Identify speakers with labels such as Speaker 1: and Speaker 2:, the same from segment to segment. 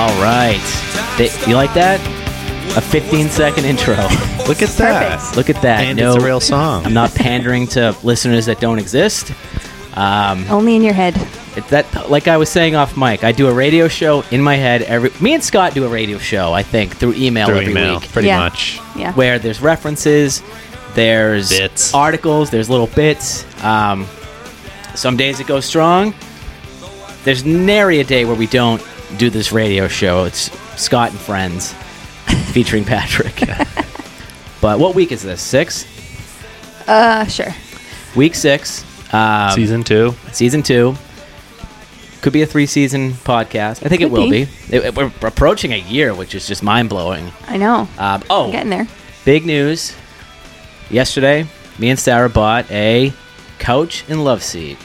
Speaker 1: All right. They, you like that? A 15 second intro.
Speaker 2: Look at that.
Speaker 1: Look at that.
Speaker 2: And
Speaker 1: no,
Speaker 2: it's a real song.
Speaker 1: I'm not pandering to listeners that don't exist. Um,
Speaker 3: Only in your head.
Speaker 1: it, that, like I was saying off mic, I do a radio show in my head. Every me and Scott do a radio show, I think, through email
Speaker 2: Through
Speaker 1: every
Speaker 2: email,
Speaker 1: week,
Speaker 2: pretty
Speaker 3: Yeah.
Speaker 2: much.
Speaker 3: Yeah.
Speaker 1: where there's references, there's
Speaker 2: Bits.
Speaker 1: articles, there's little bits. Um, some days it goes strong. There's nary a day where we don't do this radio show. It's Scott and friends, featuring Patrick. but what week is this? Six.
Speaker 3: Uh, sure.
Speaker 1: Week six. Um,
Speaker 2: Season two.
Speaker 1: season two. Could be a three season podcast. I think it
Speaker 3: Could
Speaker 1: will be.
Speaker 3: be.
Speaker 1: It- it- we're approaching a year, which is just mind blowing.
Speaker 3: I know.
Speaker 1: Um,
Speaker 3: I'm
Speaker 1: oh,
Speaker 3: getting there.
Speaker 1: big news. Yesterday, me and Sarah bought a couch and love seat.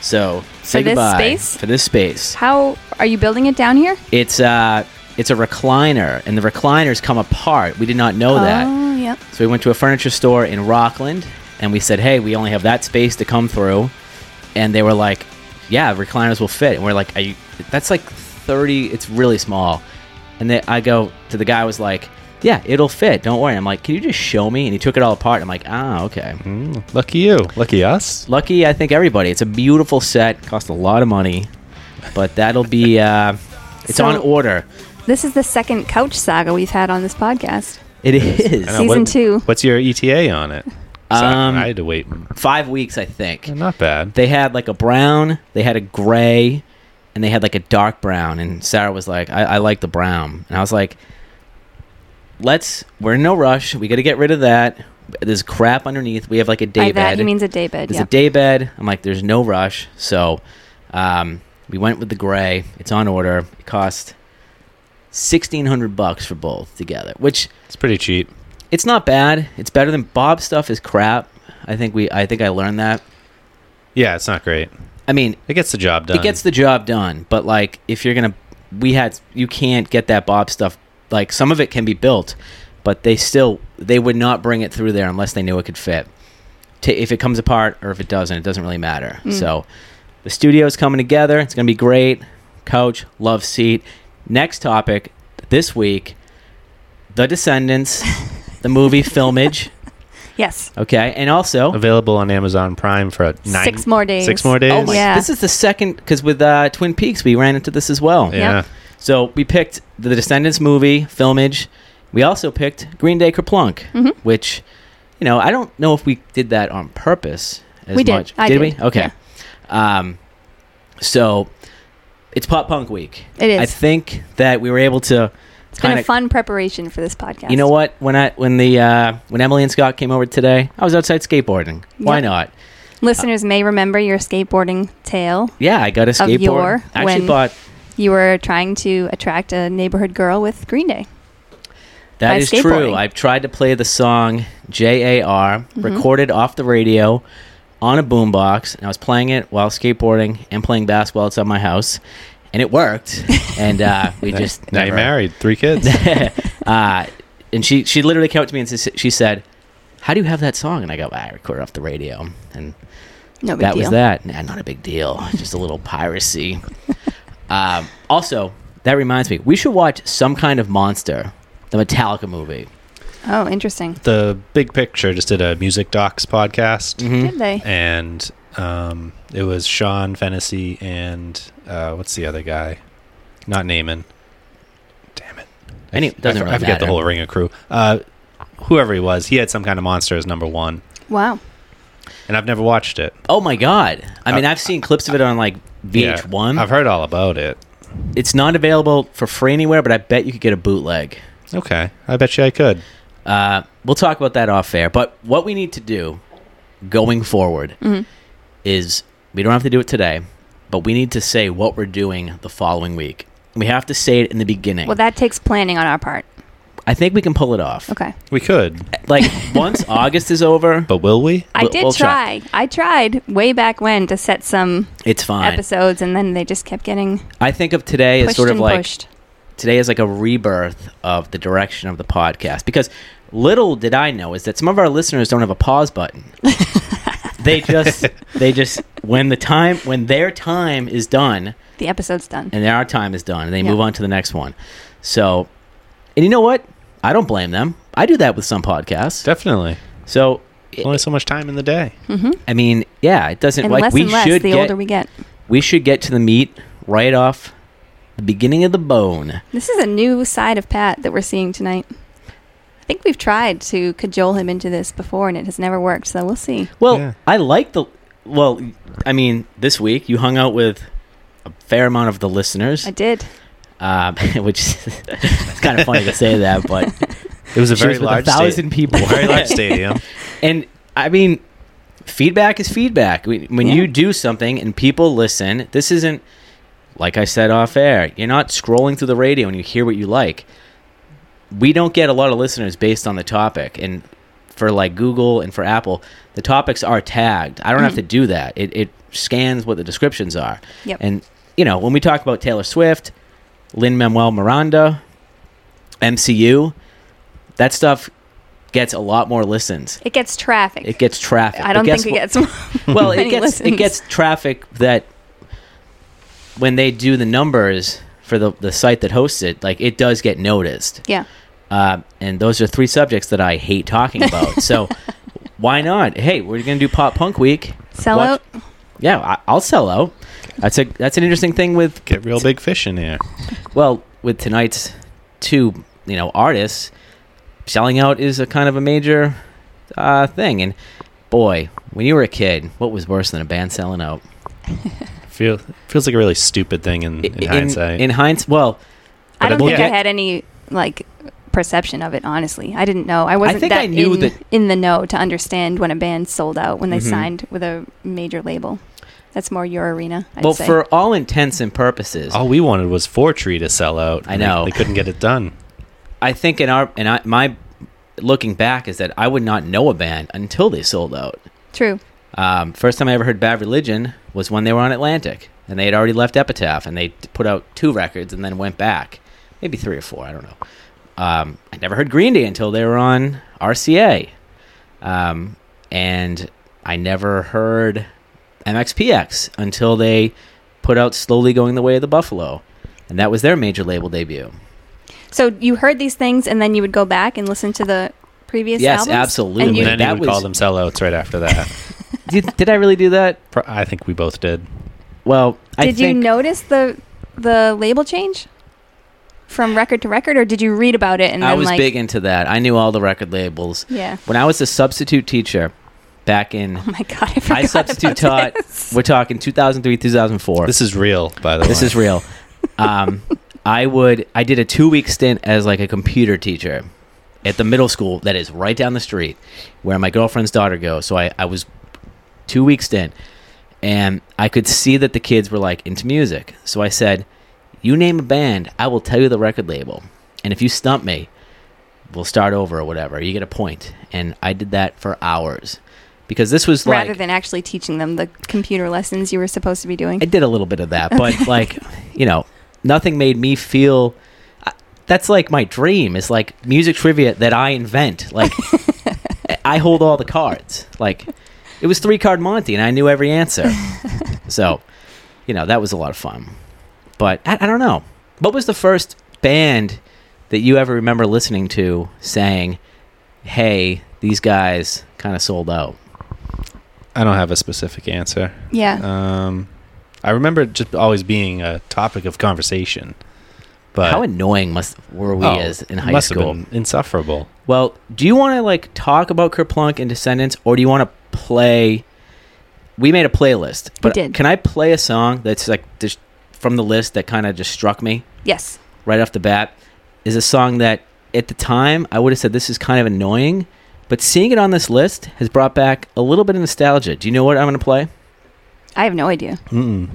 Speaker 1: So, say
Speaker 3: this
Speaker 1: goodbye
Speaker 3: space?
Speaker 1: for this space.
Speaker 3: How are you building it down here?
Speaker 1: It's uh, it's a recliner, and the recliners come apart. We did not know that.
Speaker 3: Oh, yep.
Speaker 1: So we went to a furniture store in Rockland and we said, "Hey, we only have that space to come through." And they were like, "Yeah, recliners will fit." And we're like, "Are you That's like 30, it's really small." And then I go to the guy was like, "Yeah, it'll fit. Don't worry." I'm like, "Can you just show me?" And he took it all apart. I'm like, "Ah, okay."
Speaker 2: Lucky you. Lucky us.
Speaker 1: Lucky, I think everybody. It's a beautiful set. Cost a lot of money, but that'll be uh it's
Speaker 3: So-
Speaker 1: on order.
Speaker 3: This is the second couch saga we've had on this podcast.
Speaker 1: It is.
Speaker 2: I know,
Speaker 3: Season two.
Speaker 2: What's your ETA on it? 'Cause I-
Speaker 1: Um,
Speaker 2: I had to wait.
Speaker 1: 5 weeks, I think.
Speaker 2: Not bad.
Speaker 1: they had like a brown, they had a gray, and they had like a dark brown. And Sarah was like, I, I like the brown. And I was like, let's, we're in no rush. We got to get rid of that. There's crap underneath. We have like a day
Speaker 3: By that,
Speaker 1: bed.
Speaker 3: he means a day bed.
Speaker 1: There's
Speaker 3: Yeah.
Speaker 1: a day bed. I'm like, there's no rush. So um, we went with the gray. It's on order. It cost 1600 bucks for both together, which
Speaker 2: It's pretty cheap.
Speaker 1: it's not bad. It's better than Bob's stuff is crap. I think we, I think I learned that.
Speaker 2: Yeah, it's not great.
Speaker 1: I mean,
Speaker 2: It gets the job done.
Speaker 1: It gets the job done, but like if you're gonna, we had you can't get that Bob stuff. Like some of it can be built, but they still they would not bring it through there unless they knew it could fit. Ta if it comes apart or if it doesn't, it doesn't really matter. So the studio's coming together. It's gonna be great. Couch, love seat. Next topic this week: The Descendants, the movie filmage.
Speaker 3: Yes.
Speaker 1: Okay, and also
Speaker 2: available on Amazon Prime for nine,
Speaker 3: Six more days.
Speaker 2: Six more days.
Speaker 1: Oh my!
Speaker 3: Yeah.
Speaker 1: This is the second because with uh, Twin Peaks we ran into this as well.
Speaker 2: Yeah.
Speaker 3: Yep.
Speaker 1: So we picked the Descendants movie filmage. We also picked Green Day Kerplunk,
Speaker 3: Mm-hmm.
Speaker 1: which you know I don't know if we did that on purpose. As
Speaker 3: We did.
Speaker 1: Much.
Speaker 3: I
Speaker 1: did,
Speaker 3: did.
Speaker 1: we? Okay. Um, so it's pop punk week.
Speaker 3: It is.
Speaker 1: I think that we were able to.
Speaker 3: It's been
Speaker 1: kinda-
Speaker 3: a fun preparation for this podcast.
Speaker 1: You know what? When I when the uh, when Emily and Scott came over today, I was outside skateboarding. Why
Speaker 3: Yep.
Speaker 1: not?
Speaker 3: Listeners may remember your skateboarding tale.
Speaker 1: Yeah, I got a skateboard.
Speaker 3: yore,
Speaker 1: I actually
Speaker 3: when-
Speaker 1: bought
Speaker 3: You were trying to attract a neighborhood girl with Green Day.
Speaker 1: That
Speaker 3: by
Speaker 1: is true.
Speaker 3: skateboarding. Mm-hmm.
Speaker 1: I've tried to play the song J.A.R., recorded off the radio on a boombox, and I was playing it while skateboarding and playing basketball outside my house, and it worked. And uh, we
Speaker 2: Now-
Speaker 1: just
Speaker 2: now you're
Speaker 1: never-
Speaker 2: married, three kids.
Speaker 1: uh, and she she literally came up to me and s- she said, "How do you have that song?" And I go, "I recorded off the radio." And
Speaker 3: No big
Speaker 1: that
Speaker 3: deal.
Speaker 1: was that. Nah, not a big deal. Just a little piracy. um, also, that reminds me, we should watch some kind of monster, the Metallica movie.
Speaker 3: Oh, interesting.
Speaker 2: the Big Picture just did a music docs podcast,
Speaker 1: Mm-hmm.
Speaker 3: Did they?
Speaker 2: and um, it was Sean Fennessy and uh, what's the other guy? Not Naaman. Damn it!
Speaker 1: Any-
Speaker 2: I, f-
Speaker 1: doesn't
Speaker 2: I f- I
Speaker 1: really
Speaker 2: forget the
Speaker 1: matter.
Speaker 2: whole ring of crew. Uh, whoever he was, he had some kind of monster as number one,
Speaker 3: Wow.
Speaker 2: and I've never watched it.
Speaker 1: Oh my god! I mean,
Speaker 2: Uh,
Speaker 1: I've seen clips of it on like
Speaker 2: Yeah.
Speaker 1: VH1.
Speaker 2: I've heard all about it.
Speaker 1: it's not available for free anywhere, but I bet you could get a bootleg.
Speaker 2: Okay, I bet you I could.
Speaker 1: Uh, we'll talk about that off air. But what we need to do going forward
Speaker 3: Mm-hmm.
Speaker 1: is we don't have to do it today, but we need to say what we're doing the following week. We have to say it in the beginning.
Speaker 3: Well, that takes planning on our part.
Speaker 1: I think we can pull it off.
Speaker 3: Okay.
Speaker 2: We could,
Speaker 1: Like once August is over,
Speaker 2: but will we?
Speaker 3: I
Speaker 1: We'll-
Speaker 3: did
Speaker 1: we'll
Speaker 3: try.
Speaker 1: try.
Speaker 3: I tried way back when to set some
Speaker 1: it's fine.
Speaker 3: episodes, and then they just kept getting
Speaker 1: I think of today as
Speaker 3: pushed
Speaker 1: sort of
Speaker 3: and
Speaker 1: like
Speaker 3: pushed.
Speaker 1: today is like a rebirth of the direction of the podcast because little did I know is that some of our listeners don't have a pause button. they just they just when the time when their time is done
Speaker 3: The episode's done.
Speaker 1: and our time is done, and they
Speaker 3: Yeah.
Speaker 1: move on to the next one. So, and you know what? I don't blame them. I do that with some podcasts.
Speaker 2: Definitely.
Speaker 1: So,
Speaker 2: There's only so much time in the day.
Speaker 3: hmm
Speaker 1: I mean, yeah, it doesn't
Speaker 3: And
Speaker 1: like
Speaker 3: less
Speaker 1: we
Speaker 3: and less the
Speaker 1: should get
Speaker 3: older we get.
Speaker 1: we should get to the meat right off the beginning of the bone.
Speaker 3: This is a new side of Pat that we're seeing tonight. I think we've tried to cajole him into this before, and it has never worked. So we'll see.
Speaker 1: Well,
Speaker 2: Yeah.
Speaker 1: I like the well. I mean, this week you hung out with a fair amount of the listeners,
Speaker 3: I did.
Speaker 1: um, which is it's kind of funny to say that, but
Speaker 2: It was a
Speaker 1: she
Speaker 2: very
Speaker 1: was with
Speaker 2: large
Speaker 1: a thousand people,
Speaker 2: stadium. very large stadium.
Speaker 1: And I mean, feedback is feedback. When when
Speaker 3: Yeah.
Speaker 1: you do something and people listen, this isn't like I said off air. You're not scrolling through the radio and you hear what you like. We don't get a lot of listeners based on the topic, and for like Google and for Apple, the topics are tagged. I don't have to
Speaker 3: Mhm.
Speaker 1: do that. It, it scans what the descriptions are.
Speaker 3: Yep.
Speaker 1: And you know, when we talk about Taylor Swift, Lin Manuel Miranda, MCU, that stuff gets a lot more listens.
Speaker 3: It gets traffic.
Speaker 1: It gets traffic.
Speaker 3: I don't
Speaker 1: But guess
Speaker 3: think it gets.
Speaker 1: what- well. It
Speaker 3: many
Speaker 1: gets it
Speaker 3: listens.
Speaker 1: gets traffic that when they do the numbers for the the site that hosts it, like it does get noticed.
Speaker 3: Yeah.
Speaker 1: Uh, and those are three subjects that I hate talking about. so why not? Hey, we're gonna do pop punk week.
Speaker 3: Sell
Speaker 1: Watch-
Speaker 3: out.
Speaker 1: Yeah, I, I'll sell out. That's a that's an interesting thing with
Speaker 2: Get real big fish in here.
Speaker 1: well with tonight's two you know artists. Selling out is a kind of a major uh, thing, and boy, when you were a kid, what was worse than a band selling out?
Speaker 2: Feel feels like a really stupid thing in, in, hindsight.
Speaker 1: In hindsight, well,
Speaker 3: I
Speaker 2: But
Speaker 3: don't
Speaker 2: we'll
Speaker 3: think I
Speaker 2: get-
Speaker 3: had any like perception of it. Honestly, I didn't know. I wasn't
Speaker 1: think
Speaker 3: that
Speaker 1: I knew
Speaker 3: in,
Speaker 1: that-
Speaker 3: in the know to understand when a band sold out when they
Speaker 1: Mhm.
Speaker 3: signed with a major label. That's more your arena. I'd
Speaker 1: well,
Speaker 3: say.
Speaker 1: for all intents and purposes,
Speaker 2: All we wanted was Fortree to sell out.
Speaker 1: I
Speaker 2: and they-
Speaker 1: know.
Speaker 2: they couldn't get it done.
Speaker 1: I think in our and I, my looking back is that I would not know a band until they sold out.
Speaker 3: true.
Speaker 1: Um, first time I ever heard Bad Religion was when they were on Atlantic, and they had already left Epitaph, and they put out two records and then went back, maybe three or four, I don't know. Um, I never heard Green Day until they were on RCA, um, and I never heard MXPX until they put out Slowly Going the Way of the Buffalo, and that was their major label debut.
Speaker 3: So you heard these things, and then you would go back and listen to the previous.
Speaker 1: Yes,
Speaker 3: albums?
Speaker 1: absolutely.
Speaker 2: And,
Speaker 3: And you,
Speaker 1: Yeah.
Speaker 2: then
Speaker 1: that
Speaker 2: he would call
Speaker 1: was-
Speaker 2: them sellouts right after that.
Speaker 1: Did, did I really do that?
Speaker 2: Pro- I think we both did.
Speaker 1: Well, I
Speaker 3: did you
Speaker 1: think
Speaker 3: notice the the label change from record to record, or did you read about it and
Speaker 1: I
Speaker 3: then
Speaker 1: was
Speaker 3: like
Speaker 1: big into that. I knew all the record labels.
Speaker 3: yeah?
Speaker 1: When I was a substitute teacher back in,
Speaker 3: Oh my god, I forgot
Speaker 1: I substitute taught,
Speaker 3: about this.
Speaker 1: we're talking 2003, 2004. This,
Speaker 2: This is real, by the way.
Speaker 1: is real. Um, I would, I did a two week stint as like a computer teacher at the middle school that is right down the street where my girlfriend's daughter goes. So I, I was two week stint and I could see that the kids were like into music. So I said, You name a band, I will tell you the record label. And if you stump me, we'll start over or whatever. You get a point. And I did that for hours because this was
Speaker 3: rather
Speaker 1: like.
Speaker 3: than actually teaching them the computer lessons you were supposed to be doing.
Speaker 1: I did a little bit of that, but like, you know, nothing made me feel. I- That's like my dream. It's like music trivia that I invent. Like, I hold all the cards. Like, it was three card Monty, and I knew every answer. So, you know, that was a lot of fun. But I, I don't know. What was the first band that you ever remember listening to saying, "Hey, these guys kind of sold out"?
Speaker 2: I don't have a specific answer.
Speaker 3: yeah.
Speaker 2: Um, I remember it just always being a topic of conversation. But
Speaker 1: How annoying must were we
Speaker 2: Oh,
Speaker 1: as in
Speaker 2: it
Speaker 1: high
Speaker 2: must
Speaker 1: school?
Speaker 2: Have been insufferable.
Speaker 1: Well, do you want to like talk about Kerplunk and Descendants, or do you want to play? We made a playlist, but
Speaker 3: did.
Speaker 1: can I play a song that's like just from the list that kind of just struck me
Speaker 3: yes.
Speaker 1: right off the bat? Is a song that at the time I would have said this is kind of annoying, but seeing it on this list has brought back a little bit of nostalgia. Do you know what I'm going to play?
Speaker 3: I have no idea.
Speaker 2: Mm-mm.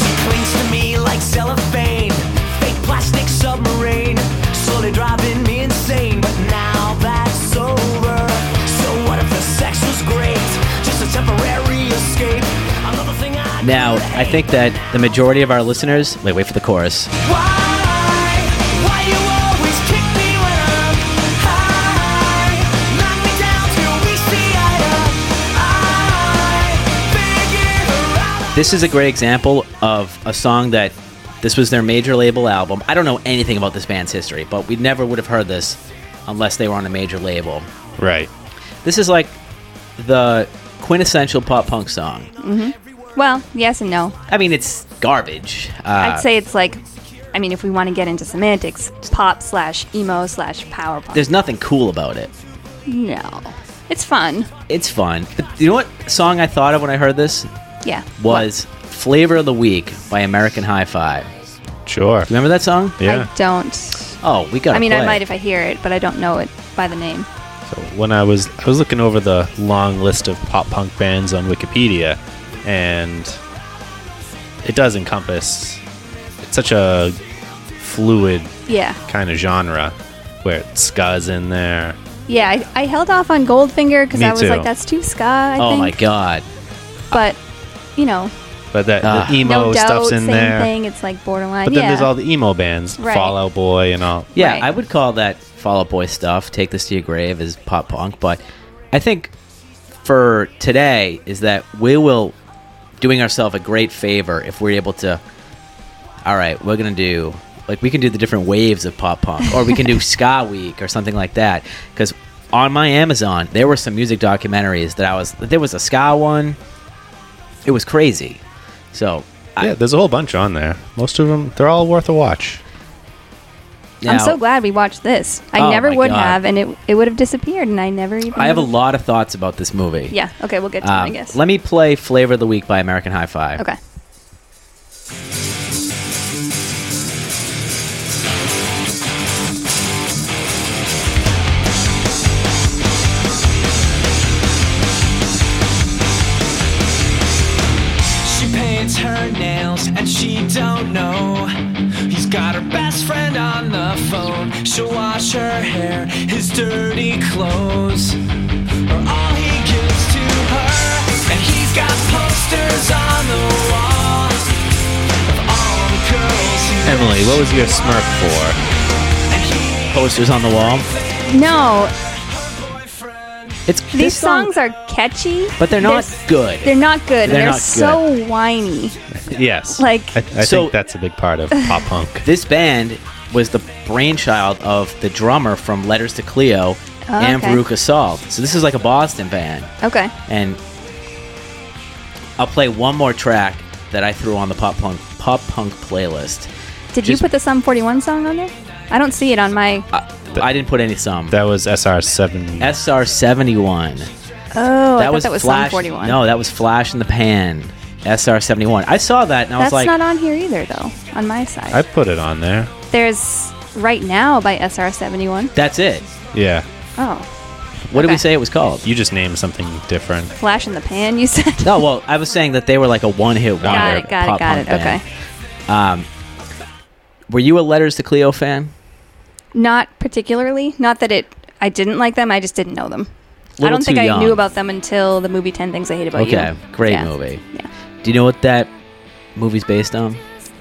Speaker 4: She clings to me like cellophane, fake plastic submarine, slowly driving me insane. But now that's over. So what if the sex was great?
Speaker 1: Now, I think that the majority of our listeners. Wait, wait for the chorus. This is a great example of a song that this was their major label album. I don't know anything about this band's history, but we never would have heard this unless they were on a major label.
Speaker 2: Right.
Speaker 1: This is like the quintessential pop punk song.
Speaker 3: Well, yes and no.
Speaker 1: I mean, it's garbage. Uh,
Speaker 3: I'd say it's like, I mean, if we want to get into semantics, pop slash emo slash power pop.
Speaker 1: there's nothing cool about it.
Speaker 3: no, it's fun.
Speaker 1: It's fun. But you know what song I thought of when I heard this
Speaker 3: Yeah.
Speaker 1: was "Flavor of the Week" by American Hi Fi.
Speaker 2: Sure.
Speaker 1: Remember that song?
Speaker 2: Yeah.
Speaker 3: I don't.
Speaker 1: Oh, we got.
Speaker 3: I mean, I might if I hear it, but I don't know it by the name.
Speaker 2: So when I was I was looking over the long list of pop punk bands on Wikipedia, and it does encompass. It's such a fluid
Speaker 3: Yeah.
Speaker 2: kind of genre where ska's in there.
Speaker 3: Yeah, I, I held off on Goldfinger because
Speaker 2: Me
Speaker 3: I was
Speaker 2: too.
Speaker 3: like, that's too ska. I
Speaker 1: Oh
Speaker 3: think.
Speaker 1: my god!
Speaker 3: But, you know,
Speaker 2: But that
Speaker 1: Ah.
Speaker 2: the emo
Speaker 3: no doubt,
Speaker 2: stuff's in
Speaker 3: same
Speaker 2: there.
Speaker 3: thing. It's like borderline.
Speaker 2: But then
Speaker 3: yeah.
Speaker 2: there's all the emo bands,
Speaker 3: Right.
Speaker 2: Fallout Boy and all.
Speaker 1: Yeah,
Speaker 3: Right.
Speaker 1: I would call that Fall Out Boy stuff. Take this to your grave is pop punk, but I think for today is that we will doing ourselves a great favor if we're able to. All right, we're gonna do like we can do the different waves of pop punk, or we can do ska week or something like that. Because on my Amazon, there were some music documentaries that I was. There was a ska one. It was crazy. So
Speaker 2: Yeah, there's a whole bunch on there. Most of them, they're all worth a watch.
Speaker 3: I'm
Speaker 1: now-
Speaker 3: so glad we watched this. I
Speaker 1: Oh
Speaker 3: never
Speaker 1: my
Speaker 3: would
Speaker 1: God.
Speaker 3: have, and it, it would have disappeared, and I never even.
Speaker 1: I have a
Speaker 3: would've-
Speaker 1: lot of thoughts about this movie.
Speaker 3: Yeah, okay, we'll get to it, I
Speaker 1: Um,
Speaker 3: guess.
Speaker 1: Let me play Flavor of the Week by American Hi Fi.
Speaker 3: Okay.
Speaker 4: She paints her nails and she don't know. He's got her best friend on the phone. She'll wash her hair, his dirty clothes. Or all he gives to her. And he's got posters on the wall. Of all the girls he
Speaker 2: Emily, what was your smirk for?
Speaker 4: and he
Speaker 1: Posters on the wall.
Speaker 3: No,
Speaker 4: boyfriend.
Speaker 1: It's
Speaker 3: these
Speaker 1: this song-
Speaker 3: songs are catchy,
Speaker 1: but they're not
Speaker 3: s-
Speaker 1: good.
Speaker 3: They're not good. and
Speaker 1: They're
Speaker 3: they're
Speaker 1: not
Speaker 3: so whiny.
Speaker 2: Yes.
Speaker 3: Like-
Speaker 2: I, I
Speaker 1: So-
Speaker 2: think that's a big part of pop punk.
Speaker 1: This band was the brainchild of the drummer from Letters to Cleo and
Speaker 3: Oh, okay.
Speaker 1: Veruca Salt. So this is like a Boston band.
Speaker 3: Okay.
Speaker 1: And I'll play one more track that I threw on the pop punk pop punk playlist.
Speaker 3: Did
Speaker 1: Just- Uh,
Speaker 3: you put the Sum 41 song on there? I don't see it on my.
Speaker 1: I, I didn't put any sum.
Speaker 2: That was SR seven.
Speaker 1: SR seventy one.
Speaker 3: Oh, I
Speaker 1: that
Speaker 3: thought
Speaker 1: was
Speaker 3: that was
Speaker 1: Flash.
Speaker 3: Sum 41.
Speaker 1: No, that was Flash in the Pan. SR seventy one. I saw that and I was
Speaker 3: That's
Speaker 1: like,
Speaker 3: not on here either, though, on my side.
Speaker 2: I put it on there.
Speaker 3: There's Right Now by SR71.
Speaker 1: that's it.
Speaker 2: Yeah.
Speaker 3: Oh,
Speaker 1: What did we
Speaker 3: Okay.
Speaker 1: say it was called?
Speaker 2: You just named something different.
Speaker 3: Flash in the Pan, you said?
Speaker 1: No, well, I was saying that they were like a one-hit wonder.
Speaker 3: got it, got
Speaker 1: pop
Speaker 3: it, got
Speaker 1: punk
Speaker 3: it.
Speaker 1: band.
Speaker 3: Okay.
Speaker 1: Were you a Letters to Cleo fan?
Speaker 3: Not particularly. Not that it. I didn't like them, I just didn't know them. I
Speaker 1: Little
Speaker 3: don't think
Speaker 1: too
Speaker 3: I
Speaker 1: young.
Speaker 3: knew about them until the movie 10 Things I Hate About You.
Speaker 1: Okay, great
Speaker 3: Yeah.
Speaker 1: movie.
Speaker 3: Yeah.
Speaker 1: Do you know what that movie's based on?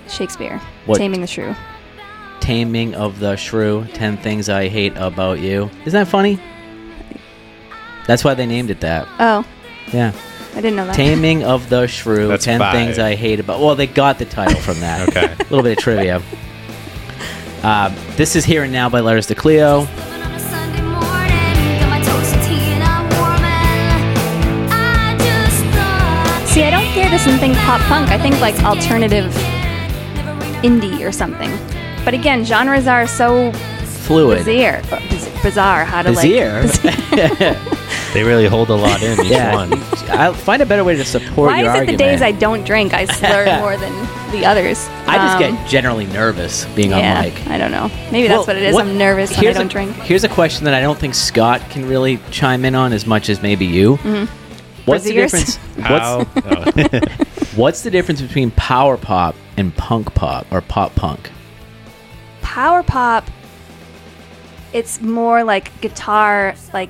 Speaker 3: Shakespeare.
Speaker 1: What-
Speaker 3: Taming the Shrew.
Speaker 1: Taming of the Shrew: Ten Things I Hate About You. Isn't that funny? That's why they named it that.
Speaker 3: Oh,
Speaker 1: Yeah.
Speaker 3: I didn't know that.
Speaker 1: Taming of the Shrew:
Speaker 2: That's
Speaker 1: Ten
Speaker 2: five.
Speaker 1: Things I Hate About. Well, they got the title from that.
Speaker 2: Okay.
Speaker 1: A little bit of trivia. Uh, this is Here and Now by Letters to Cleo.
Speaker 3: See, I don't hear this in thing pop punk. I think like alternative indie or something. But again, genres are so
Speaker 1: Fluid.
Speaker 3: bizarre. uh, biz- bizarre how to
Speaker 1: Bizarre?
Speaker 3: like.
Speaker 2: They really hold a lot in each
Speaker 1: Yeah,
Speaker 2: one.
Speaker 1: I find a better way to support
Speaker 3: Why is
Speaker 1: your
Speaker 3: it the
Speaker 1: argument.
Speaker 3: days I don't drink I slur more than the others?
Speaker 1: I just
Speaker 3: Um,
Speaker 1: get generally nervous being
Speaker 3: yeah,
Speaker 1: on mic.
Speaker 3: I don't know. Maybe that's
Speaker 1: Well,
Speaker 3: what it is. I'm nervous when I
Speaker 1: here's
Speaker 3: don't
Speaker 1: a,
Speaker 3: drink.
Speaker 1: Here's a question that I don't think Scott can really chime in on as much as maybe you.
Speaker 3: Mm-hmm.
Speaker 1: What's the
Speaker 3: Braziers?
Speaker 1: difference?
Speaker 2: How?
Speaker 1: What's,
Speaker 2: Oh.
Speaker 1: what's the difference between power pop and punk pop or pop punk?
Speaker 3: Power pop. It's more like guitar, like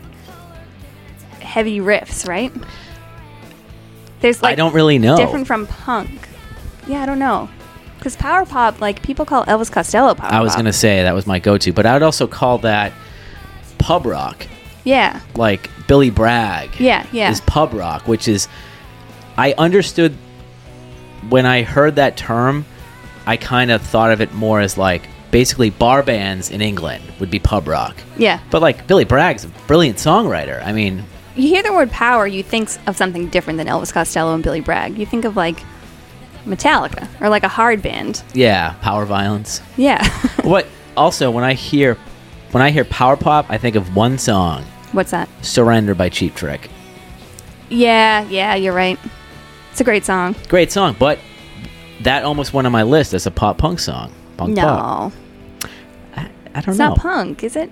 Speaker 3: heavy riffs, right? There's
Speaker 1: I
Speaker 3: like
Speaker 1: don't really know.
Speaker 3: different from punk. Yeah, I don't know. Because power pop, like people call Elvis Costello power.
Speaker 1: I was
Speaker 3: pop.
Speaker 1: gonna say that was my go-to, but I would also call that pub rock.
Speaker 3: Yeah,
Speaker 1: Like Billy Bragg.
Speaker 3: yeah, yeah.
Speaker 1: Is pub rock, which is I understood when I heard that term. I kind of thought of it more as like basically bar bands in England would be pub rock.
Speaker 3: yeah.
Speaker 1: But like Billy Bragg's a brilliant songwriter. I mean,
Speaker 3: You hear the word power, you think s- of something different than Elvis Costello and Billy Bragg. You think of like Metallica or like a hard band.
Speaker 1: yeah, power violence.
Speaker 3: Yeah.
Speaker 1: What also when I hear when I hear power pop, I think of one song,
Speaker 3: What's that?
Speaker 1: "Surrender" by Cheap Trick.
Speaker 3: Yeah, yeah, you're right. It's a great song.
Speaker 1: Great song, but that almost went on my list as a pop punk song. Punk
Speaker 3: no,
Speaker 1: pop. I, I don't
Speaker 3: it's
Speaker 1: know.
Speaker 3: not punk, is it?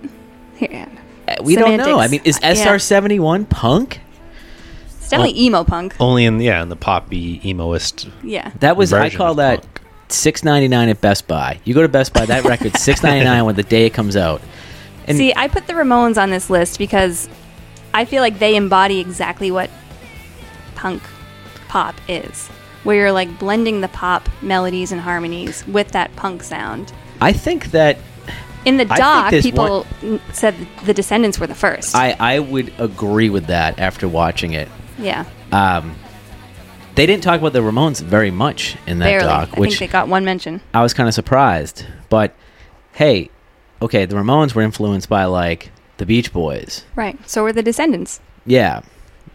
Speaker 3: Here,
Speaker 1: Uh, We don't know. I mean,
Speaker 3: Semantics.
Speaker 1: is
Speaker 3: Yeah.
Speaker 1: SR seventy one punk?
Speaker 3: it's definitely emo punk.
Speaker 2: Only in yeah, in the poppy emoist.
Speaker 3: Yeah,
Speaker 1: That was I
Speaker 2: Version
Speaker 1: call
Speaker 2: of
Speaker 1: that
Speaker 2: punk.
Speaker 1: six ninety nine at Best Buy. You go to Best Buy, that record six ninety nine when the day it comes out. And
Speaker 3: See, I put the Ramones on this list because I feel like they embody exactly what punk pop is, where you're like blending the pop melodies and harmonies with that punk sound.
Speaker 1: I think that
Speaker 3: In the
Speaker 1: think
Speaker 3: doc,
Speaker 1: there's
Speaker 3: people n said the Descendants were the first.
Speaker 1: I, I would agree with that after watching it.
Speaker 3: yeah,
Speaker 1: They didn't talk about the Ramones very much in that
Speaker 3: barely.
Speaker 1: doc,
Speaker 3: I
Speaker 1: which
Speaker 3: think they got one mention.
Speaker 1: I was kind of surprised. But hey, okay, the Ramones were influenced by like the Beach Boys.
Speaker 3: Right. So were the Descendants.
Speaker 1: Yeah.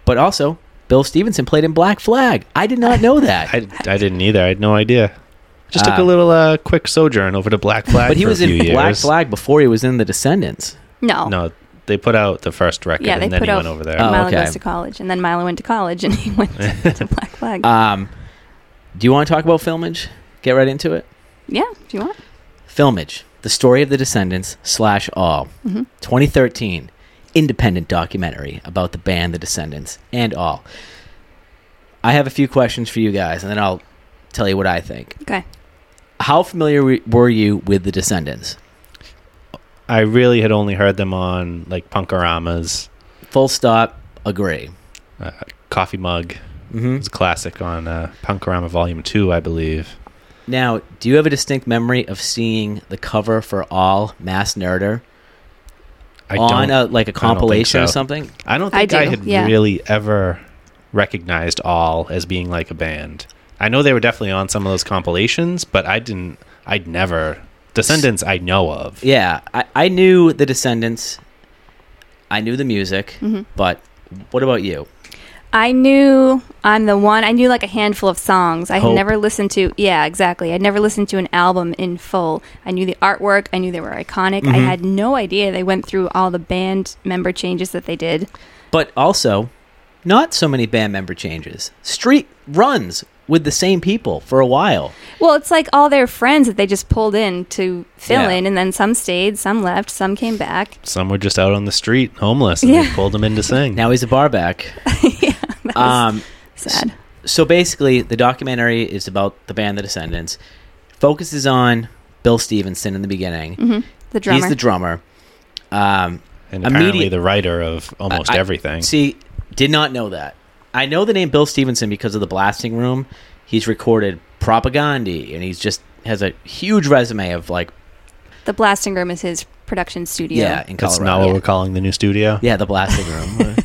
Speaker 1: But also, Bill Stevenson played in Black Flag. I did not know that.
Speaker 2: I, I didn't either. I had no idea. Just took
Speaker 1: Ah.
Speaker 2: a little uh, quick sojourn over to Black Flag.
Speaker 1: but he
Speaker 2: for a
Speaker 1: was in
Speaker 2: few
Speaker 1: Black
Speaker 2: years.
Speaker 1: Flag before he was in The Descendants.
Speaker 3: No.
Speaker 2: No, they put out the first record,
Speaker 3: Yeah, they
Speaker 2: and then
Speaker 3: put
Speaker 2: he
Speaker 3: out
Speaker 2: went over there.
Speaker 1: Oh,
Speaker 3: Milo
Speaker 1: okay.
Speaker 3: goes to college, and then Milo went to college, and he went to, to Black Flag.
Speaker 1: Um, do you want to talk about Filmage? Get right into it.
Speaker 3: yeah, if you want.
Speaker 1: Filmage, the story of the Descendants slash all. 2013, independent documentary about the band, the Descendants, and all. I have a few questions for you guys, and then I'll tell you what I think.
Speaker 3: Okay.
Speaker 1: How familiar we- were you with the Descendants?
Speaker 2: I really had only heard them on like Punkaramas,
Speaker 1: Full stop, agree.
Speaker 2: uh, Coffee Mug.
Speaker 1: hmm
Speaker 2: It was a classic on uh, Punkorama Volume Two, I believe.
Speaker 1: Now, do you have a distinct memory of seeing the cover for All Mass Nerder
Speaker 2: I
Speaker 1: on uh,
Speaker 2: don't.
Speaker 1: a like a compilation or
Speaker 2: so.
Speaker 1: something?
Speaker 2: I don't
Speaker 3: I
Speaker 2: think I,
Speaker 3: do,
Speaker 2: had
Speaker 3: yeah.
Speaker 2: really ever recognized all as being like a band. I know they were definitely on some of those compilations, but I didn't. I'd never. Descendants, I know of.
Speaker 1: Yeah, I, I knew the Descendants. I knew the music, but what about you?
Speaker 3: I knew I'm the one. I knew like a handful of songs. I had
Speaker 1: Hope.
Speaker 3: never listened to. Yeah, exactly. I'd never listened to an album in full. I knew the artwork. I knew they were iconic.
Speaker 1: Mm-hmm.
Speaker 3: I had no idea they went through all the band member changes that they did.
Speaker 1: But also, not so many band member changes. Street runs with the same people for a while.
Speaker 3: Well, it's like all their friends that they just pulled in to fill
Speaker 1: Yeah.
Speaker 3: in, and then some stayed, some left, some came back.
Speaker 2: Some were just out on the street, homeless, and they
Speaker 3: Yeah.
Speaker 2: pulled them in to sing.
Speaker 1: Now he's a bar back.
Speaker 3: That was
Speaker 1: Um,
Speaker 3: sad.
Speaker 1: so basically, the documentary is about the band The Descendants. Focuses on Bill Stevenson in the beginning.
Speaker 3: The
Speaker 1: He's
Speaker 3: drummer.
Speaker 1: the drummer. Um,
Speaker 2: and apparently
Speaker 1: immediate-
Speaker 2: the writer of almost
Speaker 1: I- I-
Speaker 2: everything.
Speaker 1: See, did not know that. I know the name Bill Stevenson because of the Blasting Room. He's recorded Propaganda, and he's just has a huge resume of like
Speaker 3: the blasting room is his production studio.
Speaker 1: yeah, in
Speaker 2: That's
Speaker 1: Colorado.
Speaker 2: not what we're calling the new studio.
Speaker 1: Yeah, the Blasting Room.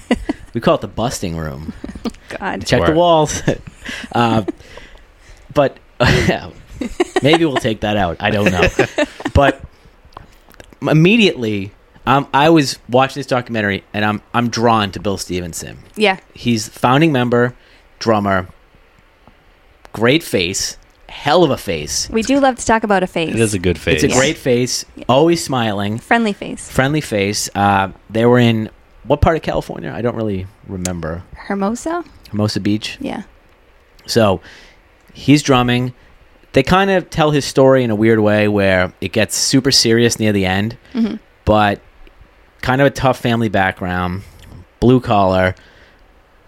Speaker 1: we call it the Busting Room.
Speaker 3: God.
Speaker 1: Check the
Speaker 2: Word.
Speaker 1: walls. uh, but maybe we'll take that out. I don't know. But immediately, um, I was watching this documentary, and I'm I'm drawn to Bill Stevenson.
Speaker 3: Yeah.
Speaker 1: He's founding member, drummer, great face, hell of a face.
Speaker 3: We do love to talk about a face.
Speaker 2: It is a good
Speaker 1: It's
Speaker 2: face.
Speaker 1: a
Speaker 3: Yeah.
Speaker 1: great face, always smiling,
Speaker 3: friendly face.
Speaker 1: friendly face. Uh, they were in what part of California? I don't really remember.
Speaker 3: Hermosa?
Speaker 1: Hermosa Beach.
Speaker 3: Yeah.
Speaker 1: So he's drumming. They kind of tell his story in a weird way where it gets super serious near the end,
Speaker 3: Mm-hmm.
Speaker 1: but kind of a tough family background, blue collar,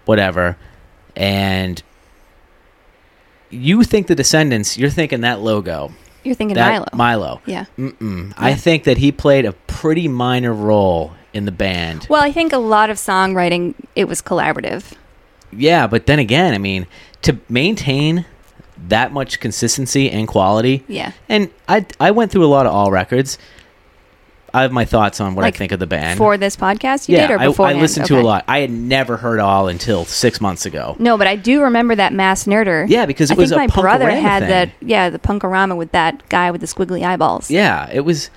Speaker 1: whatever. And you think the Descendants, you're thinking that logo.
Speaker 3: You're thinking
Speaker 1: that
Speaker 3: Milo.
Speaker 1: Milo.
Speaker 3: yeah.
Speaker 1: Mm-mm. I think that he played a pretty minor role in the band.
Speaker 3: Well, I think a lot of songwriting it was collaborative.
Speaker 1: yeah, but then again, I mean, to maintain that much consistency and quality,
Speaker 3: Yeah.
Speaker 1: and I I went through a lot of all records. I have my thoughts on what
Speaker 3: Like,
Speaker 1: I think of the band.
Speaker 3: For this podcast, you
Speaker 1: yeah,
Speaker 3: did
Speaker 1: I,
Speaker 3: or before?
Speaker 1: I listened to a lot. I had never heard all until six months ago.
Speaker 3: No, but I do remember that mass nerder.
Speaker 1: Yeah, because it
Speaker 3: I
Speaker 1: was a
Speaker 3: think my
Speaker 1: Punkorama
Speaker 3: brother had
Speaker 1: thing.
Speaker 3: that. Yeah, the punkorama with that guy with the squiggly eyeballs.
Speaker 1: Yeah, it was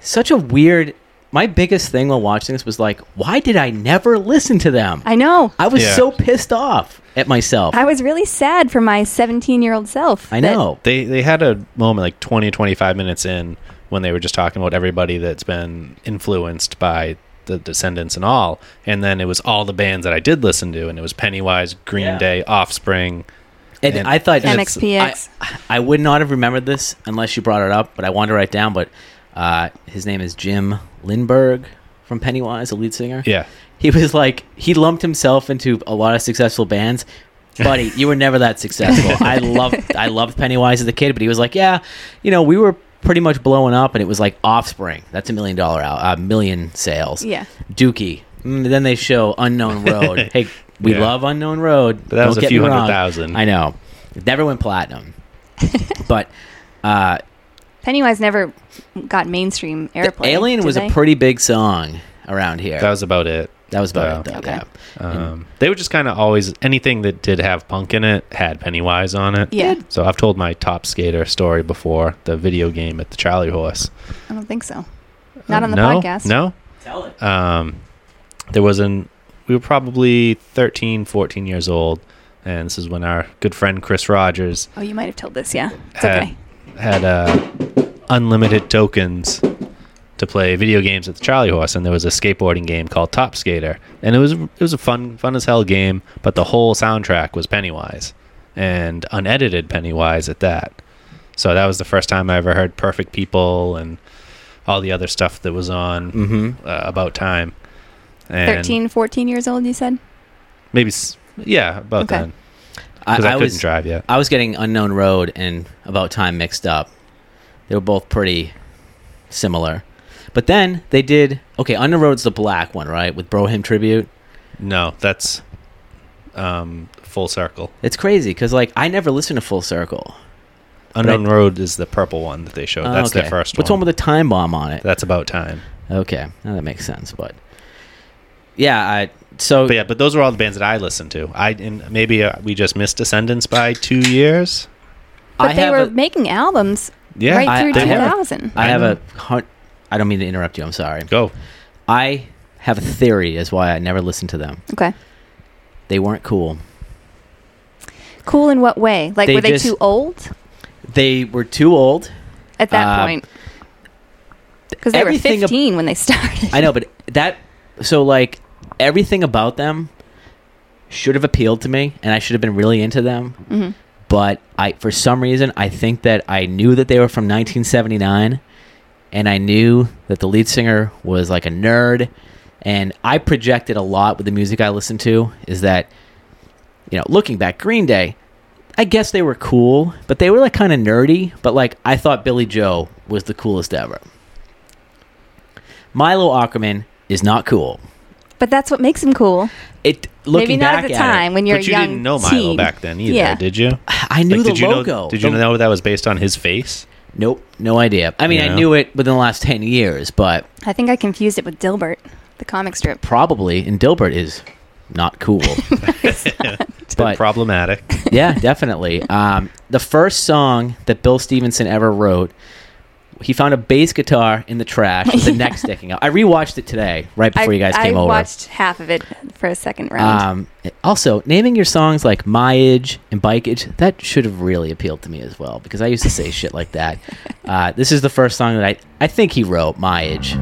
Speaker 1: such a weird. My biggest thing while watching this was like, why did I never listen to them?
Speaker 3: I know.
Speaker 1: I was
Speaker 2: Yeah.
Speaker 1: so pissed off at myself.
Speaker 3: I was really sad for my 17 year old self.
Speaker 1: I
Speaker 3: that-
Speaker 1: know.
Speaker 2: They they had a moment like 20 25 minutes in when they were just talking about everybody that's been influenced by the Descendants and all, and then it was all the bands that I did listen to, and it was Pennywise, Green
Speaker 1: Yeah.
Speaker 2: Day, Offspring.
Speaker 1: And,
Speaker 2: And-
Speaker 1: I thought
Speaker 2: And it's-
Speaker 3: MXPX.
Speaker 1: I, I would not have remembered this unless you brought it up, but I wanted to write it down. But uh, his name is Jim Lindberg from Pennywise, the lead singer.
Speaker 2: Yeah,
Speaker 1: He was like, he lumped himself into a lot of successful bands. Buddy, you were never that successful. I loved, I loved Pennywise as a kid, but he was like, yeah, you know, we were pretty much blowing up, and it was like Offspring. That's a million dollar out, uh, million sales.
Speaker 3: yeah.
Speaker 1: Dookie. Mm, then they show Unknown Road. hey, we
Speaker 2: Yeah.
Speaker 1: love Unknown Road.
Speaker 2: But that was a
Speaker 1: get
Speaker 2: few
Speaker 1: me
Speaker 2: hundred
Speaker 1: wrong.
Speaker 2: thousand.
Speaker 1: I know. It never went platinum. but uh,
Speaker 3: Pennywise never got mainstream airplay.
Speaker 1: Alien
Speaker 3: did
Speaker 1: was
Speaker 3: they?
Speaker 1: a pretty big song around here.
Speaker 2: that was about it.
Speaker 1: That was about
Speaker 2: Yeah.
Speaker 1: it, though.
Speaker 3: Okay.
Speaker 1: Yeah.
Speaker 2: Um, they were just kind of always anything that did have punk in it had Pennywise on it.
Speaker 3: Yeah,
Speaker 2: So I've told my top skater story before the video game at the Charlie Horse.
Speaker 3: I don't think so. Not on the
Speaker 2: Uh, no,
Speaker 3: podcast.
Speaker 2: No.
Speaker 1: Tell it.
Speaker 2: Um, there was an, we were probably 13, 14 years old. And this is when our good friend Chris Rogers
Speaker 3: Oh, you might have told this. Yeah, it's
Speaker 2: had,
Speaker 3: okay.
Speaker 2: had uh, unlimited tokens to play video games at the Charlie Horse, and there was a skateboarding game called Top Skater, and it was it was a fun fun as hell game, but the whole soundtrack was Pennywise, and unedited Pennywise at that. So that was the first time I ever heard Perfect People and all the other stuff that was on
Speaker 1: Mm-hmm.
Speaker 2: uh, about time. And
Speaker 3: 13, 14 years old. You said.
Speaker 2: maybe s- yeah, about
Speaker 3: Okay.
Speaker 2: then
Speaker 1: I,
Speaker 2: because I,
Speaker 1: I
Speaker 2: couldn't
Speaker 1: was
Speaker 2: drive yet.
Speaker 1: I was getting Unknown Road and About Time mixed up. They were both pretty similar. But then they did okay. Unknown Road's the black one, right? With Brohim tribute.
Speaker 2: No, that's um, full circle.
Speaker 1: It's crazy because like I never listened to Full Circle.
Speaker 2: Unknown Road is the purple one that they showed.
Speaker 1: Oh,
Speaker 2: That's
Speaker 1: okay.
Speaker 2: their first
Speaker 1: What's
Speaker 2: one.
Speaker 1: one with a time bomb on it?
Speaker 2: That's about time.
Speaker 1: Okay, now that makes sense. But yeah, I so
Speaker 2: But yeah, but those were all the bands that I listened to. I and maybe uh, we just missed Descendants by two years.
Speaker 3: But
Speaker 1: I
Speaker 3: they
Speaker 1: have
Speaker 3: were
Speaker 1: a-
Speaker 3: making albums
Speaker 2: Yeah,
Speaker 3: right
Speaker 1: I-
Speaker 3: through
Speaker 1: I have-
Speaker 3: 2000.
Speaker 1: I
Speaker 2: I
Speaker 1: have
Speaker 2: know.
Speaker 1: a hun- I don't mean to interrupt you. I'm sorry.
Speaker 2: go.
Speaker 1: I have a theory as why I never listened to them.
Speaker 3: okay.
Speaker 1: They weren't cool.
Speaker 3: Cool in what way? Like,
Speaker 1: They
Speaker 3: were they
Speaker 1: just-
Speaker 3: too old
Speaker 1: They were too old.
Speaker 3: at that
Speaker 1: Uh,
Speaker 3: point? Because they were
Speaker 1: everything ab-
Speaker 3: 15 when they started.
Speaker 1: I know, but that so like everything about them should have appealed to me, and I should have been really into them.
Speaker 3: Mhm.
Speaker 1: But I, for some reason, I think that I knew that they were from 1979, and I knew that the lead singer was like a nerd, and I projected a lot with the music I listened to. Is that you know, looking back, Green Day. I guess they were cool, but they were like kind of nerdy. But like, I thought Billy Joe was the coolest ever. Milo Ackerman is not cool.
Speaker 3: But that's what makes them cool.
Speaker 1: It looking
Speaker 3: Maybe not
Speaker 1: back
Speaker 3: at the
Speaker 1: it,
Speaker 3: time when you're
Speaker 2: but
Speaker 3: a
Speaker 2: you
Speaker 3: young
Speaker 2: didn't know Milo
Speaker 3: teen.
Speaker 2: back then either,
Speaker 3: Yeah.
Speaker 2: did you?
Speaker 1: I knew
Speaker 2: Like,
Speaker 1: the
Speaker 2: did you
Speaker 1: logo.
Speaker 2: Know, did you
Speaker 1: The-
Speaker 2: know that was based on his face?
Speaker 1: Nope, no idea. I mean, I
Speaker 2: Yeah.
Speaker 1: knew it within the last ten years, but
Speaker 3: I think I confused it with Dilbert, the comic strip.
Speaker 1: probably. And Dilbert is not cool.
Speaker 2: It's been
Speaker 1: But-
Speaker 2: problematic.
Speaker 1: yeah, definitely. Um, the first song that Bill Stevenson ever wrote, he found a bass guitar in the trash with the neck sticking out. I rewatched it today, right before
Speaker 3: I,
Speaker 1: you guys came
Speaker 3: I
Speaker 1: over.
Speaker 3: watched half of it for a second round.
Speaker 1: Um, also, naming your songs like Myage and Bikeage, that should have really appealed to me as well because I used to say shit like that. Uh, this is the first song that I, I think he wrote, Myage.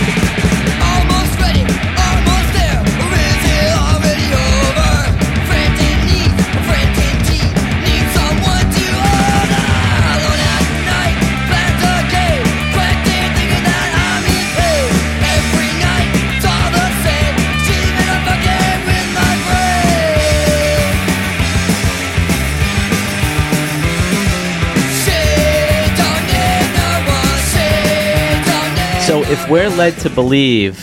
Speaker 5: Almost ready, almost there. Or is it already over? Friend in need, a friend in need, need someone to hold on. Alone at night, back again, practicing thinking that I'm in pain. Every night, it's all the same. Dreaming of a game with my brain.
Speaker 1: if we're led to believe,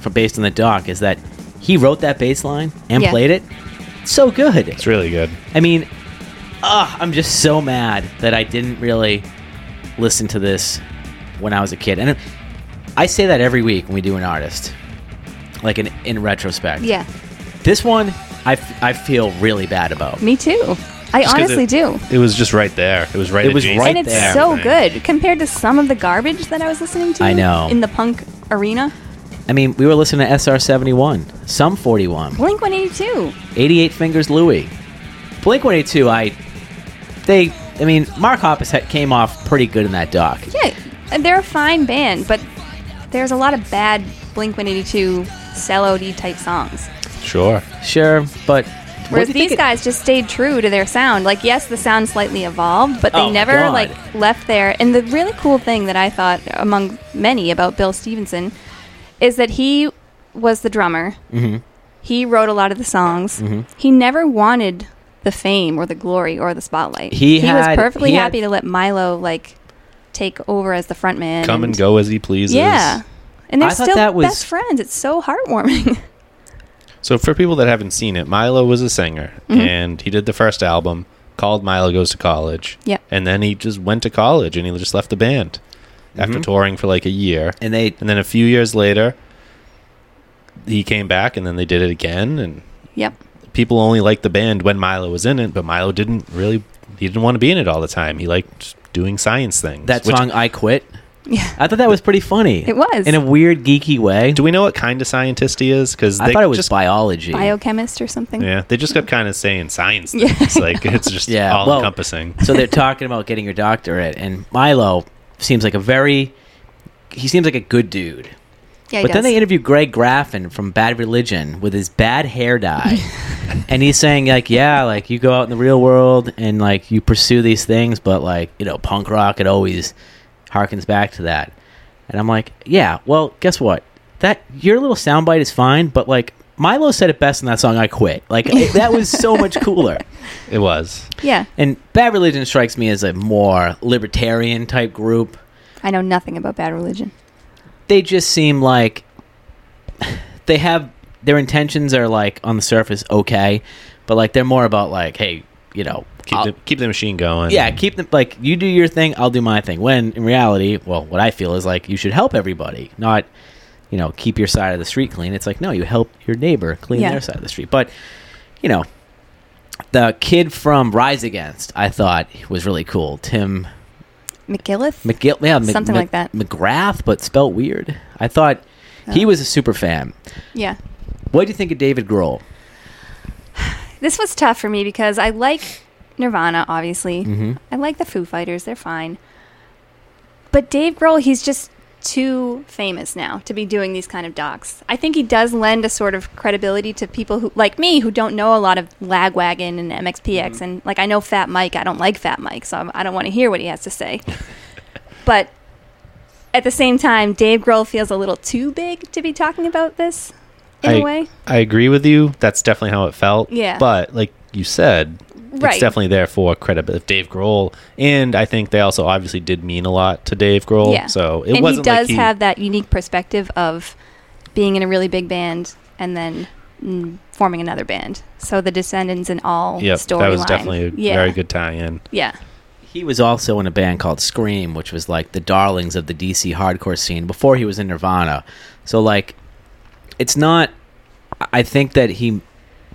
Speaker 1: from based on the doc, is that he wrote that bass line and
Speaker 3: Yeah.
Speaker 1: played it, so good.
Speaker 2: It's really good.
Speaker 1: I mean, ah, I'm just so mad that I didn't really listen to this when I was a kid. And I say that every week when we do an artist, like in, in retrospect.
Speaker 3: Yeah,
Speaker 1: This one, I, f- I feel really bad about.
Speaker 3: me too. I
Speaker 2: Just 'cause
Speaker 3: honestly
Speaker 2: it-
Speaker 3: do.
Speaker 2: It was just right there. It was right.
Speaker 1: It was
Speaker 2: adjacent
Speaker 1: right
Speaker 3: and it's
Speaker 1: there.
Speaker 3: so
Speaker 2: Everything.
Speaker 3: good compared to some of the garbage that I was listening to.
Speaker 1: I know.
Speaker 3: In the punk arena,
Speaker 1: I mean, we were listening to SR 71, some 41,
Speaker 3: Blink 182.
Speaker 1: 88 Fingers Louie. Blink 182, I. They. I mean, Mark Hoppus had, came off pretty good in that doc.
Speaker 3: Yeah, and they're a fine band, but there's a lot of bad Blink 182 cello D type songs.
Speaker 2: Sure.
Speaker 1: Sure, but. what
Speaker 3: Whereas
Speaker 1: do you think
Speaker 3: these
Speaker 1: it-
Speaker 3: guys just stayed true to their sound. Like, yes, the sound slightly evolved, but they
Speaker 1: Oh my
Speaker 3: never
Speaker 1: God.
Speaker 3: like left there. And the really cool thing that I thought, among many, about Bill Stevenson, is that he was the drummer. Mm-hmm. He wrote a lot of the songs.
Speaker 1: Mm-hmm.
Speaker 3: He never wanted the fame or the glory or the spotlight.
Speaker 1: He had-
Speaker 3: was perfectly
Speaker 1: he had-
Speaker 3: happy to let Milo like take over as the front man.
Speaker 2: Come and go as he pleases.
Speaker 3: Yeah. And
Speaker 1: I
Speaker 3: they're
Speaker 1: thought
Speaker 3: still
Speaker 1: that was-
Speaker 3: best friends. It's so heartwarming.
Speaker 2: So for people that haven't seen it, Milo was a singer, and he did the first album called Milo Goes to College.
Speaker 3: Yep.
Speaker 2: And then he just went to college, and he just left the band
Speaker 1: Mm-hmm.
Speaker 2: after touring for like a year.
Speaker 1: And they.
Speaker 2: And then a few years later, he came back, and then they did it again. And
Speaker 3: yep.
Speaker 2: people only liked the band when Milo was in it, but Milo didn't really. He didn't want to be in it all the time. He liked doing science things.
Speaker 1: That
Speaker 2: which-
Speaker 1: song, I Quit.
Speaker 3: Yeah.
Speaker 1: I thought that was pretty funny.
Speaker 3: It was.
Speaker 1: in a weird geeky way.
Speaker 2: Do we know what kind of scientist he is? Because
Speaker 1: I thought it was
Speaker 2: just,
Speaker 1: biology.
Speaker 3: Biochemist or something.
Speaker 2: Yeah, they just kept kind of saying science
Speaker 3: Yeah.
Speaker 2: things. Like it's just
Speaker 1: Yeah,
Speaker 2: all
Speaker 1: well-
Speaker 2: encompassing.
Speaker 1: so they're talking about getting your doctorate, and Milo seems like a very he seems like a good dude.
Speaker 3: Yeah, he
Speaker 1: but then
Speaker 3: does.
Speaker 1: they interview Greg Graffin from Bad Religion with his bad hair dye. and he's saying like, yeah, like you go out in the real world and like you pursue these things, but like, you know, punk rock it always harkens back to that. And I'm like, yeah, well, guess what? That your little soundbite is fine, but like Milo said it best in that song I quit. Like it- that was so much cooler.
Speaker 2: It was.
Speaker 3: yeah.
Speaker 1: And Bad Religion strikes me as a more libertarian type group.
Speaker 3: I know nothing about bad religion.
Speaker 1: They just seem like they have their intentions are like on the surface okay, but like they're more about like, hey, you know,
Speaker 2: Keep
Speaker 1: I'll-
Speaker 2: the, keep the machine going.
Speaker 1: yeah, keep them like you do your thing, I'll do my thing. When in reality, well, what I feel is like you should help everybody, not you know keep your side of the street clean. It's like no, you help your neighbor clean
Speaker 3: Yeah.
Speaker 1: their side of the street. But you know, the kid from Rise Against, I thought was really cool. Tim
Speaker 3: McGillith?
Speaker 1: McGill, yeah, Mc-
Speaker 3: Something
Speaker 1: Mc-
Speaker 3: like that. Oh.
Speaker 1: McGrath, but spelt weird. I thought he was a super fan.
Speaker 3: yeah.
Speaker 1: What do you think of David Grohl?
Speaker 3: This was tough for me because I like Nirvana, obviously.
Speaker 2: Mm-hmm.
Speaker 3: I like the Foo Fighters. They're fine. But Dave Grohl, he's just too famous now to be doing these kind of docs. I think he does lend a sort of credibility to people who, like me, who don't know a lot of Lagwagon and MXPX.
Speaker 2: Mm-hmm.
Speaker 3: And, like, I know Fat Mike. I don't like Fat Mike, so I'm, I don't want to hear what he has to say. but at the same time, Dave Grohl feels a little too big to be talking about this in
Speaker 2: I,
Speaker 3: a way.
Speaker 2: I agree with you. That's definitely how it felt.
Speaker 3: Yeah.
Speaker 2: But like you said,
Speaker 3: Right.
Speaker 2: it's definitely there for credibility of Dave Grohl. And I think they also obviously did mean a lot to Dave Grohl.
Speaker 3: Yeah.
Speaker 2: So it
Speaker 3: and
Speaker 2: wasn't
Speaker 3: he does
Speaker 2: like he,
Speaker 3: have that unique perspective of being in a really big band and then mm, forming another band. So the Descendants and all
Speaker 2: Yep,
Speaker 3: storyline.
Speaker 2: that was definitely a
Speaker 3: yeah,
Speaker 2: very good tie-in.
Speaker 3: Yeah,
Speaker 1: He was also in a band called Scream, which was like the darlings of the DC hardcore scene before he was in Nirvana. So like, it's not. I think that he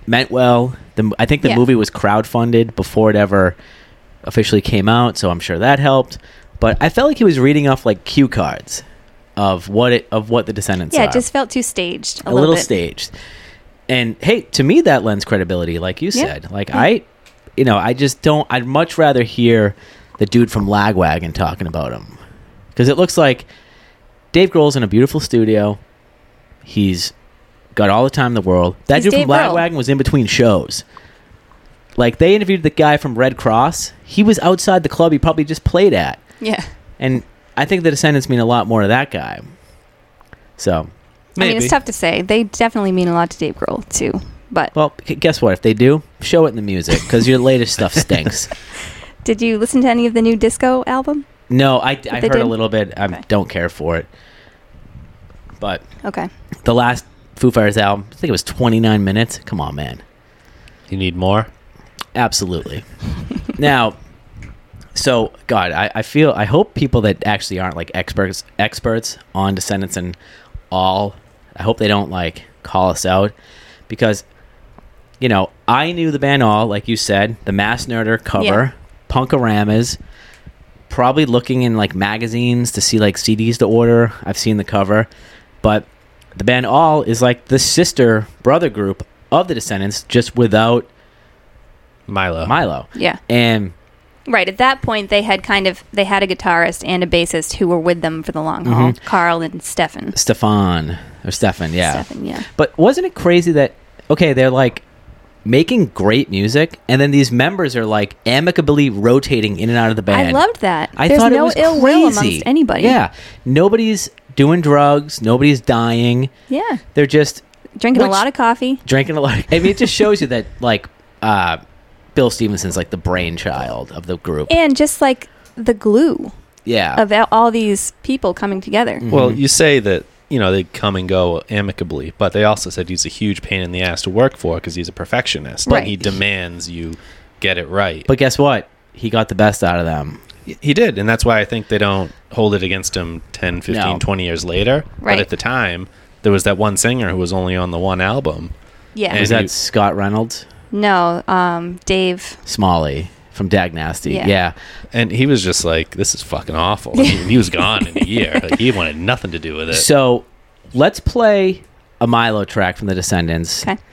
Speaker 1: meant well. The, I think the
Speaker 3: Yeah.
Speaker 1: movie was crowdfunded before it ever officially came out, so I'm sure that helped. But I felt like he was reading off like cue cards of what it of what the Descendants
Speaker 3: yeah.
Speaker 1: are.
Speaker 3: It just felt too staged. A,
Speaker 1: a little
Speaker 3: bit.
Speaker 1: staged. And hey, to me that lends credibility, like you
Speaker 3: Yeah.
Speaker 1: said. Like I, you know, I just don't. I'd much rather hear the dude from Lagwagon talking about him because it looks like Dave Grohl's in a beautiful studio. He's got all the time in the world. That
Speaker 3: He's
Speaker 1: dude
Speaker 3: Dave
Speaker 1: from
Speaker 3: Grohl.
Speaker 1: Lagwagon was in between shows. Like they interviewed the guy from Red Cross. He was outside the club he probably just played at.
Speaker 3: Yeah,
Speaker 1: And I think the descendants mean a lot more to that guy. So
Speaker 3: I mean it's tough to say. They definitely mean a lot to Dave Grohl too. But
Speaker 1: Well, g- guess what? If they do, show it in the music because your latest stuff stinks.
Speaker 3: did you listen to any of the new disco album?
Speaker 1: No, I, I
Speaker 3: they
Speaker 1: heard a
Speaker 3: did?
Speaker 1: little bit. I
Speaker 3: Okay.
Speaker 1: don't care for it. But
Speaker 3: Okay.
Speaker 1: the last Foo Fighters album, I think it was 29 minutes. Come on, man.
Speaker 2: You need more?
Speaker 1: Absolutely. now, so God, I, I feel I hope people that actually aren't like experts experts on Descendants and all, I hope they don't like call us out because you know I knew the band all like you said the Mass Nerder
Speaker 3: Yeah.
Speaker 1: cover, Punkaramas. Probably looking in like magazines to see like CDs to order. I've seen the cover, but the band All is like the sister brother group of the Descendants, just without
Speaker 2: Milo.
Speaker 1: Milo.
Speaker 3: Yeah.
Speaker 1: And
Speaker 3: Right. At that point, they had kind of they had a guitarist and a bassist who were with them for the long haul. Carl and Stefan.
Speaker 1: Stefan or Stefan, Mm-hmm. yeah.
Speaker 3: Stefan. Yeah.
Speaker 1: But wasn't it crazy that okay, they're like making great music and then these members are like amicably rotating in and out of the band.
Speaker 3: I loved that.
Speaker 1: I
Speaker 3: There's
Speaker 1: thought it
Speaker 3: no
Speaker 1: was
Speaker 3: ill
Speaker 1: crazy.
Speaker 3: will amongst anybody.
Speaker 1: Yeah. Nobody's doing drugs, nobody's dying.
Speaker 3: Yeah.
Speaker 1: They're just
Speaker 3: Drinking a
Speaker 1: Which-
Speaker 3: lot of coffee.
Speaker 1: drinking a lot. I mean, it just shows you that like uh Bill Stevenson's like the brainchild of the group.
Speaker 3: And just like the glue
Speaker 1: yeah.
Speaker 3: of all- all these people coming together.
Speaker 1: Mm.
Speaker 2: Well,
Speaker 1: Mm-hmm.
Speaker 2: you say that you know they come and go amicably, but they also said he's a huge pain in the ass to work for because he's a perfectionist.
Speaker 3: Right.
Speaker 2: and he demands you get it right.
Speaker 1: but guess what? He got the best out of them.
Speaker 2: he did, and that's why I think they don't hold it against him 10, 15,
Speaker 1: No.
Speaker 2: 20 years later.
Speaker 3: Right.
Speaker 2: But at the time, there was that one singer who was only on the one album.
Speaker 3: Yeah.
Speaker 1: Is
Speaker 2: And
Speaker 1: that
Speaker 2: he-
Speaker 1: Scott Reynolds?
Speaker 3: no. Um. Dave.
Speaker 1: Smalley from Dag Nasty.
Speaker 3: Yeah.
Speaker 1: Yeah.
Speaker 2: And he was just like, "This is fucking awful." I mean, he was gone in a year. Like, he wanted nothing to do with it.
Speaker 1: So let's play a Milo track from The Descendants.
Speaker 3: Okay.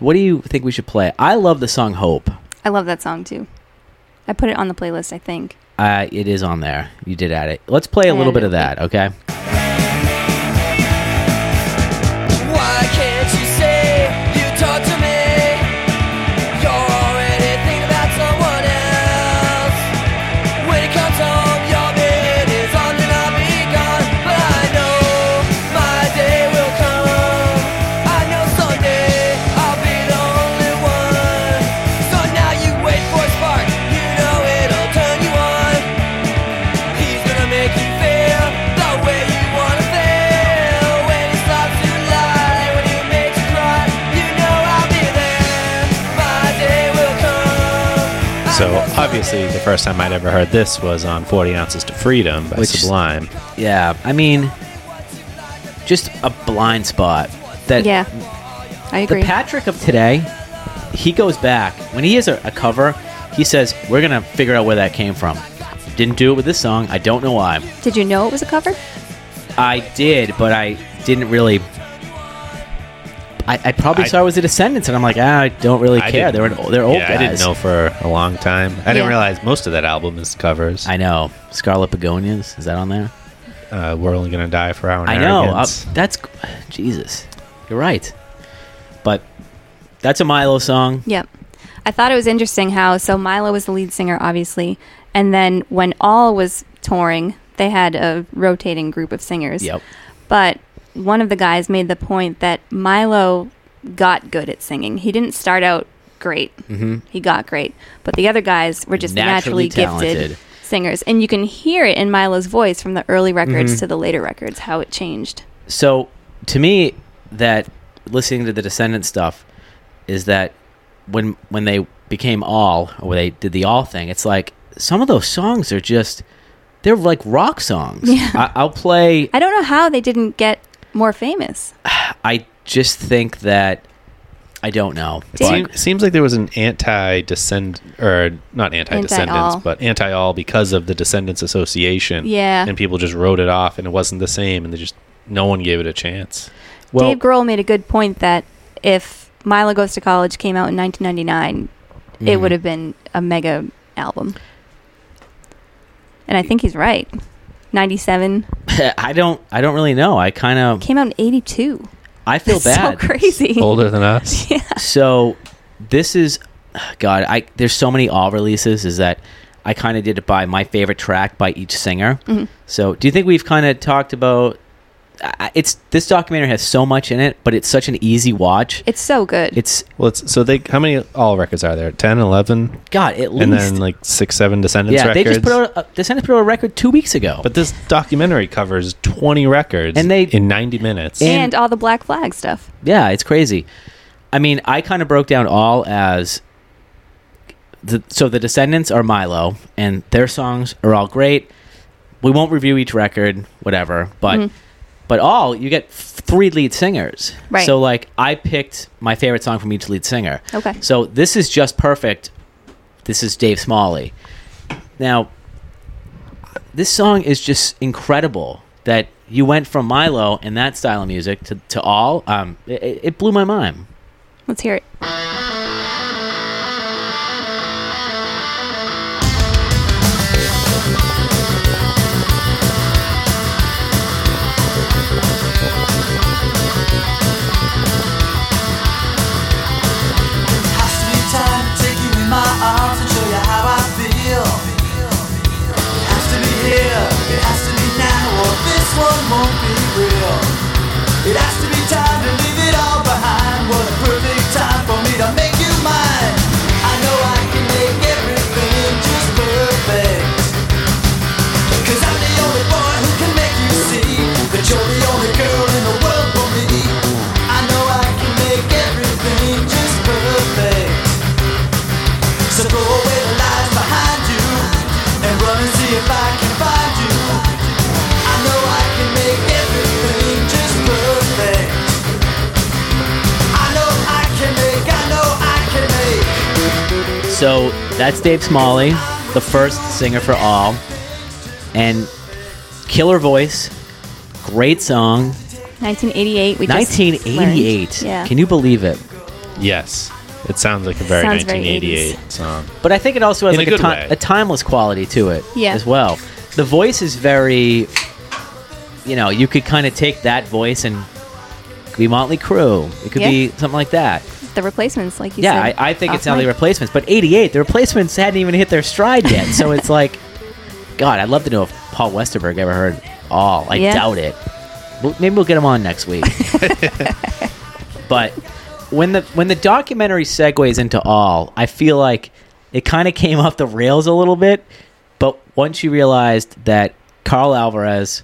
Speaker 1: What do you think we should play? I love the song Hope.
Speaker 3: I love that song too. I put it on the playlist. I think.
Speaker 1: Uh, it is on there. You did add it. Let's play a
Speaker 3: I
Speaker 1: little bit
Speaker 3: added
Speaker 1: of that, okay?
Speaker 5: Why can't you say you talk to me? You're already thinking about someone else. When it comes home, your bed is on and I'll be gone. But I know my day will come. I know someday I'll be the only one. So now you wait for a spark. You know it'll turn you on. He's gonna make you feel the way you wanna feel When he stops to lie, when he makes you cry You know I'll be there, my day will come
Speaker 2: So obviously, the first time I'd ever heard this was on "40 Ounces to Freedom" by
Speaker 1: Which-
Speaker 2: Sublime.
Speaker 1: Yeah. I mean, just a blind spot that
Speaker 3: Yeah. I
Speaker 1: the
Speaker 3: agree.
Speaker 1: Patrick of today, he goes back. When he is a, a cover, he says, We're going to figure out where that came from. Didn't do it with this song. I don't know why.
Speaker 3: Did you know it was a cover?
Speaker 1: I did, but I didn't really. I, I probably
Speaker 2: I-
Speaker 1: saw it was the Descendants, and I'm like, ah, I don't really
Speaker 2: I
Speaker 1: care.
Speaker 2: didn't-
Speaker 1: They're an, they're old
Speaker 2: yeah,
Speaker 1: guys.
Speaker 2: I didn't know for a long time. I
Speaker 3: Yeah.
Speaker 2: didn't realize most of that album is covers.
Speaker 1: I know Scarlet Begonias is that on there?
Speaker 2: uh, We're only gonna die for our.
Speaker 1: I know. uh,
Speaker 2: arrogance.
Speaker 1: that's Jesus. You're right, but that's a Milo song.
Speaker 3: Yep. I thought it was interesting how so Milo was the lead singer, obviously, and then when All was touring, they had a rotating group of singers.
Speaker 1: Yep.
Speaker 3: But one of the guys made the point that Milo got good at singing. He didn't start out great. Mm-hmm. He got great, but the other guys were just
Speaker 1: Naturally
Speaker 3: naturally, gifted
Speaker 1: talented.
Speaker 3: singers, and you can hear it in Milo's voice from the early records
Speaker 1: Mm-hmm.
Speaker 3: to the later records how it changed.
Speaker 1: So to me, that listening to the Descendant stuff is that when when they became all or they did the all thing, it's like some of those songs are just they're like rock songs.
Speaker 3: Yeah.
Speaker 1: I, I'll play.
Speaker 3: I don't know how they didn't get more famous.
Speaker 1: I just think that I don't know.
Speaker 2: It
Speaker 3: Did-
Speaker 1: But
Speaker 2: seem- seems like there was an anti-descend or not anti-descendants,
Speaker 3: Anti-all.
Speaker 2: but anti-all because of the Descendants Association.
Speaker 3: Yeah.
Speaker 2: and people just wrote it off, and it wasn't the same, and they just no one gave it a chance.
Speaker 1: well,
Speaker 3: Dave Grohl made a good point that if Milo Goes to College came out in 1999, it
Speaker 1: Mm-hmm.
Speaker 3: would have been a mega album. And I think he's right. 97
Speaker 1: I don't. I don't really know. I kind of.
Speaker 3: came out in 82.
Speaker 1: I feel bad.
Speaker 3: So crazy.
Speaker 2: Older than us.
Speaker 1: So this is, God. I there's so many all releases. Is that I kind of did it by my favorite track by each singer. So do you think we've kind of talked about I- it's this documentary has so much in it, but it's such an easy watch.
Speaker 3: It's so good.
Speaker 1: It's
Speaker 2: Well, it's, so they how many all records are there? 10, 11,
Speaker 1: God, at least
Speaker 2: and then like six, seven Descendants
Speaker 1: yeah.
Speaker 2: records.
Speaker 1: They just put out a, Descendants put out a record two weeks ago.
Speaker 2: but this documentary covers twenty records
Speaker 1: And they-
Speaker 2: in ninety minutes.
Speaker 1: and-
Speaker 3: and all the Black Flag stuff.
Speaker 1: yeah, it's crazy. I mean, I kind of broke down all as the, so the Descendants are Milo, and their songs are all great. We won't review each record, whatever, but but all you get f- three lead singers.
Speaker 3: Right.
Speaker 1: So like, I picked my favorite song from each lead singer.
Speaker 3: Okay.
Speaker 1: So this is just perfect. This is Dave Smalley. Now, this song is just incredible that you went from Milo and that style of music to, to all. Um, it- it, it blew my mind.
Speaker 3: Let's hear it.
Speaker 6: Has to be time to take you in my arms and show you how I feel. It has to be here, it has to be now, or this one won't be real. It has to be time to leave it all behind. What a perfect time for me to make you mine. I know I can make everything just perfect. Cause I'm the only boy who can make you see that you're the only girl in the world for me. I know I can make everything just perfect. So throw away the lies behind you and run and see if I can find you. I know I can make everything just perfect. I know I can make, I know I can make.
Speaker 1: So that's Dave Smalley, the first singer for All, and killer voice, great song.
Speaker 3: 1988. We just
Speaker 1: 1988.
Speaker 3: learned. Yeah.
Speaker 1: Can you believe it?
Speaker 2: yes, it sounds like a very
Speaker 3: Sounds very
Speaker 2: nineteen eighty eight song.
Speaker 1: But I think it also has
Speaker 2: In a
Speaker 1: like a,
Speaker 2: good
Speaker 1: ti-
Speaker 2: way.
Speaker 1: a timeless quality to it
Speaker 3: Yeah.
Speaker 1: as well. The voice is very, you know, you could kind of take that voice and it could be Motley Crue. It could
Speaker 3: Yeah.
Speaker 1: be something like that.
Speaker 3: the replacements, like you
Speaker 1: yeah,
Speaker 3: said.
Speaker 1: I, I think
Speaker 3: off
Speaker 1: it's now the
Speaker 3: mic.
Speaker 1: replacements. But 88, the replacements hadn't even hit their stride yet. so it's like, God, I'd love to know if Paul Westerberg ever heard all. I
Speaker 3: Yeah.
Speaker 1: doubt it. Well, Maybe we'll get him on next week. but when the when the documentary segues into all, I feel like it kind of came off the rails a little bit. But once you realized that Carl Alvarez,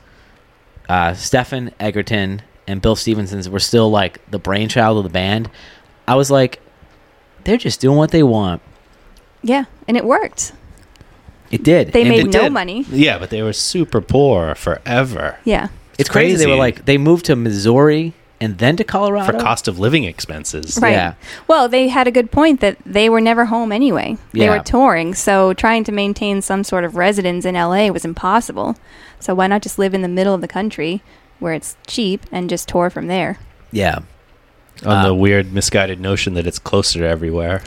Speaker 1: uh, Stefan Egerton, and Bill Stevenson's were still like the brainchild of the band, I was like, they're just doing what they want.
Speaker 3: Yeah, and it worked.
Speaker 1: It did.
Speaker 3: They
Speaker 1: And
Speaker 3: made
Speaker 1: it-
Speaker 3: no money.
Speaker 2: Yeah, but they were super poor forever
Speaker 3: Yeah.
Speaker 1: It's crazy. They were
Speaker 2: crazy.
Speaker 1: like they moved to Missouri and then to Colorado
Speaker 2: for cost of living expenses.
Speaker 3: Right.
Speaker 1: Yeah.
Speaker 3: Well, they had a good point that they were never home anyway. They
Speaker 1: Yeah.
Speaker 3: were touring, so trying to maintain some sort of residence in LA was impossible. So why not just live in the middle of the country where it's cheap and just tour from there?
Speaker 1: Yeah.
Speaker 2: On
Speaker 1: Uh,
Speaker 2: the weird misguided notion that it's closer to everywhere.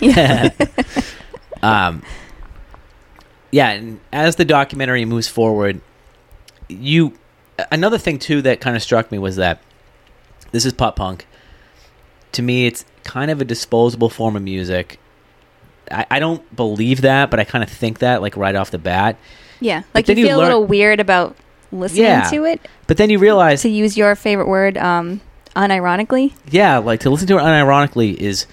Speaker 1: um, yeah, and as the documentary moves forward, you another thing too that kind of struck me was that this is pop punk. To me, it's kind of a disposable form of music. I, I don't believe that, but I kind of think that like right off the bat.
Speaker 3: Yeah. Like you
Speaker 1: then you
Speaker 3: feel a
Speaker 1: learn-
Speaker 3: little weird about listening
Speaker 1: Yeah.
Speaker 3: to it.
Speaker 1: But then you realize,
Speaker 3: To use your favorite word, um, unironically.
Speaker 1: yeah, like to listen to it unironically is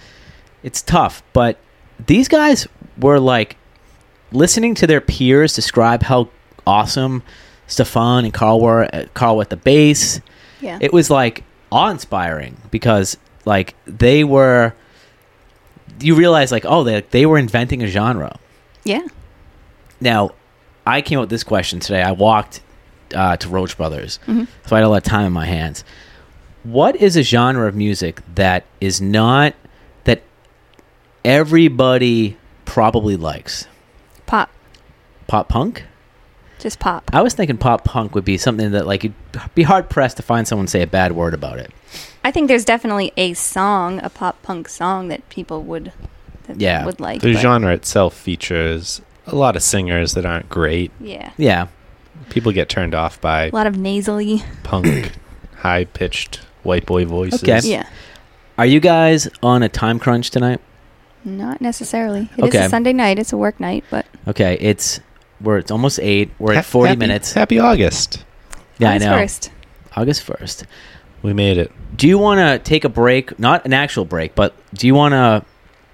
Speaker 1: it's tough. But these guys were like listening to their peers describe how awesome Stefan and Carl were. uh, Carl at the bass,
Speaker 3: Yeah.
Speaker 1: it was like awe inspiring because like they were. You realize like oh they they were inventing a genre.
Speaker 3: yeah.
Speaker 1: Now, I came up with this question today. I walked uh, to Roach Brothers,
Speaker 3: Mm-hmm.
Speaker 1: so I had a lot of time in my hands. What is a genre of music that is not that everybody probably likes?
Speaker 3: Pop.
Speaker 1: Pop punk?
Speaker 3: Just pop.
Speaker 1: I was thinking pop punk would be something that like you'd be hard pressed to find someone say a bad word about it.
Speaker 3: I think there's definitely a song, a pop punk song that people would that they
Speaker 1: Yeah.
Speaker 3: would like.
Speaker 2: The
Speaker 3: but-
Speaker 2: genre itself features a lot of singers that aren't great.
Speaker 3: Yeah.
Speaker 1: Yeah,
Speaker 2: People get turned off by
Speaker 3: A lot of nasally.
Speaker 2: punk, high pitched white boy voices.
Speaker 1: Okay.
Speaker 3: Yeah.
Speaker 1: are you guys on a time crunch tonight?
Speaker 3: Not necessarily. It is a
Speaker 1: Okay.
Speaker 3: Sunday night. It's a work night, but
Speaker 1: Okay, it's we're it's almost eight. We're
Speaker 2: Ha-
Speaker 1: at forty
Speaker 2: happy-
Speaker 1: minutes.
Speaker 2: Happy August.
Speaker 1: yeah, I
Speaker 3: August
Speaker 1: know.
Speaker 3: First.
Speaker 1: August 1st.
Speaker 2: We made it.
Speaker 1: Do you want to take a break? Not an actual break, but do you want to?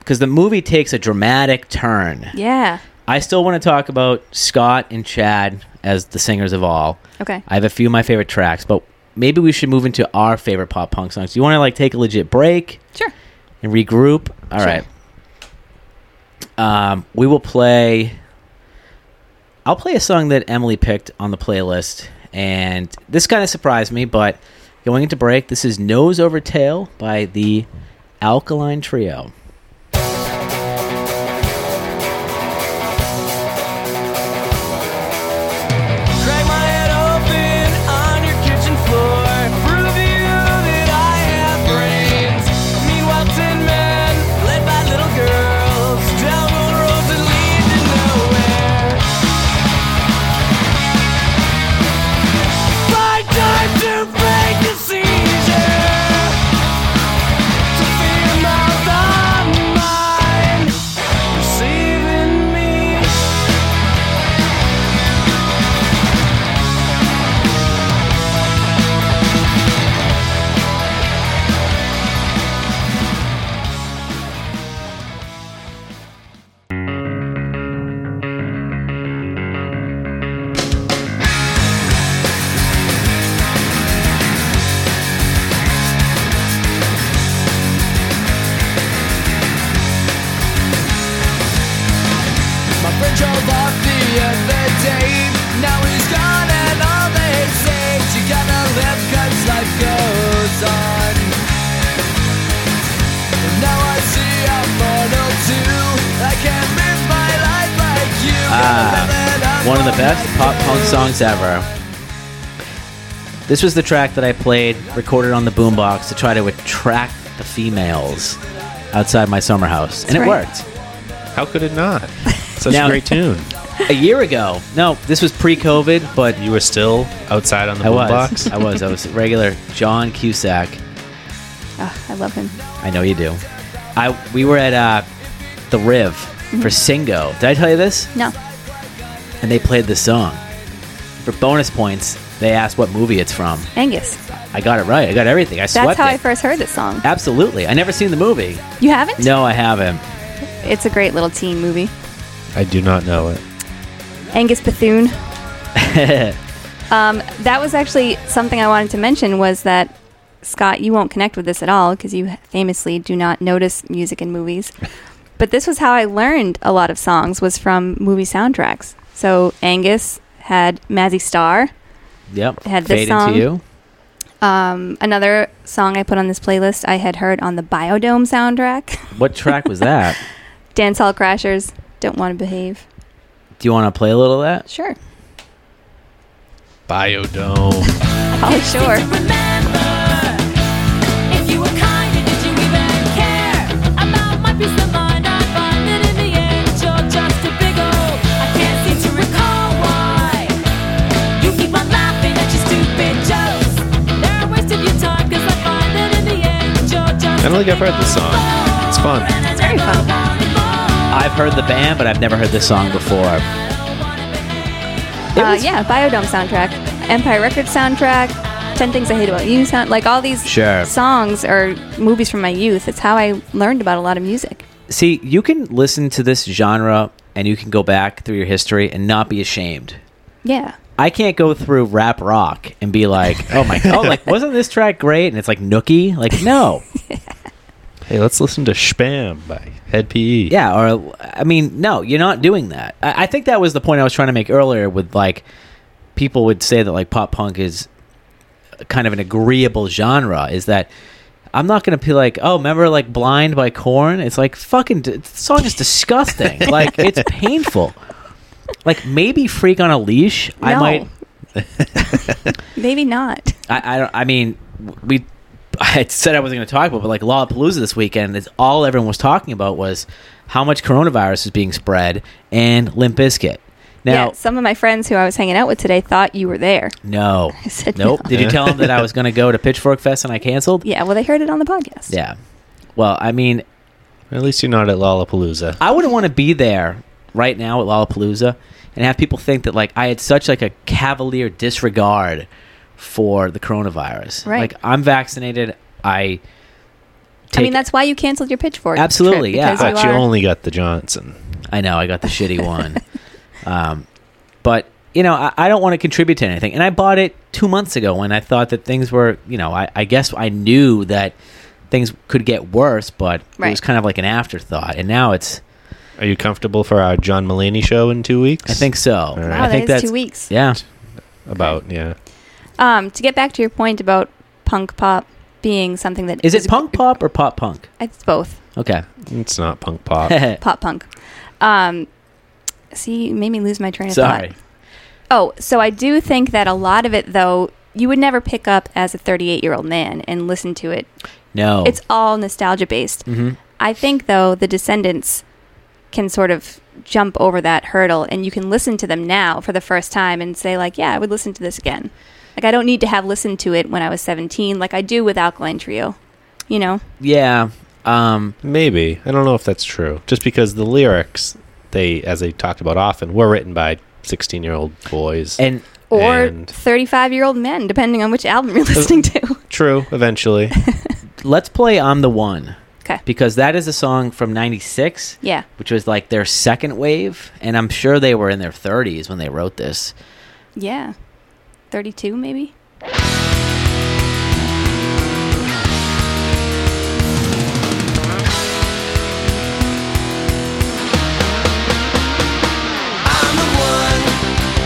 Speaker 1: Because the movie takes a dramatic turn.
Speaker 3: Yeah.
Speaker 1: I still want to talk about Scott and Chad as the singers of all.
Speaker 3: Okay.
Speaker 1: I have a few of my favorite tracks, but maybe we should move into our favorite pop punk songs. Do you want to like take a legit break
Speaker 3: Sure.
Speaker 1: and regroup? All
Speaker 3: Sure.
Speaker 1: right. Um, we will play. I'll play a song that Emily picked on the playlist, and this kind of surprised me. But going into break, this is "Nose Over Tail" by the Alkaline Trio.
Speaker 4: Crack my head open on your kitchen floor. Prove you that I have brains. Meanwhile, ten men led by little girls down old roads that lead to nowhere. My time to fake a seizure. To fear my thought mind receiving me.
Speaker 5: My friend drove off the other day. Now he's gone and all they say is you gotta live 'cause life goes on. And now I see I'm mortal too. I can't live my life like you.
Speaker 1: Ah, one of the best pop punk songs ever. This was the track that I played, recorded on the boombox to try to attract the females outside my summer house, and
Speaker 3: That's
Speaker 1: it
Speaker 3: right.
Speaker 1: worked.
Speaker 2: How could it not? Such
Speaker 1: Now-
Speaker 2: a great tune.
Speaker 1: A year ago, no, this was pre-COVID, but
Speaker 2: You were still outside on the
Speaker 1: I was,
Speaker 2: boombox.
Speaker 1: I was, I was regular John Cusack.
Speaker 3: Oh, I love him.
Speaker 1: I know you do. I we were at uh, the Riv
Speaker 3: Mm-hmm.
Speaker 1: for Singo. Did I tell you this?
Speaker 3: No.
Speaker 1: And they played this song for bonus points. They asked what movie it's from.
Speaker 3: Angus.
Speaker 1: I got it right. I got everything. I
Speaker 3: That's
Speaker 1: swept
Speaker 3: how
Speaker 1: it.
Speaker 3: I first heard this song.
Speaker 1: Absolutely. I never seen the movie.
Speaker 3: You haven't?
Speaker 1: No, I haven't.
Speaker 3: It's a great little teen movie.
Speaker 2: I do not know it.
Speaker 3: Angus Bethune. um, that was actually something I wanted to mention was that Scott, you won't connect with this at all because you famously do not notice music in movies. But this was how I learned a lot of songs was from movie soundtracks. So Angus had Mazzy Star.
Speaker 1: Yep.
Speaker 3: Had this
Speaker 1: Fade
Speaker 3: song.
Speaker 1: into you.
Speaker 3: Um, another song I put on this playlist I had heard on the Biodome soundtrack.
Speaker 1: What track was that?
Speaker 3: Dance Hall Crashers, Don't Want to Behave.
Speaker 1: Do you want to play a little of that?
Speaker 3: Sure.
Speaker 2: Biodome.
Speaker 3: Probably Oh, sure.
Speaker 7: I
Speaker 2: don't think I've heard this song. It's fun.
Speaker 7: It's very fun.
Speaker 1: I've heard the band, but I've never heard this song before. It
Speaker 3: Uh,
Speaker 1: was-
Speaker 3: yeah, Biodome soundtrack, Empire Records soundtrack, Ten Things I Hate About You sound like all these
Speaker 1: Sure.
Speaker 3: songs are movies from my youth. It's how I learned about a lot of music.
Speaker 1: See, you can listen to this genre and you can go back through your history and not be ashamed.
Speaker 3: Yeah,
Speaker 1: I can't go through rap rock and be like, oh my god, like wasn't this track great? And it's like nookie, like no,
Speaker 2: Hey, let's listen to Spam by Head E. PE.
Speaker 1: yeah, or I mean, no, you're not doing that. I, I think that was the point I was trying to make earlier with like people would say that like pop punk is kind of an agreeable genre. Is that I'm not gonna be like, oh, remember like Blind by Korn? It's like fucking the song is disgusting. like it's painful. Like maybe Freak on a Leash, I
Speaker 3: No.
Speaker 1: might
Speaker 3: maybe not.
Speaker 1: I, I don't. I mean, w- we. I had said I wasn't going to talk about, it, but like Lollapalooza this weekend, is all everyone was talking about was how much coronavirus is being spread and Limp Bizkit. Now,
Speaker 3: yeah, some of my friends who I was hanging out with today thought you were there.
Speaker 1: no,
Speaker 3: I said
Speaker 1: nope.
Speaker 3: no.
Speaker 1: Did you tell them that I was going to go to Pitchfork Fest and I canceled?
Speaker 3: Yeah, well, they heard it on the podcast.
Speaker 1: Yeah. Well, I mean,
Speaker 2: At least you're not at Lollapalooza.
Speaker 1: I wouldn't want to be there right now at Lollapalooza and have people think that like I had such like a cavalier disregard for the coronavirus.
Speaker 3: Right.
Speaker 1: Like I'm vaccinated. I.
Speaker 3: I
Speaker 1: Take,
Speaker 3: mean, that's why you canceled your pitchfork.
Speaker 1: Absolutely,
Speaker 3: trip,
Speaker 1: yeah.
Speaker 3: because
Speaker 1: But
Speaker 2: But you
Speaker 3: are-
Speaker 2: only got the Johnson.
Speaker 1: I know I got the shitty one, um, but you know I, I don't want to contribute to anything. And I bought it two months ago when I thought that things were, you know, I, I guess I knew that things could get worse, but it was
Speaker 3: Right.
Speaker 1: kind of like an afterthought. And now it's,
Speaker 2: Are you comfortable for our John Mulaney show in two weeks?
Speaker 1: I think so.
Speaker 2: Wow,
Speaker 3: Wow,
Speaker 1: I think
Speaker 3: that is two weeks.
Speaker 1: Yeah,
Speaker 2: about yeah.
Speaker 3: Um, to get back to your point about punk pop being something that
Speaker 1: is it punk pop or pop punk?
Speaker 3: It's both
Speaker 1: Okay,
Speaker 2: It's not punk pop.
Speaker 3: pop punk. Um, see, you made me lose my train of
Speaker 1: sorry.
Speaker 3: thought. Oh, so I do think that a lot of it, though, you would never pick up as a 38 year old man and listen to it.
Speaker 1: No,
Speaker 3: It's all nostalgia based.
Speaker 1: hmm
Speaker 3: I think, though, the Descendants can sort of jump over that hurdle and you can listen to them now for the first time and say, like, yeah, I would listen to this again. Like, I don't need to have listened to it when I was 17, like I do with Alkaline Trio, you know?
Speaker 1: yeah. Um,
Speaker 2: Maybe. I don't know if that's true. Just because the lyrics they as they talked about often were written by 16-year-old boys.
Speaker 1: and
Speaker 3: Or
Speaker 2: And- Oh.
Speaker 3: 35 year old men, depending on which album you're listening to.
Speaker 2: true, eventually.
Speaker 1: let's play "I'm the One"
Speaker 3: okay.
Speaker 1: because that is a song from '96.
Speaker 3: Yeah.
Speaker 1: which was like their second wave, and I'm sure they were in their 30s when they wrote this.
Speaker 3: Yeah. 32, maybe?
Speaker 5: I'm the one.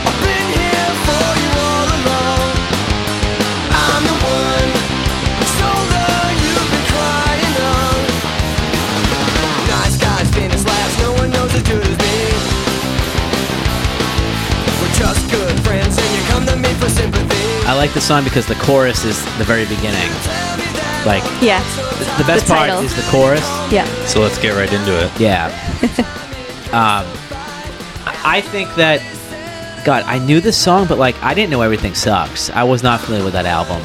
Speaker 5: I've been here for you all along. I'm the one. It's older you've been crying on. Nice guys, famous laughs. No one knows as good as me. We're just good friends, and you come to me for sympathy.
Speaker 1: I like the song because the chorus is the very beginning.
Speaker 5: Tell me that
Speaker 1: Like,
Speaker 3: Yeah.
Speaker 1: the best
Speaker 3: The
Speaker 1: part
Speaker 3: title.
Speaker 1: is the chorus.
Speaker 3: Yeah.
Speaker 2: so let's get right into it.
Speaker 1: Yeah. um, I I think that, God, I knew this song, but like, I didn't know Everything Sucks. I was not familiar with that album.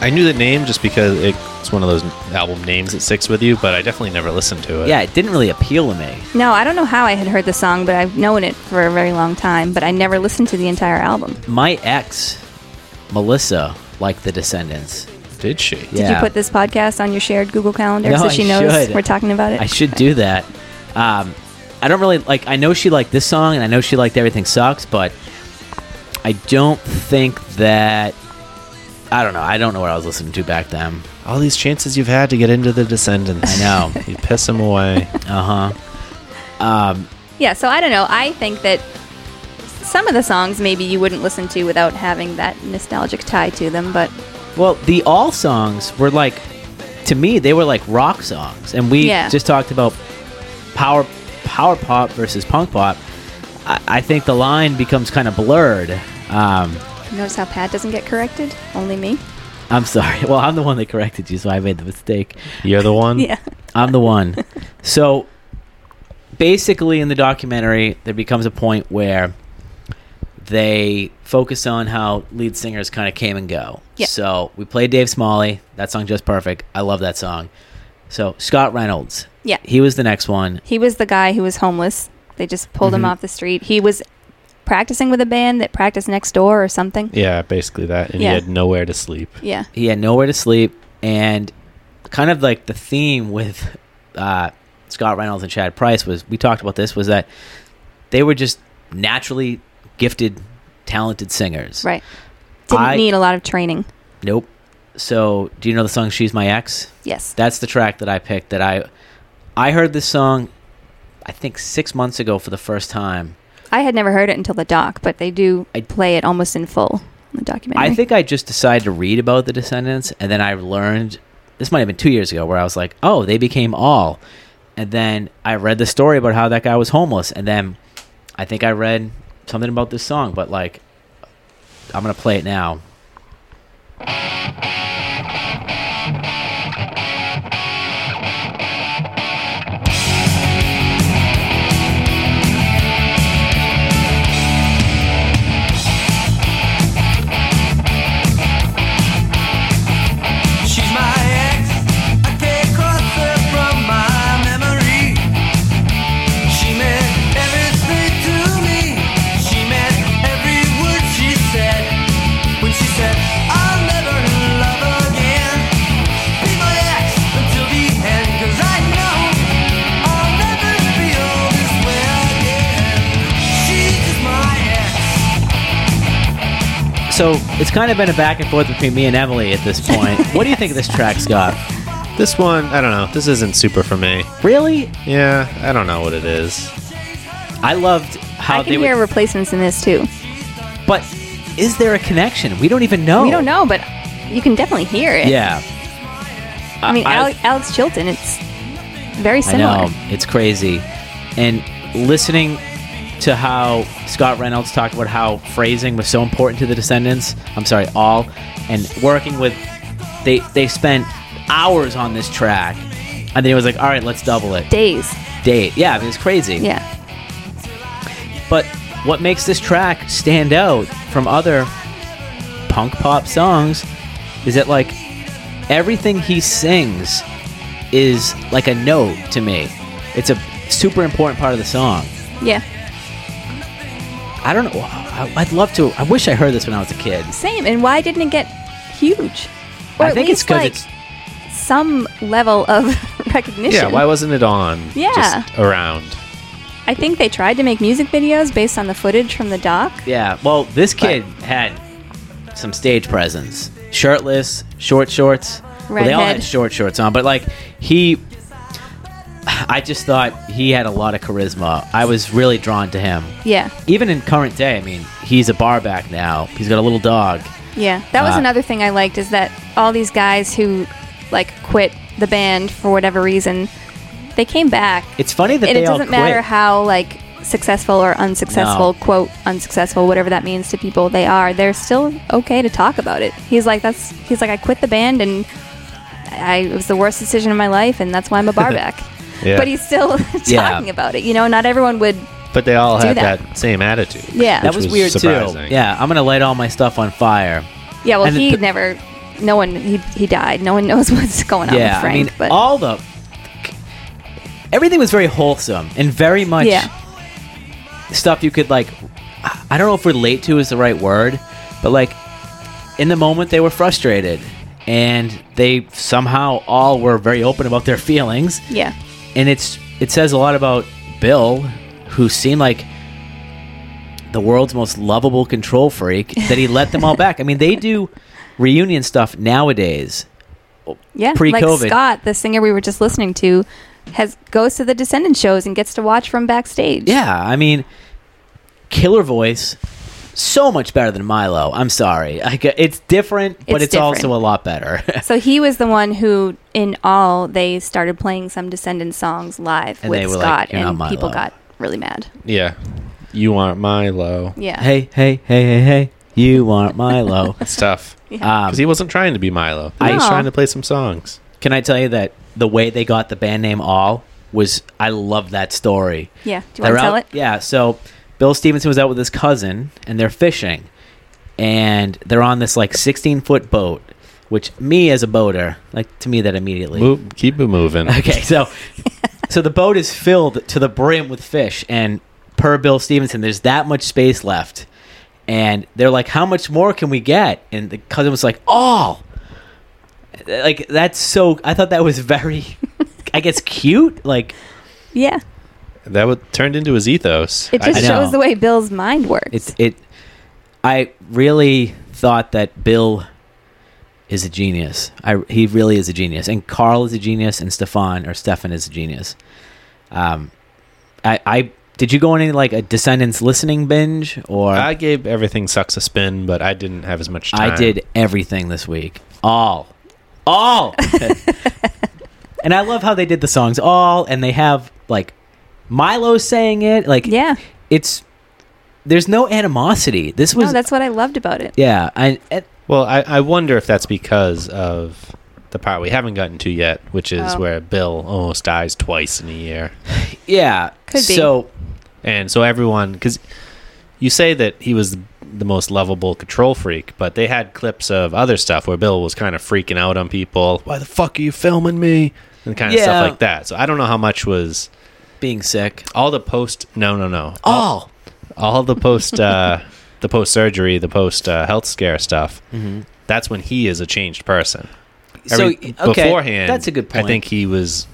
Speaker 2: I knew the name just because it's one of those album names that sticks with you, but I definitely never listened to it.
Speaker 1: Yeah, it didn't really appeal to me.
Speaker 3: No, I don't know how I had heard the song, but I've known it for a very long time, but I never listened to the entire album.
Speaker 1: My ex, Melissa, liked The Descendants.
Speaker 2: Did she?
Speaker 3: Did you
Speaker 1: Yeah.
Speaker 3: put this podcast on your shared Google Calendar
Speaker 1: No,
Speaker 3: so
Speaker 1: I
Speaker 3: she knows
Speaker 1: should.
Speaker 3: we're talking about it?
Speaker 1: I should do that. Um, I don't really like. I know she liked this song, and I know she liked "Everything Sucks," but I don't think that. I don't know. I don't know what I was listening to back then.
Speaker 2: All these chances you've had to get into the Descendants.
Speaker 1: I know.
Speaker 2: you piss them away.
Speaker 1: Uh huh.
Speaker 3: Yeah, so I don't know. I think that some of the songs maybe you wouldn't listen to without having that nostalgic tie to them, but
Speaker 1: Well, the all songs were like, to me, they were like rock songs, and we
Speaker 3: Yeah.
Speaker 1: just talked about power power pop versus punk pop. I, I think the line becomes kind of blurred. Um,
Speaker 3: notice how Pat doesn't get corrected? Only me?
Speaker 1: I'm sorry. Well, I'm the one that corrected you, so I made the mistake.
Speaker 2: You're the one.
Speaker 3: Yeah.
Speaker 1: I'm the one. so basically, in the documentary, there becomes a point where they focus on how lead singers kind of came and go.
Speaker 3: Yeah.
Speaker 1: So we played Dave Smalley. That song just perfect. I love that song. So Scott Reynolds.
Speaker 3: Yeah.
Speaker 1: He was the next one.
Speaker 3: He was the guy who was homeless. They just pulled
Speaker 1: Mm-hmm.
Speaker 3: him off the street. He was practicing with a band that practiced next door or something.
Speaker 2: Yeah, basically that. And you
Speaker 3: Yeah.
Speaker 2: had nowhere to sleep.
Speaker 3: Yeah.
Speaker 1: He had nowhere to sleep, and kind of like the theme with uh, Scott Reynolds and Chad Price was we talked about this was that they were just naturally gifted, talented singers.
Speaker 3: Right. Didn't
Speaker 1: I-
Speaker 3: need a lot of training.
Speaker 1: Nope. So, do you know the song "She's My Ex"?
Speaker 3: Yes.
Speaker 1: That's the track that I picked. That I, I heard this song, I think six months ago for the first time.
Speaker 3: I had never heard it until the doc, but they do
Speaker 1: I-
Speaker 3: play it almost in full in the documentary.
Speaker 1: I think I just decided to read about the Descendants, and then I learned. This might have been two years ago, where I was like, "Oh, they became all," and then I read the story about how that guy was homeless, and then I think I read something about this song. But like, I'm gonna play it now.
Speaker 5: She's my ex. I can't cross her from my memory. She meant everything to me. She meant every word she said. When she said,
Speaker 1: so it's kind of been a back and forth between me and Emily at this point. What do you think of this track, Scott?
Speaker 2: This one, I don't know. This isn't super for me.
Speaker 1: Really?
Speaker 2: Yeah, I don't know what it is.
Speaker 1: I loved how
Speaker 3: I
Speaker 1: they
Speaker 3: can hear
Speaker 1: were.
Speaker 3: replacements in this too.
Speaker 1: but is there a connection? We don't even know.
Speaker 3: We don't know, but you can definitely hear it.
Speaker 1: Oh. Yeah.
Speaker 3: I mean,
Speaker 1: I-
Speaker 3: Ale- Alex Chilton, it's very
Speaker 1: I
Speaker 3: similar.
Speaker 1: know. It's crazy. And listening to how Scott Reynolds talked about how phrasing was so important to the Descendants, I'm sorry, all, and working with, they, they spent hours on this track. And then he was like, all right, let's double it.
Speaker 3: Days.
Speaker 1: Date. Yeah, I mean, it's crazy.
Speaker 3: Yeah.
Speaker 1: But what makes this track stand out from other punk pop songs is that like everything he sings is like a note to me. It's a super important part of the song.
Speaker 3: Yeah.
Speaker 1: I don't know. I- I'd love to. I wish I heard this when I was a kid.
Speaker 3: Same. And why didn't it get huge? Or
Speaker 1: I
Speaker 3: at
Speaker 1: think it's
Speaker 3: least
Speaker 1: because
Speaker 3: like
Speaker 1: it's
Speaker 3: some level of recognition.
Speaker 2: Yeah, why wasn't it on?
Speaker 3: Yeah.
Speaker 2: Just around.
Speaker 3: I think they tried to make music videos based on the footage from the doc.
Speaker 1: yeah. Well, this kid had some stage presence. Shirtless, short shorts. Well, they all had
Speaker 3: Redhead.
Speaker 1: short shorts on, but like he, I just thought he had a lot of charisma. I was really drawn to him.
Speaker 3: Yeah.
Speaker 1: Even in current day, I mean, he's a bar back now. He's got a little dog.
Speaker 3: Yeah. That was
Speaker 1: Uh,
Speaker 3: another thing I liked is that all these guys who like quit the band for whatever reason, they came back.
Speaker 1: It's funny that
Speaker 3: and
Speaker 1: they
Speaker 3: it
Speaker 1: all
Speaker 3: doesn't matter
Speaker 1: quit.
Speaker 3: how like successful or unsuccessful
Speaker 1: No.
Speaker 3: quote unsuccessful whatever that means to people they are they're still okay to talk about it he's like that's he's like i quit the band and i it was the worst decision of my life and that's why i'm a barback
Speaker 2: Yeah.
Speaker 3: but he's still
Speaker 1: Yeah.
Speaker 3: talking about it you know not everyone would
Speaker 2: But they all
Speaker 3: Do
Speaker 2: had
Speaker 3: that.
Speaker 2: that. same attitude.
Speaker 3: Yeah.
Speaker 1: that
Speaker 2: which
Speaker 1: was, weird
Speaker 2: surprising.
Speaker 1: too. Yeah, I'm gonna light all my stuff on fire.
Speaker 3: yeah well
Speaker 1: And
Speaker 3: he
Speaker 1: the-
Speaker 3: never no one he, he died no one knows what's going on
Speaker 1: yeah,
Speaker 3: with frank
Speaker 1: I mean,
Speaker 3: but
Speaker 1: all the everything was very wholesome and very much
Speaker 3: Yeah.
Speaker 1: stuff you could like. I- I don't know if relate to is the right word, but like in the moment they were frustrated and they somehow all were very open about their feelings.
Speaker 3: yeah
Speaker 1: and it's it says a lot about Bill, who seemed like the world's most lovable control freak that he let them all back. I mean, they do reunion stuff nowadays.
Speaker 3: Yeah,
Speaker 1: Pre-COVID.
Speaker 3: Like Scott, the singer we were just listening to, has goes to the Descendant shows and gets to watch from backstage.
Speaker 1: Yeah, I mean, killer voice, so much better than Milo. I'm sorry, I g it's different, but it's,
Speaker 3: It's different.
Speaker 1: also a lot better.
Speaker 3: So he was the one who, in all, they started playing some Descendant songs live
Speaker 1: And
Speaker 3: with
Speaker 1: they were like,
Speaker 3: Scott,
Speaker 1: "You're not
Speaker 3: and
Speaker 1: my
Speaker 3: people
Speaker 1: love."
Speaker 3: got really mad.
Speaker 2: Yeah. You aren't Milo.
Speaker 3: Yeah.
Speaker 1: hey, hey, hey, hey, hey, you aren't Milo.
Speaker 2: It's tough.
Speaker 1: Um,
Speaker 2: Because he wasn't trying to be Milo. He was
Speaker 3: No.
Speaker 2: trying to play some songs.
Speaker 1: can I tell you that the way they got the band name All was I love that story.
Speaker 3: Yeah. Do you want
Speaker 1: They're
Speaker 3: to tell it?
Speaker 1: out- Yeah. So Bill Stevenson was out with his cousin, and they're fishing, and they're on this like 16 foot boat, which me as a boater, like to me that immediately.
Speaker 2: Move, keep it moving.
Speaker 1: Okay, so so the boat is filled to the brim with fish, and per Bill Stevenson, there's that much space left, and they're like, "How much more can we get?" And the cousin was like, "All." Like that's so. I thought that was very, I guess, cute. Like
Speaker 3: Yeah.
Speaker 2: That would turned into his ethos.
Speaker 3: It just
Speaker 1: I know.
Speaker 3: shows the way Bill's mind works.
Speaker 1: It it I really thought that Bill is a genius. I he really is a genius, and Carl is a genius, and Stefan or Stefan is a genius. Um, I I did you go on any like a Descendants listening binge or
Speaker 2: I, I gave everything sucks a spin, but I didn't have as much time.
Speaker 1: Um, I did everything this week. All. All. and I love how they did the songs all and they have like Milo saying it. Like
Speaker 3: yeah.
Speaker 1: it's there's no animosity. This was
Speaker 3: No, that's what I loved about it.
Speaker 1: yeah, I, and
Speaker 2: Well, I, I wonder if that's because of the part we haven't gotten to yet, which is
Speaker 3: Oh.
Speaker 2: where Bill almost dies twice in a year.
Speaker 1: yeah.
Speaker 3: Could be.
Speaker 1: So
Speaker 2: And so everyone, because you say that he was the most lovable control freak, but they had clips of other stuff where Bill was kind of freaking out on people. Why the fuck are you filming me? And kind of
Speaker 1: Yeah.
Speaker 2: stuff like that. So I don't know how much was
Speaker 1: being sick.
Speaker 2: all the post. No, no, no.
Speaker 3: Oh,
Speaker 1: All.
Speaker 2: all the post, uh, the post surgery, the post uh, health scare stuff. That's when he is a changed person.
Speaker 1: Mm-hmm. so
Speaker 2: Every-
Speaker 1: okay,
Speaker 2: beforehand,
Speaker 1: that's a good point.
Speaker 2: I think he was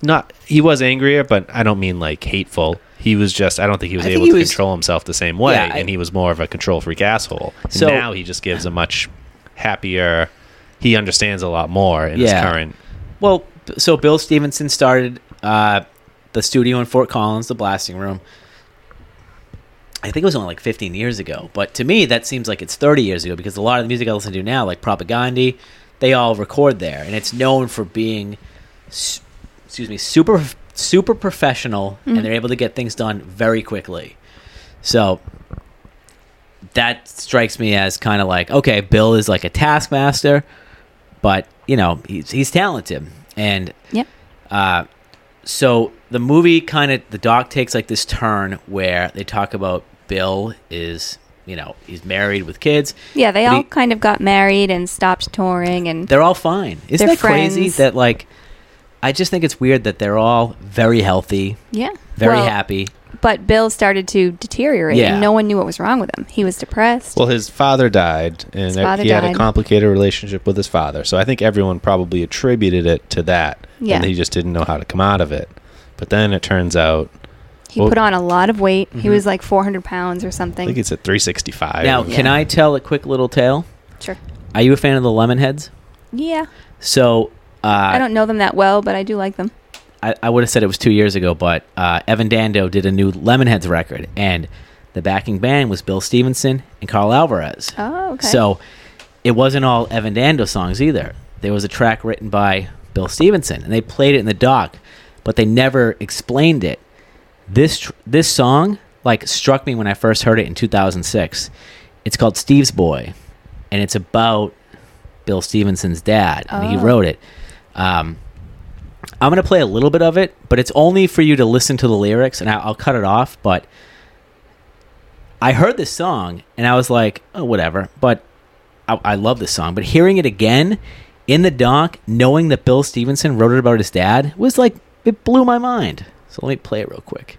Speaker 2: not he was angrier, but I don't mean like hateful. He was just I don't think he was
Speaker 1: I think
Speaker 2: able
Speaker 1: he
Speaker 2: to
Speaker 1: was-
Speaker 2: control himself the same way,
Speaker 1: Yeah, I-
Speaker 2: and he was more of a control freak asshole. And
Speaker 1: So-
Speaker 2: now he just gives a much happier. He understands a lot more in
Speaker 1: Yeah.
Speaker 2: his current.
Speaker 1: Well, b- so Bill Stevenson started uh, the studio in Fort Collins, the blasting room. I think it was only like 15 years ago, but to me that seems like it's 30 years ago because a lot of the music I listen to now, like Propaganda, they all record there, and it's known for being, s- excuse me, super super professional, and they're able to get things done very quickly. So that strikes me as kind of like okay, Bill is like a taskmaster, but you know he's he's talented, and
Speaker 3: Yep.
Speaker 1: uh, so the movie kind of the doc takes like this turn where they talk about Bill is you know he's married with kids.
Speaker 3: Yeah, they
Speaker 1: But
Speaker 3: all
Speaker 1: he-
Speaker 3: kind of got married and stopped touring and
Speaker 1: They're all fine. Isn't
Speaker 3: They're
Speaker 1: that crazy
Speaker 3: friends.
Speaker 1: that like I just think it's weird that they're all very healthy,
Speaker 3: yeah,
Speaker 1: very
Speaker 3: Well,
Speaker 1: happy.
Speaker 3: But Bill started to deteriorate,
Speaker 1: Yeah.
Speaker 3: and no one knew what was wrong with him. He was depressed.
Speaker 2: Well, his father died, and
Speaker 3: His father
Speaker 2: he had
Speaker 3: died.
Speaker 2: a complicated relationship with his father. So I think everyone probably attributed it to that,
Speaker 3: Yeah.
Speaker 2: and he just didn't know how to come out of it. But then it turns out,
Speaker 3: he
Speaker 2: well-
Speaker 3: put on a lot of weight. He was like 400 pounds or something.
Speaker 2: I think it's at 365.
Speaker 1: Now, can
Speaker 3: Yeah.
Speaker 1: I tell a quick little tale?
Speaker 3: sure.
Speaker 1: Are you a fan of the Lemonheads?
Speaker 3: Yeah,
Speaker 1: So uh,
Speaker 3: I don't know them that well, but I do like them.
Speaker 1: I, I would have said it was two years ago, but uh, Evan Dando did a new Lemonheads record, and the backing band was Bill Stevenson and Carl Alvarez.
Speaker 3: Oh, okay.
Speaker 1: So it wasn't all Evan Dando songs either. There was a track written by Bill Stevenson, and they played it in the doc, but they never explained it. This tr- this song like struck me when I first heard it in 2006. It's called Steve's Boy, and it's about Bill Stevenson's dad, and he
Speaker 3: Oh.
Speaker 1: wrote it. Um, I'm gonna play a little bit of it, but it's only for you to listen to the lyrics, and I- I'll cut it off. But I heard this song, and I was like, "Oh, whatever." But I, I love this song. But hearing it again in the doc, knowing that Bill Stevenson wrote it about his dad, was like it blew my mind. So let me play it real quick.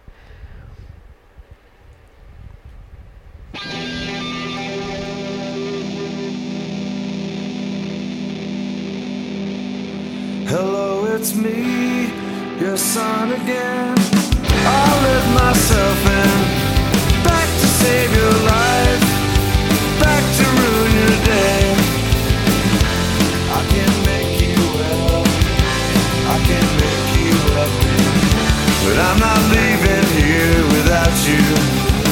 Speaker 4: Hello, it's me, your son again. I live myself in. Back to save your life. Back to ruin your day. I can make you well. I can make you happy. But I'm not leaving here without you.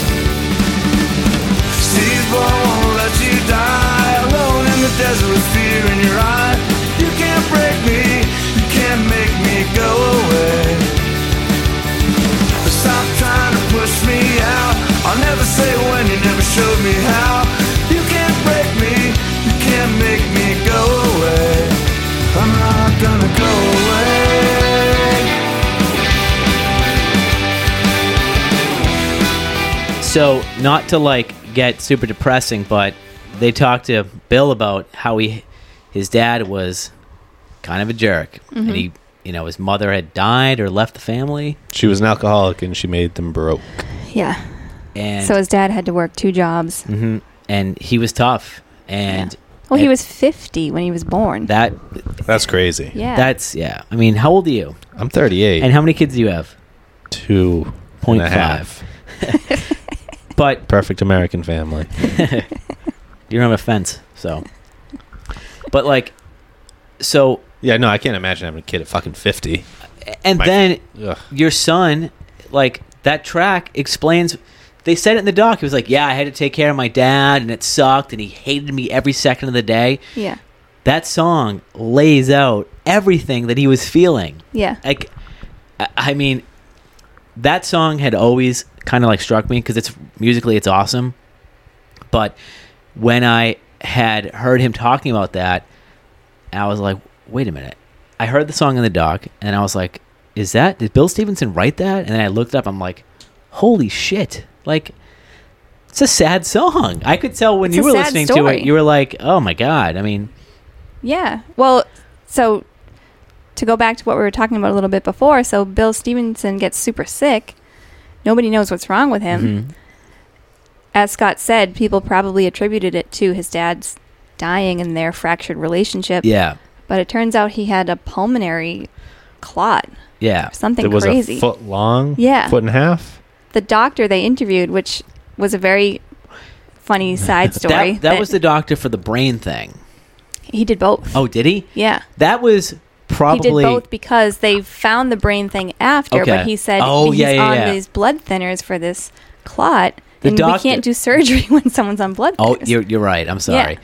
Speaker 4: Steve won't let you die alone in the desert with fear in your eye. You can't break me, you can't make me go away. Stop trying to push me out. I'll never say when, you never showed me how. You can't break me, you can't make me go away. I'm not gonna go away.
Speaker 1: So, not to like get super depressing, but they talked to Bill about how he, his dad was kind of a jerk,
Speaker 3: Mm-hmm.
Speaker 1: and he, you know, his mother had died or left the family,
Speaker 2: She was an alcoholic, and she made them broke.
Speaker 3: Yeah.
Speaker 1: and
Speaker 3: So his dad had to work two jobs.
Speaker 1: Mhm. and he was tough, and
Speaker 3: Well,
Speaker 1: and
Speaker 3: he was 50 when he was born.
Speaker 1: that.
Speaker 2: That's crazy.
Speaker 3: yeah.
Speaker 1: That's yeah. I mean, how old are you?
Speaker 2: I'm 38.
Speaker 1: And how many kids do you have?
Speaker 2: two
Speaker 1: Point
Speaker 2: and a half.
Speaker 1: But
Speaker 2: Perfect American family.
Speaker 1: you don't have a fence, so. But like, so
Speaker 2: Yeah, no, I can't imagine having a kid at fucking 50.
Speaker 1: and
Speaker 2: My-
Speaker 1: then
Speaker 2: Ugh.
Speaker 1: your son, like that track explains. They said it in the doc. He was like, "Yeah, I had to take care of my dad, and it sucked, and he hated me every second of the day."
Speaker 3: yeah.
Speaker 1: That song lays out everything that he was feeling.
Speaker 3: Yeah.
Speaker 1: Like, I, I mean, that song had always kind of like struck me because it's musically it's awesome, but when I had heard him talking about that, I was like, wait a minute. I heard the song in the doc, and I was like, is that did Bill Stevenson write that? And then I looked up. I'm like, holy shit! Like, it's a sad song. I could tell when
Speaker 3: It's
Speaker 1: you
Speaker 3: a
Speaker 1: were
Speaker 3: sad
Speaker 1: listening to
Speaker 3: story.
Speaker 1: it, you were like, oh my god. I mean,
Speaker 3: Yeah. Well, so to go back to what we were talking about a little bit before, so Bill Stevenson gets super sick. Nobody knows what's wrong with him.
Speaker 1: mhm.
Speaker 3: As Scott said, people probably attributed it to his dad's dying and their fractured relationship.
Speaker 1: yeah.
Speaker 3: But it turns out he had a pulmonary clot
Speaker 1: Yeah.
Speaker 3: something
Speaker 2: It was
Speaker 3: crazy.
Speaker 2: a foot long.
Speaker 3: Yeah.
Speaker 2: Foot and a half.
Speaker 3: the doctor they interviewed, which was a very funny side story.
Speaker 1: That, that was the doctor for the brain thing.
Speaker 3: he did both.
Speaker 1: Oh, did he?
Speaker 3: yeah.
Speaker 1: That was probably
Speaker 3: He did both because they found the brain thing after,
Speaker 1: Okay.
Speaker 3: but he said
Speaker 1: Oh,
Speaker 3: he's
Speaker 1: yeah, yeah,
Speaker 3: on
Speaker 1: yeah.
Speaker 3: these blood thinners for this clot,
Speaker 1: The
Speaker 3: and
Speaker 1: doctor-
Speaker 3: we can't do surgery when someone's on blood
Speaker 1: Oh,
Speaker 3: thinners.
Speaker 1: you're, you're right. I'm sorry.
Speaker 3: Yeah.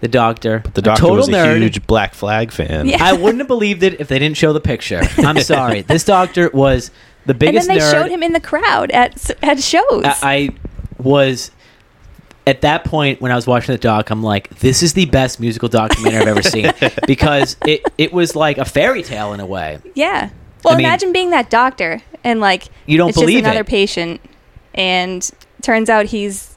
Speaker 1: The doctor.
Speaker 2: The doctor
Speaker 1: total
Speaker 2: was a
Speaker 1: nerd.
Speaker 2: huge Black Flag fan.
Speaker 3: Yeah.
Speaker 1: I wouldn't have believed it if they didn't show the picture. I'm sorry. this doctor was the
Speaker 3: and
Speaker 1: biggest
Speaker 3: then they
Speaker 1: nerd. Uh,
Speaker 3: showed him in the crowd at s- at shows.
Speaker 1: I, I was at that point when I was watching the doc. I'm like, this is the best musical documentary I've ever seen because it it was like a fairy tale in a way.
Speaker 3: yeah. Well,
Speaker 1: I mean-
Speaker 3: imagine being that doctor and like
Speaker 1: You don't
Speaker 3: it's
Speaker 1: believe
Speaker 3: just another
Speaker 1: it.
Speaker 3: patient, and turns out he's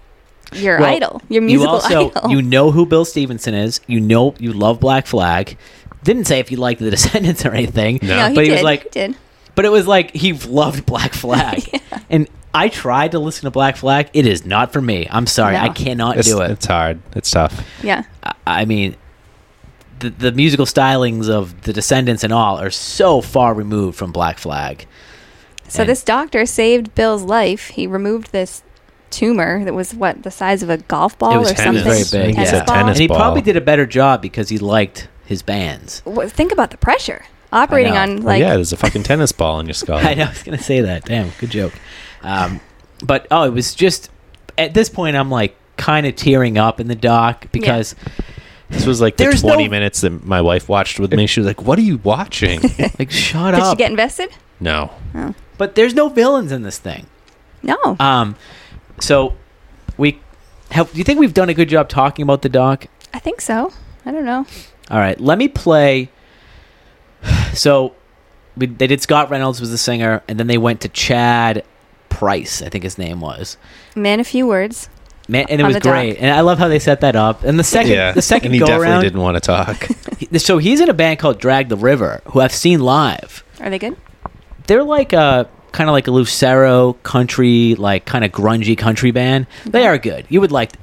Speaker 3: your
Speaker 1: Well,
Speaker 3: idol, your musical idol.
Speaker 1: you know who Bill Stevenson is. You know you love Black Flag. Didn't say if you liked The Descendants or anything.
Speaker 3: no, he
Speaker 1: but
Speaker 3: did.
Speaker 1: he was like,
Speaker 3: he did.
Speaker 1: But it was like he loved Black Flag. And I tried to listen to Black Flag. It is not for me. I'm sorry.
Speaker 3: No.
Speaker 1: I cannot
Speaker 2: It's,
Speaker 1: do it.
Speaker 2: it's hard. It's tough.
Speaker 3: Yeah.
Speaker 1: I- I mean, the, the musical stylings of The Descendants and all are so far removed from Black Flag.
Speaker 3: So
Speaker 1: And-
Speaker 3: this doctor saved Bill's life. He removed this tumor that was what the size of a golf ball
Speaker 1: it was
Speaker 3: or
Speaker 2: tennis.
Speaker 3: something.
Speaker 2: It's very big,
Speaker 3: Tennis
Speaker 2: yeah.
Speaker 3: ball.
Speaker 1: And
Speaker 2: Tennis
Speaker 1: he
Speaker 2: ball.
Speaker 1: probably did a better job because he liked his bands.
Speaker 3: Well, think about the pressure operating
Speaker 1: I know.
Speaker 3: on
Speaker 2: Well,
Speaker 3: like
Speaker 2: yeah, there's a fucking tennis ball in your skull.
Speaker 1: I know. I was gonna say that. Damn, good joke. Um, but oh, it was just at this point I'm like kind of tearing up in the doc because
Speaker 2: This was like the
Speaker 1: There's
Speaker 2: 20
Speaker 1: no-
Speaker 2: minutes that my wife watched with me. She was like, "What are you watching?"
Speaker 1: like shut
Speaker 3: did she
Speaker 1: up.
Speaker 3: get invested?
Speaker 2: no.
Speaker 1: but there's no villains in this thing.
Speaker 3: No.
Speaker 1: Um, so we have. Do you think we've done a good job talking about the doc?
Speaker 3: I think so. I don't know.
Speaker 1: All right, let me play. So we, they did Scott Reynolds was the singer, and then they went to Chad Price, I think his name was.
Speaker 3: Man, a few words.
Speaker 1: Man, and it
Speaker 3: On
Speaker 1: was
Speaker 3: the doc.
Speaker 1: great, and I love how they set that up. And the second,
Speaker 2: yeah.
Speaker 1: the second
Speaker 2: and he
Speaker 1: go
Speaker 2: definitely
Speaker 1: around,
Speaker 2: didn't want to talk.
Speaker 1: he- so he's in a band called Drag the River, who I've seen live.
Speaker 3: Are they good?
Speaker 1: They're like a kind of like a Lucero country, like kind of grungy country band. They are good. You would like.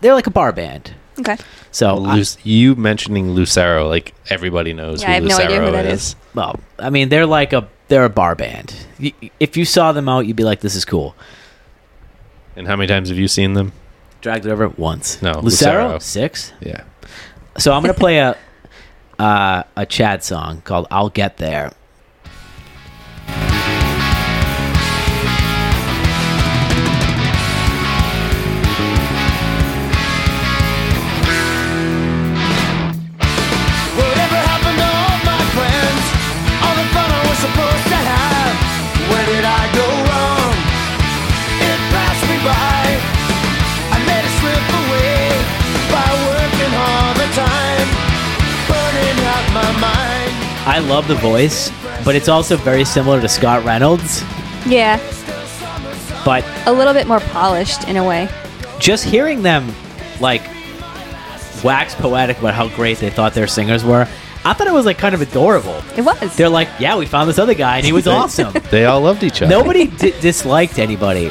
Speaker 1: They're like a bar band.
Speaker 3: Okay.
Speaker 1: So I-
Speaker 2: Luc- Oh, you mentioning Lucero, like everybody knows
Speaker 3: Yeah,
Speaker 2: who
Speaker 3: I have no
Speaker 2: Lucero
Speaker 3: idea who that
Speaker 2: is.
Speaker 3: is.
Speaker 1: well, I mean, they're like a they're a bar band. Y- If you saw them out, you'd be like, "This is cool."
Speaker 2: And how many times have you seen them?
Speaker 1: Drag the River once.
Speaker 2: No,
Speaker 1: Lucero,
Speaker 2: Lucero.
Speaker 1: six.
Speaker 2: Yeah.
Speaker 1: So I'm gonna play a uh, a Chad song called "I'll Get There."
Speaker 4: Whatever happened to all my plans? All the fun I was supposed to have? Where did I go wrong? It passed me by. I let it slip away by working all the time, burning out my mind.
Speaker 1: I love the voice, but it's also very similar to Scott Reynolds.
Speaker 3: Yeah,
Speaker 1: But
Speaker 3: a little bit more polished in a way.
Speaker 1: just hearing them like wax poetic about how great they thought their singers were, I thought it was like kind of adorable.
Speaker 3: It was.
Speaker 1: They're like, "Yeah, we found this other guy, and he was
Speaker 2: They-
Speaker 1: awesome."
Speaker 2: They all loved each other.
Speaker 1: Nobody di- disliked anybody.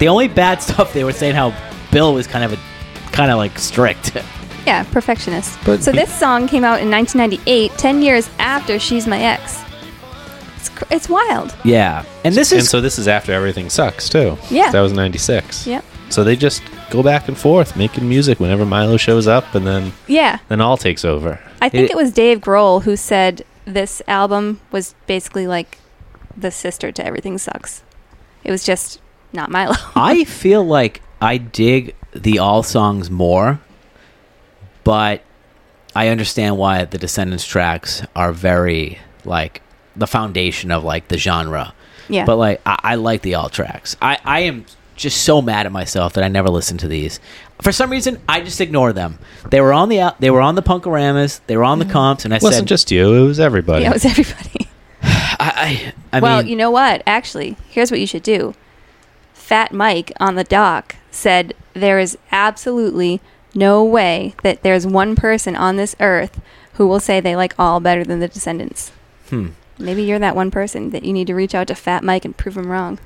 Speaker 1: The only bad stuff they were saying how Bill was kind of a kind of like strict.
Speaker 3: yeah, perfectionist.
Speaker 2: But-
Speaker 3: so this song came out in 1998, 10 years after She's My Ex. It's, cr- it's wild.
Speaker 1: Yeah, and this
Speaker 2: And
Speaker 1: is
Speaker 2: so this is after everything sucks too.
Speaker 3: Yeah.
Speaker 2: That was '96.
Speaker 3: Yep.
Speaker 2: So they just go back and forth making music whenever Milo shows up, and then
Speaker 3: Yeah.
Speaker 2: then all takes over.
Speaker 3: I think
Speaker 1: It-
Speaker 3: it, was Dave Grohl who said this album was basically like the sister to Everything Sucks. It was just not Milo.
Speaker 1: I feel like I dig the all songs more, but I understand why the Descendants tracks are very like the foundation of like the genre.
Speaker 3: yeah.
Speaker 1: But like I, I like the all tracks. I, I am just so mad at myself that I never listened to these. For some reason, I just ignore them. They were on the al- they were on the Punkoramas, they were on the
Speaker 3: Mm-hmm.
Speaker 1: comps, and I
Speaker 2: It wasn't
Speaker 1: said,
Speaker 2: just you; it was everybody.
Speaker 3: yeah, it was everybody.
Speaker 1: I, I, I
Speaker 3: well,
Speaker 1: mean,
Speaker 3: you know what? Actually, here's what you should do. Fat Mike on the dock said there is absolutely no way that there's one person on this earth who will say they like all better than the Descendants.
Speaker 1: Hmm.
Speaker 3: Maybe you're that one person that you need to reach out to Fat Mike and prove him wrong.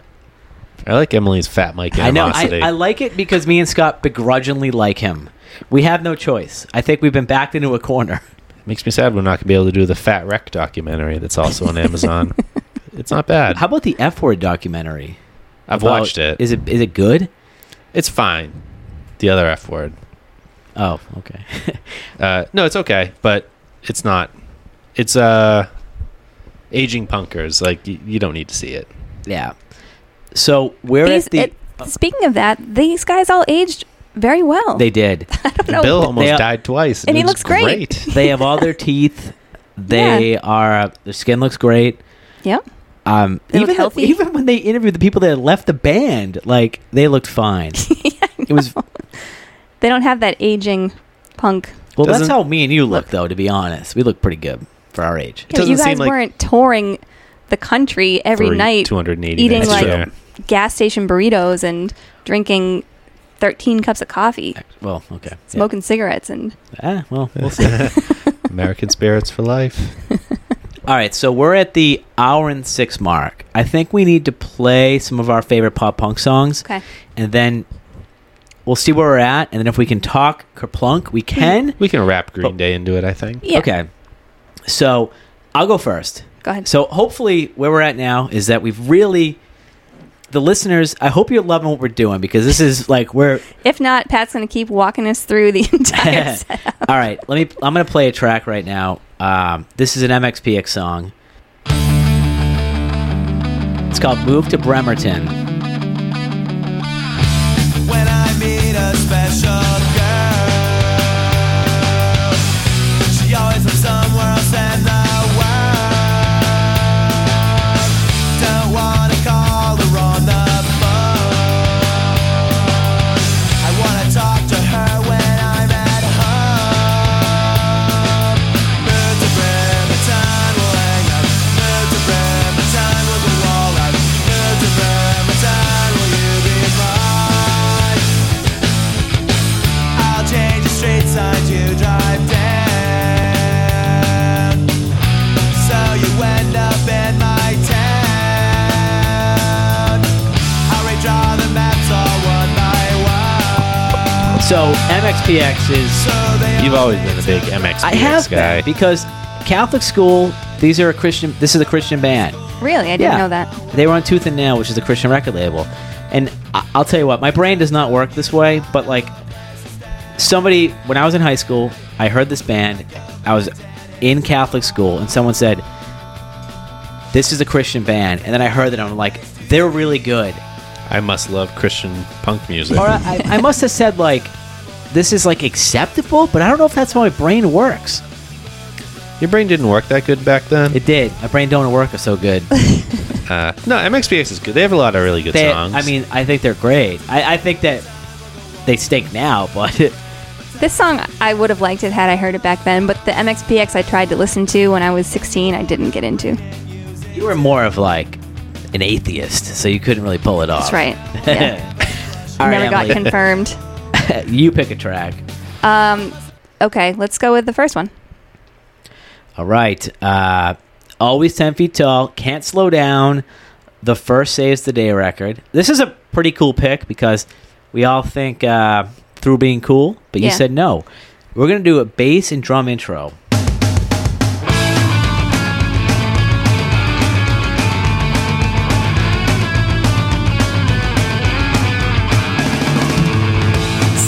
Speaker 2: I like Emily's Fat Mike
Speaker 1: I know.
Speaker 2: animosity.
Speaker 1: I, I like it because me and Scott begrudgingly like him. We have no choice. I think we've been backed into a corner.
Speaker 2: Makes me sad we're not gonna be able to do the Fat Wreck documentary that's also on Amazon. It's not bad.
Speaker 1: How about the F word documentary?
Speaker 2: I've
Speaker 1: About-
Speaker 2: watched it.
Speaker 1: Is it is it good?
Speaker 2: It's fine. The other F word.
Speaker 1: Oh, okay.
Speaker 2: Uh, no, it's okay, but it's not. It's uh, aging punkers. Like y- you don't need to see it.
Speaker 1: yeah. So where is
Speaker 3: These,
Speaker 1: the? uh,
Speaker 3: it, speaking of that, these guys all aged very well.
Speaker 1: they did.
Speaker 3: I don't know.
Speaker 2: Bill almost
Speaker 1: They-
Speaker 2: died twice,
Speaker 3: and he
Speaker 2: it was
Speaker 3: looks great.
Speaker 1: They have all their teeth. They are. Their skin looks great.
Speaker 3: Yep.
Speaker 1: Um,
Speaker 3: They look
Speaker 1: even
Speaker 3: healthy.
Speaker 1: even when they interviewed the people that had left the band, like they looked fine. it was
Speaker 3: They don't have that aging punk.
Speaker 1: well.
Speaker 2: Doesn't-
Speaker 1: that's how me and you look, though. To be honest, we look pretty good for our age.
Speaker 2: It doesn't
Speaker 3: you guys
Speaker 2: seem like-
Speaker 3: weren't touring the country every night,
Speaker 2: two hundred and eighty.
Speaker 3: eating
Speaker 1: That's
Speaker 3: like
Speaker 1: true.
Speaker 3: gas station burritos and drinking thirteen cups of coffee,
Speaker 1: Well, okay. Yeah.
Speaker 3: smoking cigarettes, and
Speaker 1: Ah, well, we'll see.
Speaker 2: American spirits for life.
Speaker 1: All right, so we're at the hour and six mark. I think we need to play some of our favorite pop punk songs,
Speaker 3: okay,
Speaker 1: and then we'll see where we're at. And then if we can talk kerplunk,
Speaker 3: Hmm.
Speaker 1: we can.
Speaker 2: We can wrap
Speaker 1: Oh.
Speaker 2: Green Day into it. I think.
Speaker 3: yeah,
Speaker 1: Okay. So I'll go first.
Speaker 3: go ahead.
Speaker 1: So hopefully, where we're at now is that we've really the listeners. I hope you're loving what we're doing because this is like we're
Speaker 3: If not, Pat's going to keep walking us through the entire set.
Speaker 1: all right. Let me. I'm gonna play a track right now. Um, this is an MXPX song. It's called "Move to Bremerton."
Speaker 4: when I meet a special girl. She always lives somewhere else in the world. Don't wanna call her on the phone. I wanna talk to her when I'm at home. Move to Bremerton, we'll hang out. Move to Bremerton, we'll go all out. Move to Bremerton, will you be mine? I'll change the street signs you drive down. So you end up in my town. I'll redraw the maps all one by one.
Speaker 1: So MXPX is
Speaker 4: So they
Speaker 2: You've always been a
Speaker 4: always
Speaker 2: big MXPX
Speaker 1: I have
Speaker 2: guy.
Speaker 1: been, because Catholic school. These are a Christian. This is a Christian band.
Speaker 3: Really, I didn't
Speaker 1: Yeah.
Speaker 3: know that.
Speaker 1: They were on Tooth and Nail, which is a Christian record label. And I- I'll tell you what, my brain does not work this way. But like somebody, when I was in high school, I heard this band. I was in Catholic school, and someone said, "This is a Christian band." And then I heard that I'm like, "They're really good."
Speaker 2: I must love Christian punk music.
Speaker 1: Or I, I must have said like, "This is like acceptable," but I don't know if that's how my brain works.
Speaker 2: Your brain didn't work that good back then.
Speaker 1: It did. My brain don't work so good.
Speaker 2: uh, no, MXPX is good. They have a lot of really good
Speaker 1: They-
Speaker 2: songs.
Speaker 1: I mean, I think they're great. I, I think that they stink now, but
Speaker 3: This song, I would have liked it had I heard it back then, but the MXPX I tried to listen to when I was 16, I didn't get into.
Speaker 1: you were more of like an atheist, so you couldn't really pull it off.
Speaker 3: That's right. Yeah.
Speaker 1: All right,
Speaker 3: Never got
Speaker 1: Emily,
Speaker 3: confirmed.
Speaker 1: you pick a track.
Speaker 3: Um, okay, let's go with the first one.
Speaker 1: All right. Uh, always 10 feet tall. Can't slow down. The first saves the day record. This is a pretty cool pick because we all think uh, through being cool, but you
Speaker 3: Yeah.
Speaker 1: said no. We're going to do a bass and drum intro.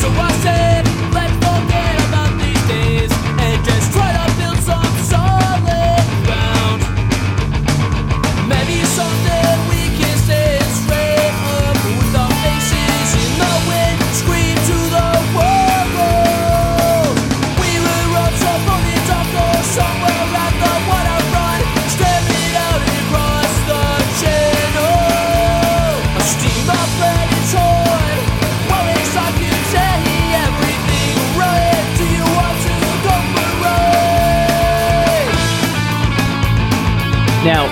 Speaker 4: So I said, let's forget about these days and just try to build some solid ground. Maybe someday we can stand straight up with our faces in the wind, scream to the world. We will run so funny, talk or somewhere at the water run, staring out across the channel. A steam up and it's horn. Well, it's like you say everything right. Do you want to go for right?
Speaker 1: Now,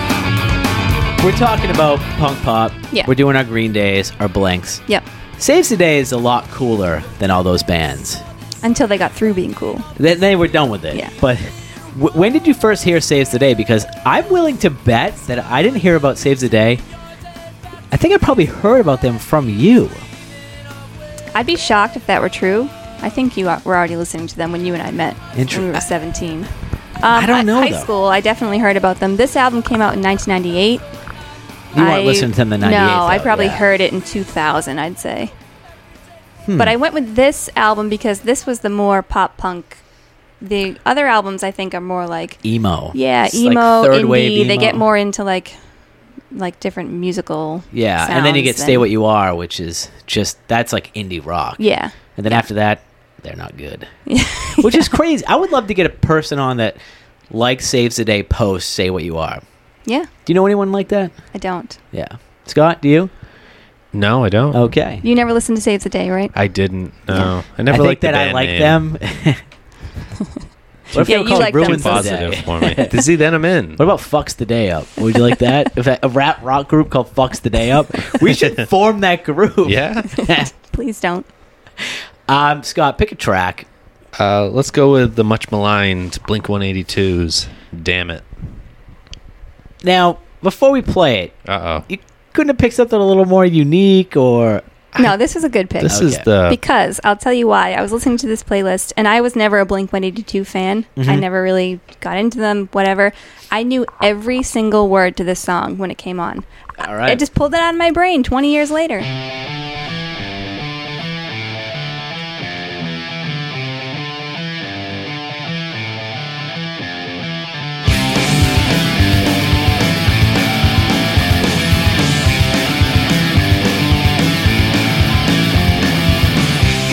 Speaker 1: we're talking about punk pop.
Speaker 3: Yeah.
Speaker 1: We're doing our Green Days, our Blanks.
Speaker 3: Yep.
Speaker 1: Saves the Day is a lot cooler than all those bands.
Speaker 3: Until they got through being cool.
Speaker 1: Then they were done with it.
Speaker 3: Yeah.
Speaker 1: But w- when did you first hear Saves the Day? Because I'm willing to bet that I didn't hear about Saves the Day. I think I probably heard about them from you.
Speaker 3: I'd be shocked if that were true. I think you were already listening to them when you and I met
Speaker 1: Inter-
Speaker 3: when we were 17. Um,
Speaker 1: don't know,
Speaker 3: High
Speaker 1: though.
Speaker 3: school, I definitely heard about them. This album came out in 1998.
Speaker 1: You weren't
Speaker 3: I-
Speaker 1: listening to them in
Speaker 3: No,
Speaker 1: 98,
Speaker 3: I
Speaker 1: though,
Speaker 3: probably
Speaker 1: yeah. Hmm.
Speaker 3: heard it in 2000, I'd say. But I went with this album because this was the more pop punk. The other albums I think are more like
Speaker 1: emo.
Speaker 3: yeah,
Speaker 1: It's like
Speaker 3: emo,
Speaker 1: third
Speaker 3: indie.
Speaker 1: wave
Speaker 3: They
Speaker 1: emo.
Speaker 3: get more into like like different musical.
Speaker 1: Yeah, and then you get
Speaker 3: sounds
Speaker 1: "Stay
Speaker 3: than-
Speaker 1: What You Are," which is just that's like indie rock.
Speaker 3: Yeah,
Speaker 1: and then after that, they're not good. which is crazy. I would love to get a person on that like saves the day post "Say What You Are."
Speaker 3: yeah.
Speaker 1: Do you know anyone like that?
Speaker 3: I don't.
Speaker 1: Yeah, Scott, do you?
Speaker 2: No, I don't.
Speaker 1: Okay,
Speaker 3: You never listened to Saves the Day, right?
Speaker 2: I didn't. No,
Speaker 3: Yeah.
Speaker 2: I never
Speaker 1: I think
Speaker 2: liked the
Speaker 1: that I
Speaker 2: band
Speaker 1: like
Speaker 2: name.
Speaker 1: them. what if
Speaker 3: Yeah,
Speaker 1: they were
Speaker 3: you
Speaker 1: called
Speaker 3: like them
Speaker 2: Too
Speaker 1: Ruins
Speaker 3: so
Speaker 1: the
Speaker 2: positive
Speaker 1: Day?
Speaker 2: for me. To see, then I'm in.
Speaker 1: What about fucks the day up? Would you like that? if that, a rap rock group called fucks the day up, we should form that group.
Speaker 2: yeah.
Speaker 3: Please don't.
Speaker 1: um, Scott, pick a track.
Speaker 2: Uh, let's go with the much maligned Blink 182's Damn It.
Speaker 1: Now, before we play it,
Speaker 2: Uh oh.
Speaker 1: you couldn't have picked something a little more unique or
Speaker 3: No, this was a good pick.
Speaker 2: This is
Speaker 1: Okay.
Speaker 2: the.
Speaker 3: because I'll tell you why. I was listening to this playlist, and I was never a Blink 182 fan.
Speaker 1: Mm-hmm.
Speaker 3: I never really got into them, whatever. I knew every single word to this song when it came on.
Speaker 1: all
Speaker 3: I
Speaker 1: right.
Speaker 3: just pulled it out of my brain 20 years later.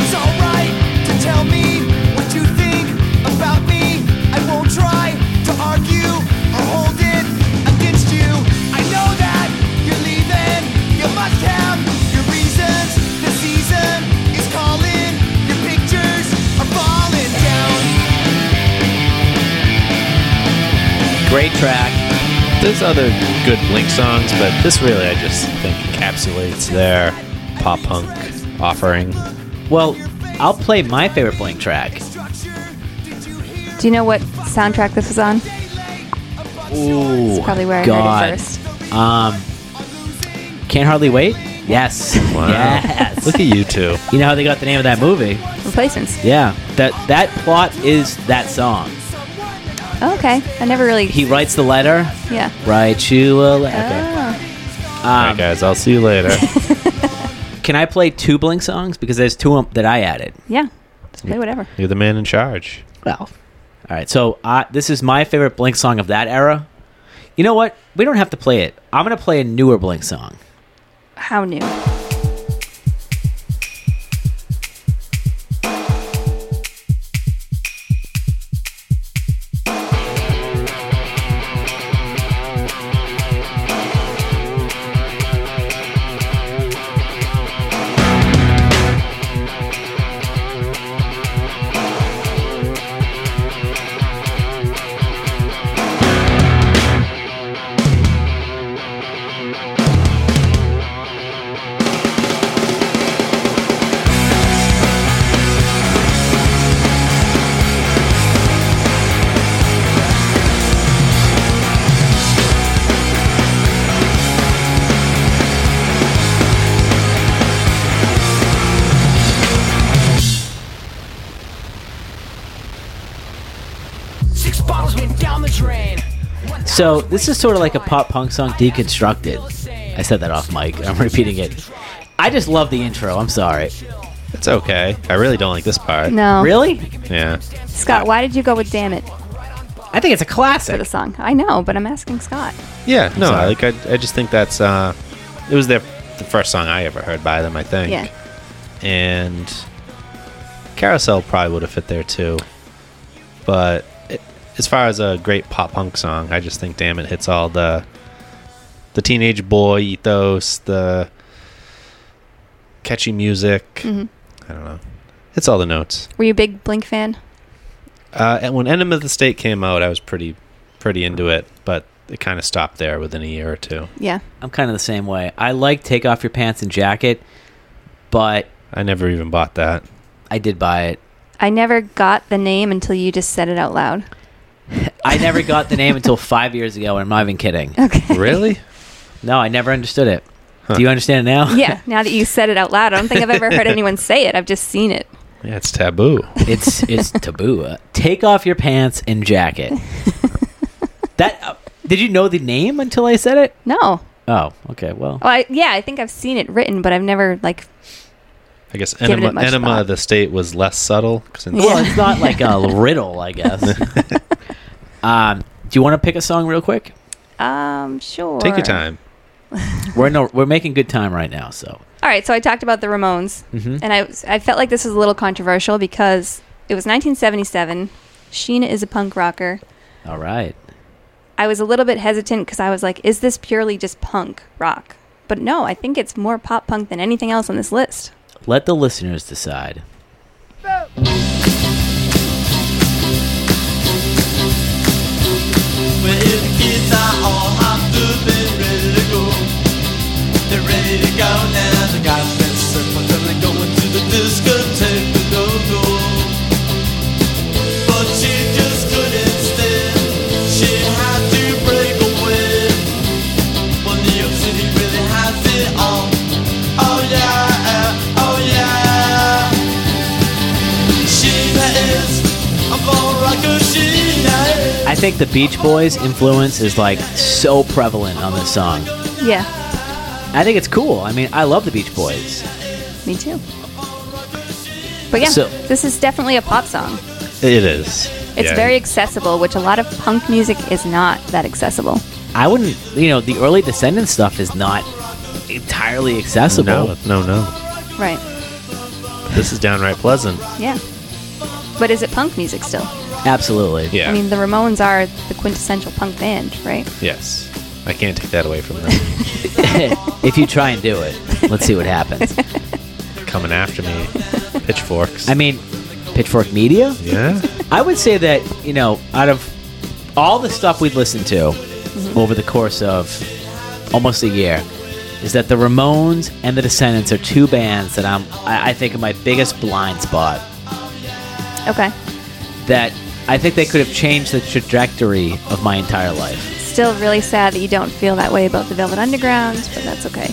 Speaker 5: It's alright to tell me what you think about me. I won't try to argue or hold it against you. I know that you're leaving. You must have your reasons. The season is calling. Your pictures are falling down.
Speaker 1: Great track.
Speaker 2: There's other good Blink songs, but this really, I just think, encapsulates their pop punk offering.
Speaker 1: Well, I'll play my favorite Blink track.
Speaker 3: Do you know what soundtrack this was on?
Speaker 1: Ooh,
Speaker 3: Probably where I
Speaker 1: Oh God.
Speaker 3: heard it first.
Speaker 1: Um, can't hardly wait. Yes,
Speaker 2: Wow.
Speaker 1: yes. Um,
Speaker 2: Look at you two.
Speaker 1: you know how they got the name of that movie?
Speaker 3: Replacements.
Speaker 1: Yeah, that that plot is that song.
Speaker 3: Oh, okay. I never really.
Speaker 1: He writes the letter.
Speaker 3: yeah.
Speaker 1: Write you a letter.
Speaker 3: Oh.
Speaker 2: All
Speaker 1: Um,
Speaker 2: right, guys, I'll see you later.
Speaker 1: Can I play two Blink songs? Because there's two um, that I added.
Speaker 3: Yeah. Just play whatever.
Speaker 2: You're the man in charge.
Speaker 1: Well, all right. So uh, this is my favorite Blink song of that era. You know what? We don't have to play it. I'm gonna play a newer Blink song.
Speaker 3: How new?
Speaker 4: Six bottles went down the drain.
Speaker 1: So this is sort of like a pop punk song deconstructed. I said that off mic. I'm repeating it. I just love the intro. I'm sorry.
Speaker 2: It's okay. I really don't like this part.
Speaker 3: No.
Speaker 1: Really?
Speaker 2: Yeah.
Speaker 3: Scott, why did you go with Damn It
Speaker 1: I think it's a
Speaker 3: for
Speaker 1: classic.
Speaker 3: the song? I know, but I'm asking Scott.
Speaker 2: Yeah. No,
Speaker 1: sorry.
Speaker 2: like I, I just think that's uh, it was their the first song I ever heard by them. I think.
Speaker 3: Yeah.
Speaker 2: And Carousel probably would have fit there too, but it, as far as a great pop punk song, I just think Damn It hits all the the teenage boy ethos, the catchy music.
Speaker 3: Mm-hmm.
Speaker 2: I don't know. Hits all the notes.
Speaker 3: Were you a big Blink fan?
Speaker 2: Uh, and when Enema of the State came out, I was pretty pretty into it, but it kind of stopped there within a year or two.
Speaker 3: Yeah.
Speaker 1: I'm kind of the same way. I like Take Off Your Pants and Jacket, but
Speaker 2: I never even bought that.
Speaker 1: I did buy it.
Speaker 3: I never got the name until you just said it out loud.
Speaker 1: I never got the name until five years ago, and I'm not even kidding.
Speaker 3: Okay.
Speaker 2: Really?
Speaker 1: No, I never understood it. Do you understand it now?
Speaker 3: Yeah. Now that you said it out loud, I don't think I've ever heard anyone say it. I've just seen it.
Speaker 2: yeah, it's taboo.
Speaker 1: It's it's taboo. Uh, Take off your pants and jacket. that uh, did you know the name until I said it?
Speaker 3: No.
Speaker 1: Oh, okay. Well,
Speaker 3: Oh, I, yeah, I think I've seen it written, but I've never like.
Speaker 2: I guess
Speaker 3: it
Speaker 2: Enema,
Speaker 3: much
Speaker 2: Enema
Speaker 3: thought.
Speaker 2: of the State was less subtle. 'cause it's-
Speaker 1: well, it's not like a riddle, I guess. um, do you want to pick a song real quick?
Speaker 3: Um, sure.
Speaker 2: Take your time.
Speaker 1: We're no, we're making good time right now, so
Speaker 3: All right, so I talked about the Ramones,
Speaker 2: Mm-hmm.
Speaker 1: Mhm.
Speaker 3: and I was- I felt like this was a little controversial because it was 1977. Sheena is a punk rocker.
Speaker 1: all right.
Speaker 3: I was a little bit hesitant because I was like, is this purely just punk rock? But no, I think it's more pop punk than anything else on this list.
Speaker 1: Let the listeners decide.
Speaker 6: Well, if the kids are all hopped up and ready to go, they're ready to go now. They got that stuff for them. They're going to the discotheque, but don't go. But she just couldn't stand. She had to break away. Well, New York City really has it all. Oh yeah, oh yeah. Sheena is a ball rocker. Sheena is.
Speaker 1: I think the Beach Boys influence is like so prevalent on this song.
Speaker 3: Yeah,
Speaker 1: I think it's cool. I mean, I love the Beach Boys.
Speaker 3: me too. But yeah,
Speaker 1: So-
Speaker 3: this is definitely a pop song.
Speaker 2: It is.
Speaker 3: It's
Speaker 2: Yeah.
Speaker 3: very accessible, which a lot of punk music is not that accessible.
Speaker 1: I wouldn't, you know, the early Descendants stuff is not entirely accessible.
Speaker 2: No, no, no.
Speaker 3: Right.
Speaker 2: This is downright pleasant.
Speaker 3: Yeah. But is it punk music still?
Speaker 1: Absolutely.
Speaker 2: Yeah.
Speaker 3: I mean, the Ramones are the quintessential punk band, right?
Speaker 2: yes. I can't take that away from them.
Speaker 1: if you try and do it, let's see what happens.
Speaker 2: Coming after me. Pitchforks.
Speaker 1: I mean, Pitchfork Media?
Speaker 2: yeah.
Speaker 1: I would say that, you know, out of all the stuff we've listened to
Speaker 2: Mm-hmm.
Speaker 1: over the course of almost a year, is that the Ramones and the Descendants are two bands that I'm, I, I think, are my biggest blind spot.
Speaker 3: Okay.
Speaker 1: That I think they could have changed the trajectory of my entire life.
Speaker 3: Still really sad that you don't feel that way about the Velvet Underground, but that's okay.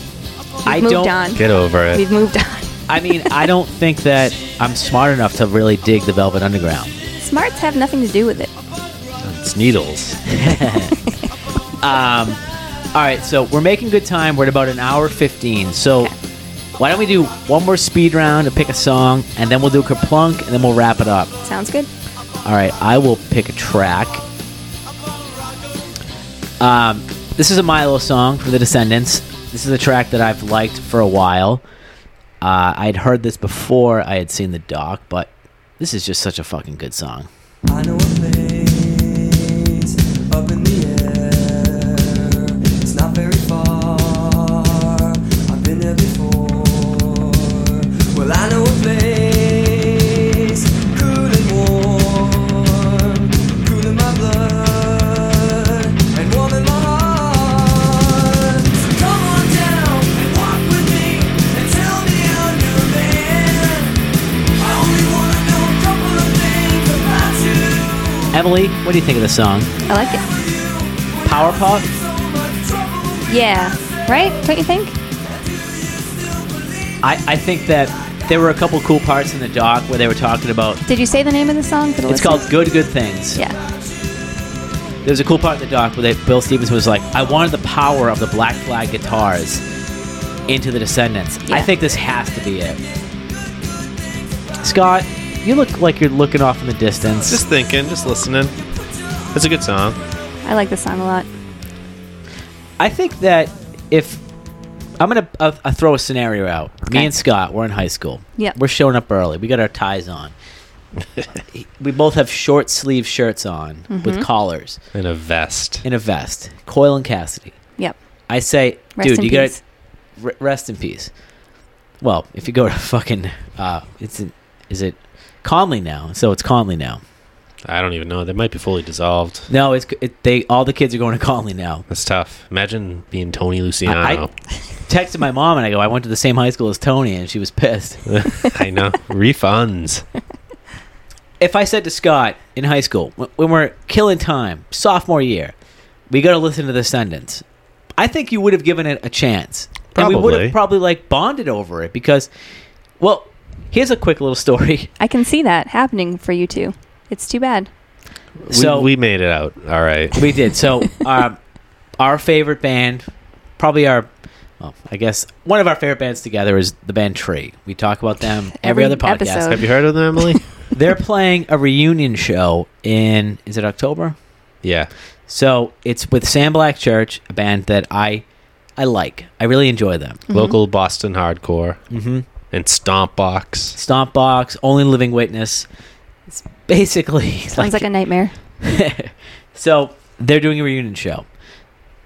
Speaker 3: We've
Speaker 1: I
Speaker 3: moved
Speaker 1: don't.
Speaker 3: on.
Speaker 2: Get over it.
Speaker 3: We've moved on.
Speaker 1: I mean, I don't think that I'm smart enough to really dig the Velvet Underground.
Speaker 3: Smarts have nothing to do with it.
Speaker 2: It's needles.
Speaker 1: Um, All right, so we're making good time. We're at about an hour 15. So why don't we do one more speed round to pick a song, and then we'll do Kerplunk, and then we'll wrap it up.
Speaker 3: Sounds good.
Speaker 1: All right, I will pick a track. Um, this is a Milo song from The Descendants. This is a track that I've liked for a while. Uh, I had heard this before I had seen the doc, but this is just such a fucking good song.
Speaker 6: I know a place up in the air. It's not very far. I've been there before. Well, I know a place cool and warm, cool in my blood and warm in my heart. So come on down and walk with me and tell me how you I only wanna know a couple of things about you.
Speaker 1: Emily, what do you think of the song?
Speaker 3: I like it.
Speaker 1: Power pop?
Speaker 3: Yeah. Right? Don't you think?
Speaker 1: I, I think that there were a couple cool parts in the doc where they were talking about.
Speaker 3: Did you say the name of the song? For the
Speaker 1: It's
Speaker 3: listeners?
Speaker 1: called Good Good Things.
Speaker 3: Yeah.
Speaker 1: There's a cool part in the doc where they, Bill Stevens was like, I wanted the power of the Black Flag guitars into the Descendants. I
Speaker 3: Yeah.
Speaker 1: think this has to be it. Scott, you look like you're looking off in the distance.
Speaker 2: Just thinking, just listening. It's a good song.
Speaker 3: I like this song a lot.
Speaker 1: I think that if I'm gonna uh, uh, throw a scenario out, me
Speaker 3: Okay.
Speaker 1: and Scott, we're in high school.
Speaker 3: Yep.
Speaker 1: we're showing up early. We got our ties on. we both have short sleeve shirts on
Speaker 3: Mm-hmm.
Speaker 1: with collars
Speaker 2: And a vest.
Speaker 1: and a vest. Coil and Cassidy.
Speaker 3: Yep.
Speaker 1: I say,
Speaker 3: Rest
Speaker 1: dude,
Speaker 3: in
Speaker 1: you
Speaker 3: peace.
Speaker 1: gotta r- rest in peace. Well, if you go to fucking, uh, it's in, is it Conley now? So it's Conley now.
Speaker 2: I don't even know. They might be fully dissolved.
Speaker 1: No, it's it, they. All the kids are going to Conley now.
Speaker 2: That's tough. Imagine being Tony
Speaker 1: I, I
Speaker 2: Luciano.
Speaker 1: texted my mom and I go, I went to the same high school as Tony, and she was pissed.
Speaker 2: I, know. Refunds.
Speaker 1: if I said to Scott in high school, wh- when we're killing time, sophomore year, we got to listen to the sentence. I think you would have given it a chance. And we would
Speaker 2: Probably.
Speaker 1: have probably like bonded over it because, well, here's a quick little story.
Speaker 3: I can see that happening for you two. It's too bad.
Speaker 1: so
Speaker 2: we, we made it out. All right.
Speaker 1: we did. So um, our favorite band probably our, well, I guess one of our favorite bands together is the band Tree. We talk about them every,
Speaker 3: Every
Speaker 1: other podcast.
Speaker 3: episode.
Speaker 2: Have you heard of them, Emily?
Speaker 1: They're playing a reunion show in is it October?
Speaker 2: yeah.
Speaker 1: Mm-hmm. So it's with Sam Black Church, a band that I I like. I really enjoy them.
Speaker 2: Local Boston hardcore
Speaker 1: Mm-hmm.
Speaker 2: and Stomp Box.
Speaker 1: Stomp Box, Only Living Witness. It's basically
Speaker 3: Sounds like a nightmare.
Speaker 1: so they're doing a reunion show.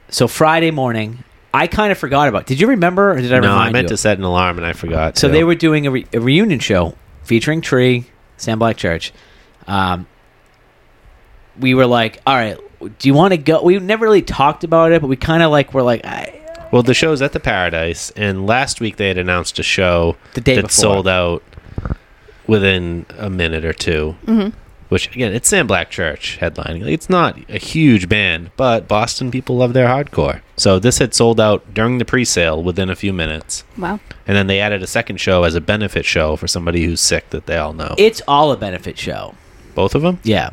Speaker 1: So Friday morning, I kind of forgot about. Did you remember? Or did I
Speaker 2: no,
Speaker 1: remind
Speaker 2: I meant
Speaker 1: you?
Speaker 2: to set an alarm and I forgot.
Speaker 1: So
Speaker 2: to.
Speaker 1: they were doing a, re- a reunion show featuring Tree, Sam Black Church. Um, we were like, all right, do you want to go? We never really talked about it, but we kind of like were like, I,
Speaker 2: Well, the show's at the Paradise, and last week they had announced a show
Speaker 1: The day
Speaker 2: that
Speaker 1: before.
Speaker 2: sold out within a minute or 2
Speaker 1: Mm-hmm.
Speaker 2: Which again, it's Sam Black Church headlining. Like, It's not a huge band, but Boston people love their hardcore. So this had sold out during the pre-sale within a few minutes,
Speaker 3: Wow.
Speaker 2: and then they added a second show as a benefit show for somebody who's sick that they all know.
Speaker 1: it's all a benefit show.
Speaker 2: Both of them?
Speaker 1: Yeah.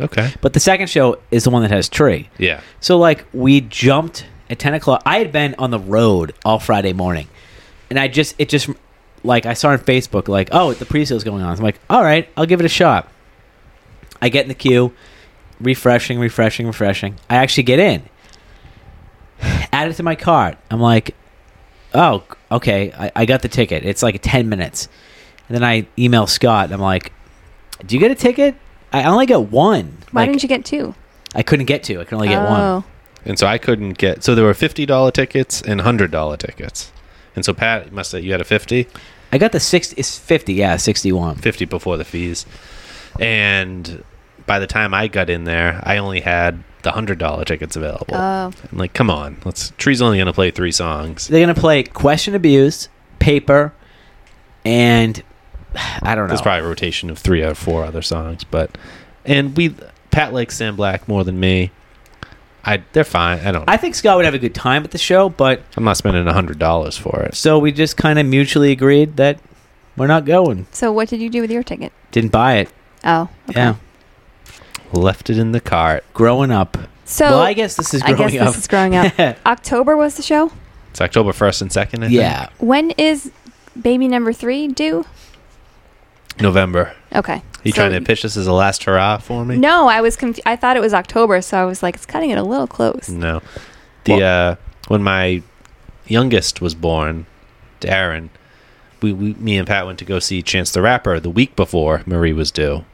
Speaker 2: Okay.
Speaker 1: But the second show is the one that has Tree.
Speaker 2: Yeah.
Speaker 1: So like we jumped at ten o'clock. I had been on the road all Friday morning, and I just it just like I saw on Facebook like oh the pre-sale's going on. So I'm like all right, I'll give it a shot. I get in the queue, refreshing, refreshing, refreshing. I actually get in. Add it to my cart. I'm like, oh okay, I, I got the ticket. It's like ten minutes, and then I email Scott. I'm like, do you get a ticket? I only got one.
Speaker 3: Why
Speaker 1: like,
Speaker 3: didn't you Oh. get two?
Speaker 1: I couldn't get two. I could only get one.
Speaker 2: And so I couldn't get. So there were fifty dollar tickets and hundred dollar tickets. And so Pat must have you had a fifty.
Speaker 1: I got the six. It's fifty. Yeah, sixty-one.
Speaker 2: 50 before the fees. And by the time I got in there, I only had the $100 tickets available.
Speaker 3: Oh. Oh.
Speaker 2: I'm like, come on. Let's Tree's only going to play three songs.
Speaker 1: They're gonna play question abused, paper, and I don't know.
Speaker 2: There's probably a rotation of three or four other songs, but and we Pat likes Sam Black more than me. I they're fine. I don't.
Speaker 1: I think Scott would have a good time at the show, but
Speaker 2: I'm not spending hundred dollars for it.
Speaker 1: so we just kind of mutually agreed that we're not going.
Speaker 3: So what did you do with your ticket?
Speaker 1: Didn't buy it.
Speaker 3: Oh. Okay.
Speaker 1: Yeah,
Speaker 2: Left it in the cart.
Speaker 1: growing up.
Speaker 3: So
Speaker 1: well, I guess this is
Speaker 3: I
Speaker 1: growing
Speaker 3: guess
Speaker 1: up.
Speaker 3: this is growing up. October was the show.
Speaker 2: It's October first and second. I think.
Speaker 1: yeah,
Speaker 3: When is baby number three due?
Speaker 2: November.
Speaker 3: Okay.
Speaker 2: Are you
Speaker 3: So-
Speaker 2: trying to pitch this as a last hurrah for me?
Speaker 3: No, I was conf- I thought it was October, so I was like, it's cutting it a little close.
Speaker 1: Mm.
Speaker 2: No. The uh when my youngest was born, Darren, we, we me and Pat went to go see Chance the Rapper the week before Marie was due.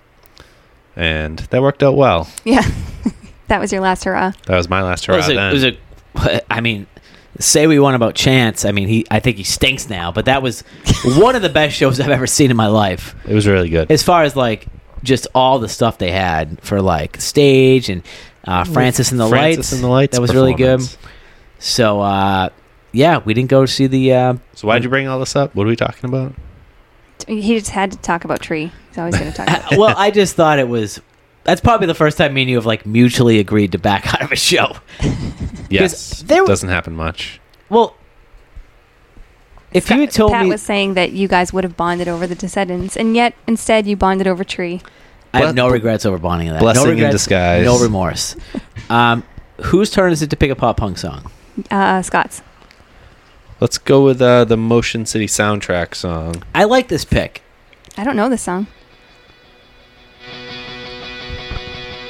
Speaker 2: And that worked out well.
Speaker 3: Yeah. that was your last hurrah.
Speaker 2: That was my last
Speaker 1: Well,
Speaker 2: hurrah then.
Speaker 1: it was a, it was a. I mean, say we want about Chance. I mean, he. I think he stinks now, but that was one of the best shows I've ever seen in my life.
Speaker 2: really good.
Speaker 1: as far as like just all the stuff they had for like stage and uh, Francis and the
Speaker 2: Francis
Speaker 1: Lights.
Speaker 2: and the Lights
Speaker 1: That was really good.
Speaker 2: performance.
Speaker 1: So uh, yeah, we didn't go see the. Uh,
Speaker 2: So why'd you bring all this up? What are we talking about?
Speaker 3: He just had to talk about tree. He's always going to talk about
Speaker 1: well, I just thought it was. That's probably the first time me and you have like mutually agreed to back out of a show.
Speaker 2: Yes.
Speaker 1: there-
Speaker 2: doesn't happen much.
Speaker 1: Well, if you had told
Speaker 3: Pat
Speaker 1: me,
Speaker 3: was saying that you guys would have bonded over the descendants, and yet instead you bonded over tree.
Speaker 1: I have
Speaker 2: Ble-
Speaker 1: no regrets over bonding that.
Speaker 2: Blessing
Speaker 1: no
Speaker 2: in
Speaker 1: regrets,
Speaker 2: disguise.
Speaker 1: No remorse. um, whose turn is it to pick a pop punk song?
Speaker 3: Uh, Scott's.
Speaker 2: Let's go with uh, the Motion City soundtrack song.
Speaker 1: I like this pick.
Speaker 3: I don't know this song.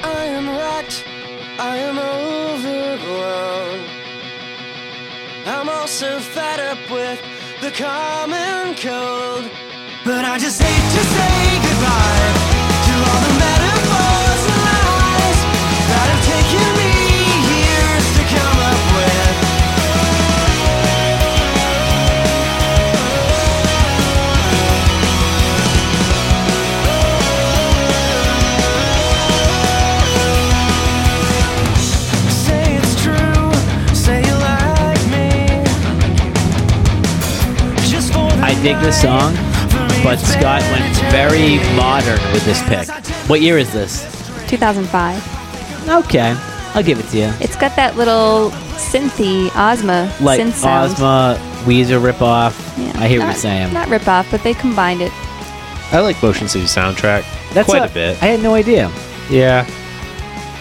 Speaker 5: I am wrecked. I am overgrown. I'm also fed up with the common cold. But I just hate to say goodbye to all the metaphors and lies that have taken me years to come up with. Say it's true. Say you like me. Just for the
Speaker 1: I dig this song, but Scott went very modern with this pick. What year is this?
Speaker 3: 2005.
Speaker 1: Okay, I'll give it to you.
Speaker 3: It's got that little synthy Ozma
Speaker 1: Like
Speaker 3: synth sound.
Speaker 1: Ozma, Weezer ripoff.
Speaker 3: Yeah.
Speaker 1: I hear
Speaker 3: not,
Speaker 1: what you're saying.
Speaker 3: Not rip off, but they combined it.
Speaker 2: I like Motion City soundtrack
Speaker 1: That's
Speaker 2: quite a bit.
Speaker 1: I had no idea.
Speaker 2: Yeah.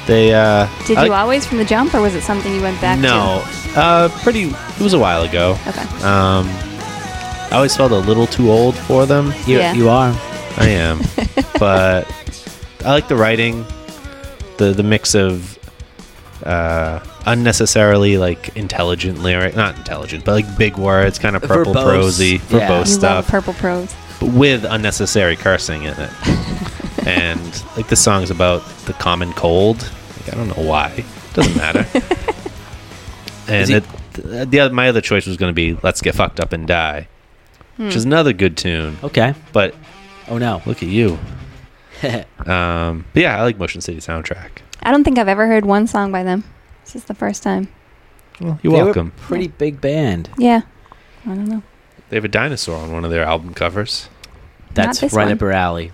Speaker 2: They uh,
Speaker 3: Did
Speaker 2: I-
Speaker 3: you always from the jump, or was it something you went back
Speaker 2: no, uh, pretty. It was a while ago.
Speaker 3: to? Okay.
Speaker 2: Um, I always felt a little too old for them.
Speaker 1: You,
Speaker 3: Yeah.
Speaker 1: you are.
Speaker 2: I am, but I like the writing, the the mix of uh, unnecessarily like intelligent lyric, not intelligent, but like big words, kind of purple
Speaker 1: Verbose.
Speaker 2: prosy,
Speaker 1: Yeah.
Speaker 2: verbose
Speaker 3: you love
Speaker 2: stuff,
Speaker 3: purple prose.
Speaker 2: but with unnecessary cursing in it. and like the song's about the common cold. Like, I don't know why. Doesn't matter. and
Speaker 1: Is he-
Speaker 2: it, th- the other, my other choice was going to be "Let's Get Fucked Up and Die," which
Speaker 3: Hmm.
Speaker 2: is another good tune.
Speaker 1: Okay.
Speaker 2: But
Speaker 1: Oh no.
Speaker 2: Look at you. um, but yeah, I like Motion City soundtrack.
Speaker 3: I don't think I've ever heard one song by them. This is the first time.
Speaker 2: You're
Speaker 1: Oh, They were
Speaker 2: welcome.
Speaker 1: pretty big band.
Speaker 3: Yeah. I don't know.
Speaker 2: They have a dinosaur on one of their album covers.
Speaker 1: That's
Speaker 3: this
Speaker 1: right
Speaker 3: one.
Speaker 1: up your alley.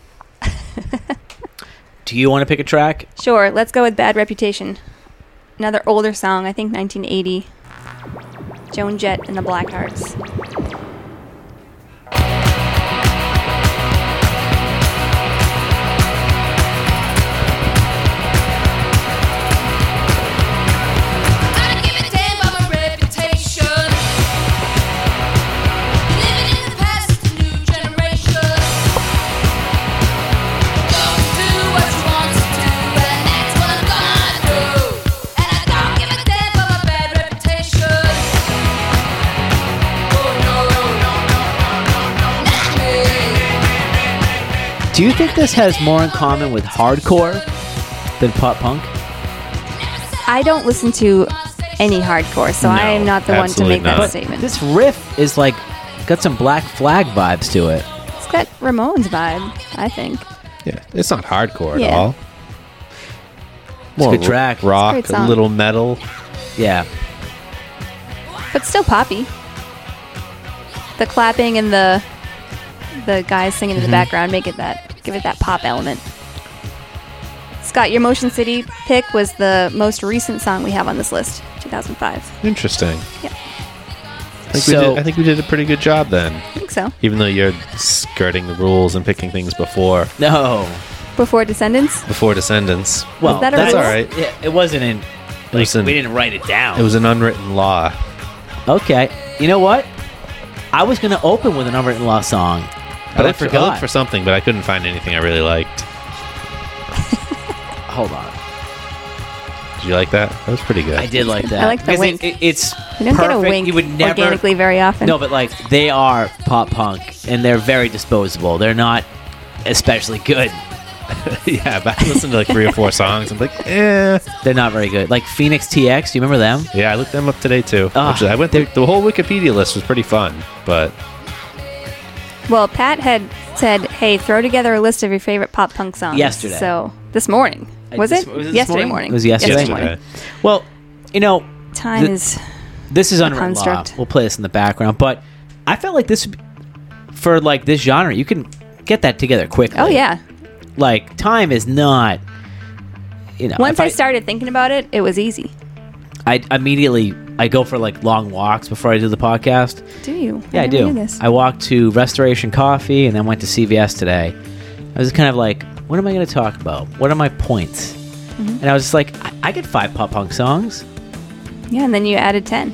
Speaker 1: Do you want to pick a track?
Speaker 3: Sure, let's go with Bad Reputation. Another older song, I think 1980. Joan Jett and the Blackhearts.
Speaker 1: Do you think this has more in common with hardcore than pop punk?
Speaker 3: I don't listen to any hardcore, so I am
Speaker 2: No,
Speaker 3: not the one to
Speaker 2: absolutely
Speaker 3: make that
Speaker 2: not.
Speaker 3: statement.
Speaker 1: This riff is like got some Black Flag vibes to it.
Speaker 3: it's got Ramones vibe, I think.
Speaker 2: Yeah, it's not hardcore at
Speaker 3: Yeah.
Speaker 2: all.
Speaker 1: It's a good
Speaker 2: r-
Speaker 1: track.
Speaker 2: rock,
Speaker 3: It's a great
Speaker 2: a
Speaker 3: song.
Speaker 2: little metal.
Speaker 1: Yeah.
Speaker 3: But still poppy. The clapping and the the guys singing in
Speaker 1: Mm-hmm.
Speaker 3: the background make it that give it that pop element. Scott, your Motion City pick was the most recent song we have on this list, 2005.
Speaker 2: Interesting.
Speaker 3: Yeah.
Speaker 2: I think,
Speaker 1: So-
Speaker 2: we did, I think we did a pretty good job then,
Speaker 3: I think so.
Speaker 2: even though you're skirting the rules and picking things before
Speaker 1: No.
Speaker 3: Before Descendants,
Speaker 2: before Descendants.
Speaker 1: Well,
Speaker 3: that a
Speaker 1: that's
Speaker 3: rule?
Speaker 1: all right. Yeah, it wasn't in. Like,
Speaker 2: Listen.
Speaker 1: we didn't write it down.
Speaker 2: It was an unwritten law.
Speaker 1: okay. You know what? I was gonna open with an unwritten law song, but I,
Speaker 2: looked for- I
Speaker 1: forgot.
Speaker 2: looked for something, but I couldn't find anything I really liked.
Speaker 1: Hold on.
Speaker 2: Did you like that? That was pretty good.
Speaker 1: I did like that.
Speaker 3: I like the
Speaker 1: Because it-
Speaker 3: wink.
Speaker 1: it- it's
Speaker 3: you don't
Speaker 1: perfect.
Speaker 3: get a wink
Speaker 1: you would never
Speaker 3: organically very often.
Speaker 1: No, but like they are pop punk and they're very disposable. They're not especially good.
Speaker 2: yeah, but I listened to like three or four songs. I'm like, eh.
Speaker 1: They're not very good. Like Phoenix TX, do you remember them?
Speaker 2: Yeah, I looked them up today too.
Speaker 1: Ah,
Speaker 2: Actually, I went through the whole Wikipedia list was pretty fun, but
Speaker 3: well, Pat had said, "Hey, throw together a list of your favorite pop punk songs."
Speaker 1: Yesterday.
Speaker 3: So this morning
Speaker 1: I-
Speaker 3: was
Speaker 1: this-
Speaker 3: it?
Speaker 1: was it this
Speaker 3: yesterday
Speaker 1: morning?
Speaker 3: morning?
Speaker 1: It was yesterday.
Speaker 2: yesterday.
Speaker 1: Well, you know,
Speaker 3: Time
Speaker 1: The-
Speaker 3: is
Speaker 1: this is unwritten law.
Speaker 3: construct.
Speaker 1: We'll play this in the background, but I felt like this would be- for like this genre, you can get that together quickly.
Speaker 3: oh yeah.
Speaker 1: Like time is not. You know,
Speaker 3: Once
Speaker 1: if
Speaker 3: I started thinking about it, it was easy.
Speaker 1: I immediately I go for like long walks before I do the podcast.
Speaker 3: Do you?
Speaker 1: Yeah, I,
Speaker 3: never
Speaker 1: do.
Speaker 3: knew this.
Speaker 1: I walked to Restoration Coffee and then went to CVS today. I was kind of like, what am I going to talk about? What are my points?
Speaker 3: Mm-hmm.
Speaker 1: And I was just like, I, I get five pop punk songs.
Speaker 3: yeah, and then you added ten.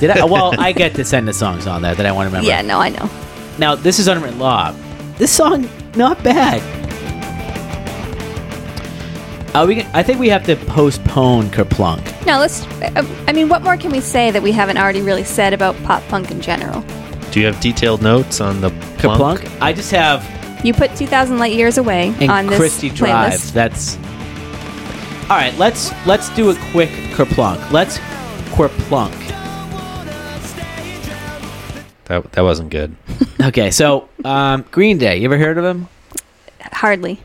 Speaker 1: Did I? well, I get to send the songs on there that I want to remember.
Speaker 3: Yeah, no, I know.
Speaker 1: Now this is unwritten law. This song, not bad. Are Uh, we? gonna- I think we have to postpone Kerplunk.
Speaker 3: Now let's. Uh, I mean, what more can we say that we haven't already really said about pop punk in general?
Speaker 2: do you have detailed notes on the
Speaker 1: Kerplunk.
Speaker 2: plunk?
Speaker 1: I just have
Speaker 3: You put 2,000 light years away
Speaker 1: and
Speaker 3: on this
Speaker 1: Christie Drive.
Speaker 3: playlist.
Speaker 1: That's all right. Let's let's do a quick kerplunk. Let's kerplunk.
Speaker 2: That, that wasn't good.
Speaker 1: Okay, so um, Green Day. You ever heard of them?
Speaker 3: Hardly.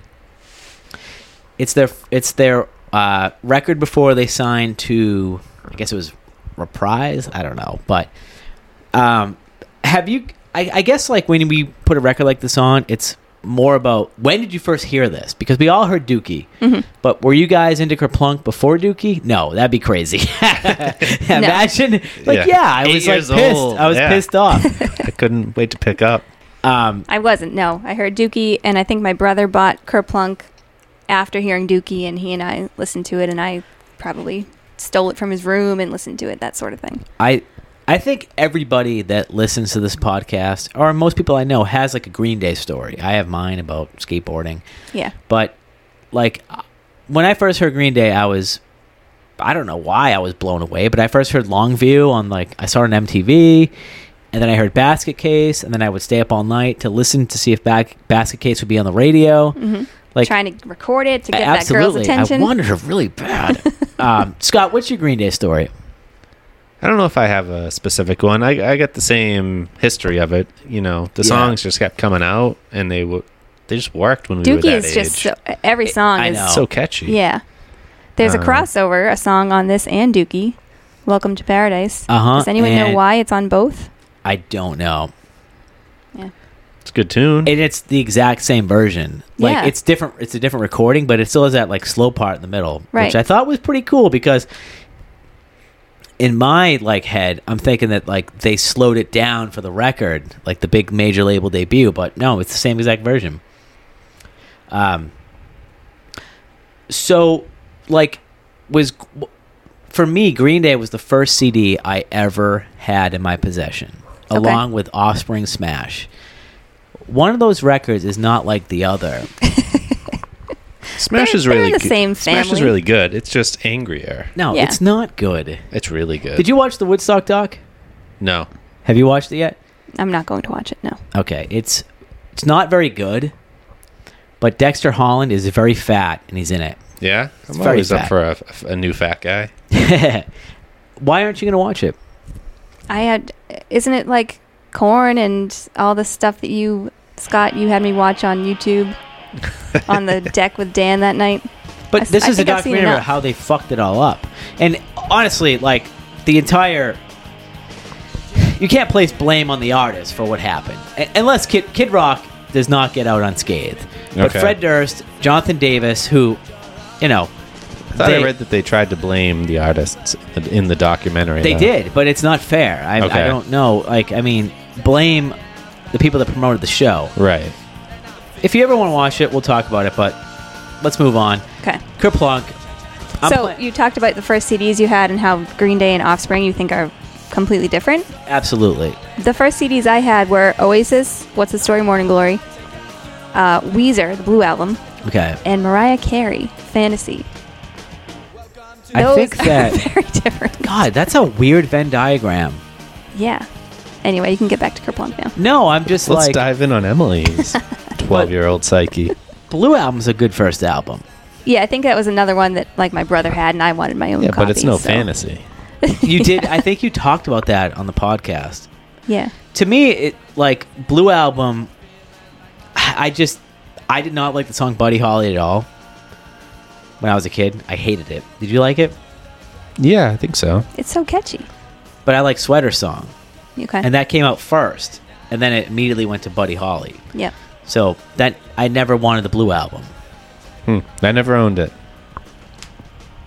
Speaker 1: It's their it's their uh, record before they signed to I guess it was Reprise. I don't know, but um, have you? I, I guess like when we put a record like this on, it's more about when did you first hear this? Because we all heard Dookie, but were you guys into Kerplunk before Dookie? No, that'd be crazy. Imagine, like, yeah,
Speaker 2: Yeah.
Speaker 1: I
Speaker 2: Eight
Speaker 1: was like
Speaker 2: years
Speaker 1: pissed.
Speaker 2: old,
Speaker 1: I was
Speaker 2: yeah.
Speaker 1: pissed off.
Speaker 2: I couldn't wait to pick up.
Speaker 1: Um,
Speaker 3: I wasn't. No, I heard Dookie, and I think my brother bought Kerplunk after hearing Dookie, and he and I listened to it, and I probably stole it from his room and listened to it, that sort of thing.
Speaker 1: I I think everybody that listens to this podcast, or most people I know, has like a Green Day story. I have mine about skateboarding,
Speaker 3: Yeah,
Speaker 1: but like when I first heard Green Day, I was I don't know why I was blown away, but I first heard Longview on like I saw it on MTV, and then I heard Basket Case, and then I would stay up all night to listen to see if back, Basket Case would be on the radio. Like
Speaker 3: trying to record it to get that girl's
Speaker 1: absolutely,
Speaker 3: attention.
Speaker 1: I wanted her really bad. um, Scott, what's your Green Day story?
Speaker 2: I don't know if I have a specific one. I, I got the same history of it. You know, the
Speaker 1: Yeah.
Speaker 2: songs just kept coming out, and they were they just worked when we were
Speaker 3: Dookie
Speaker 2: that
Speaker 3: is
Speaker 2: age.
Speaker 3: just so, every song
Speaker 1: I
Speaker 3: is
Speaker 1: know.
Speaker 2: so catchy.
Speaker 3: yeah. There's a
Speaker 1: Uh,
Speaker 2: Um,
Speaker 3: crossover, a song on this and Dookie, "Welcome to Paradise."
Speaker 1: Uh-huh,
Speaker 3: Does anyone know
Speaker 1: and-
Speaker 3: why it's on both?
Speaker 1: I don't know.
Speaker 2: it's a good tune.
Speaker 1: and it's the exact same version. Like
Speaker 3: Yeah.
Speaker 1: it's different. It's a different recording, but it still has that like slow part in the middle,
Speaker 3: Right.
Speaker 1: which I thought was pretty cool because in my like head, I'm thinking that like they slowed it down for the record, like the big major label debut. But no, it's the same exact version. Um. So, like, was for me, Green Day was the first CD I ever had in my possession,
Speaker 3: Okay.
Speaker 1: along with Offspring Smash. One of those records is not like the other.
Speaker 2: Smash
Speaker 3: they're-
Speaker 2: is
Speaker 3: they're in
Speaker 2: really
Speaker 3: the
Speaker 2: good.
Speaker 3: same
Speaker 2: Smash is
Speaker 3: family.
Speaker 2: really good. It's just angrier.
Speaker 1: No,
Speaker 3: Yeah.
Speaker 1: it's not good.
Speaker 2: It's really good.
Speaker 1: Did you watch the Woodstock doc?
Speaker 2: No.
Speaker 1: Have you watched it yet?
Speaker 3: I'm not going to watch it. No.
Speaker 1: Okay, it's it's not very good. But Dexter Holland is very fat and he's in it.
Speaker 2: Yeah, I'm
Speaker 1: very
Speaker 2: always
Speaker 1: fat.
Speaker 2: up for a, a new fat guy.
Speaker 1: Why aren't you going to watch it?
Speaker 3: I had, isn't it like corn and all the stuff that you, Scott, you had me watch on YouTube on the deck with Dan that night?
Speaker 1: But
Speaker 3: I s-
Speaker 1: this
Speaker 3: I
Speaker 1: is a
Speaker 3: think I've seen
Speaker 1: documentary about
Speaker 3: enough.
Speaker 1: how they fucked it all up. And honestly, like the entire you can't place blame on the artist for what happened. A- unless Kid Kid Rock does not get out unscathed. But
Speaker 2: Okay.
Speaker 1: Fred Durst, Jonathan Davis, who you know,
Speaker 2: I thought
Speaker 1: They-
Speaker 2: I read that they tried to blame the artists in the- in the documentary.
Speaker 1: they
Speaker 2: though.
Speaker 1: did, but it's not fair. I,
Speaker 2: Okay.
Speaker 1: I don't know. Like, I mean, blame the people that promoted the show.
Speaker 2: Right.
Speaker 1: If you ever want to watch it, we'll talk about it. But let's move on.
Speaker 3: Okay.
Speaker 1: Kerplunk. I'm
Speaker 3: so
Speaker 1: pla-
Speaker 3: you talked about the first CDs you had and how Green Day and Offspring you think are completely different.
Speaker 1: absolutely.
Speaker 3: The first CDs I had were Oasis, What's the Story, Morning Glory, uh, Weezer, the Blue Album,
Speaker 1: Okay.
Speaker 3: and Mariah Carey, Fantasy.
Speaker 1: I
Speaker 3: Those
Speaker 1: think
Speaker 3: are
Speaker 1: that
Speaker 3: very different.
Speaker 1: God, that's a weird Venn diagram.
Speaker 3: Yeah. Anyway, you can get back to Kerplunk now.
Speaker 1: No, I'm just
Speaker 2: Let's
Speaker 1: like
Speaker 2: dive in on Emily's 12 year old psyche.
Speaker 1: Blue Album's a good first album.
Speaker 3: Yeah, I think that was another one that like my brother had, and I wanted my own.
Speaker 2: Yeah, but it's
Speaker 3: copy,
Speaker 2: no
Speaker 3: so-
Speaker 2: fantasy.
Speaker 1: You did. I think you talked about that on the podcast.
Speaker 3: Yeah,
Speaker 1: To me, it like Blue Album. I just I did not like the song Buddy Holly at all. When I was a kid, I hated it. Did you like it?
Speaker 2: Yeah, I think so.
Speaker 3: it's so catchy.
Speaker 1: But I like Sweater Song,
Speaker 3: Okay.
Speaker 1: and that came out first, and then it immediately went to Buddy Holly.
Speaker 3: yeah.
Speaker 1: So that I never wanted the Blue Album.
Speaker 2: Hmm. I never owned it.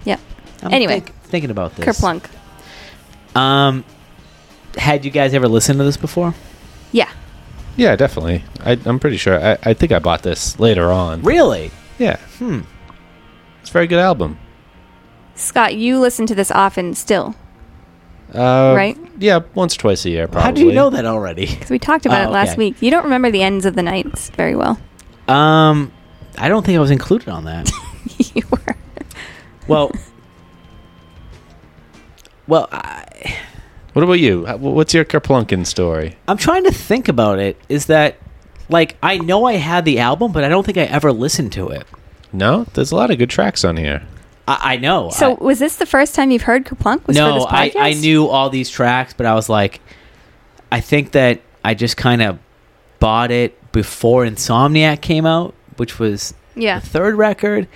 Speaker 3: Yeah.
Speaker 1: I'm
Speaker 3: Anyway.
Speaker 1: think- thinking about this.
Speaker 3: Kerplunk.
Speaker 1: Um, had you guys ever listened to this before?
Speaker 3: Yeah.
Speaker 2: Yeah, definitely. I, I'm pretty sure. I, I think I bought this later on.
Speaker 1: Really?
Speaker 2: Yeah.
Speaker 1: Hmm.
Speaker 2: It's a very good album.
Speaker 3: Scott, you listen to this often still
Speaker 2: Uh,
Speaker 3: Right?
Speaker 2: Yeah, once or twice a year, probably.
Speaker 1: How do you know that already?
Speaker 3: because we talked about
Speaker 1: Oh,
Speaker 3: it last
Speaker 1: okay.
Speaker 3: week. You don't remember the ends of the nights very well.
Speaker 1: Um, I don't think I was included on that.
Speaker 3: you were.
Speaker 1: well, well, I,
Speaker 2: What about you? How- wh- What's your Kerplunkin story?
Speaker 1: I'm trying to think about it. Is that like I know I had the album, but I don't think I ever listened to it.
Speaker 2: No? There's a lot of good tracks on here.
Speaker 1: I, I know.
Speaker 3: So
Speaker 1: I-
Speaker 3: was this the first time you've heard Kerplunk? Was for
Speaker 1: no,
Speaker 3: this
Speaker 1: I,
Speaker 3: podcast?
Speaker 1: I knew all these tracks, but I was like, I think that I just kind of bought it before Insomniac came out, which was
Speaker 3: Yeah.
Speaker 1: the third record,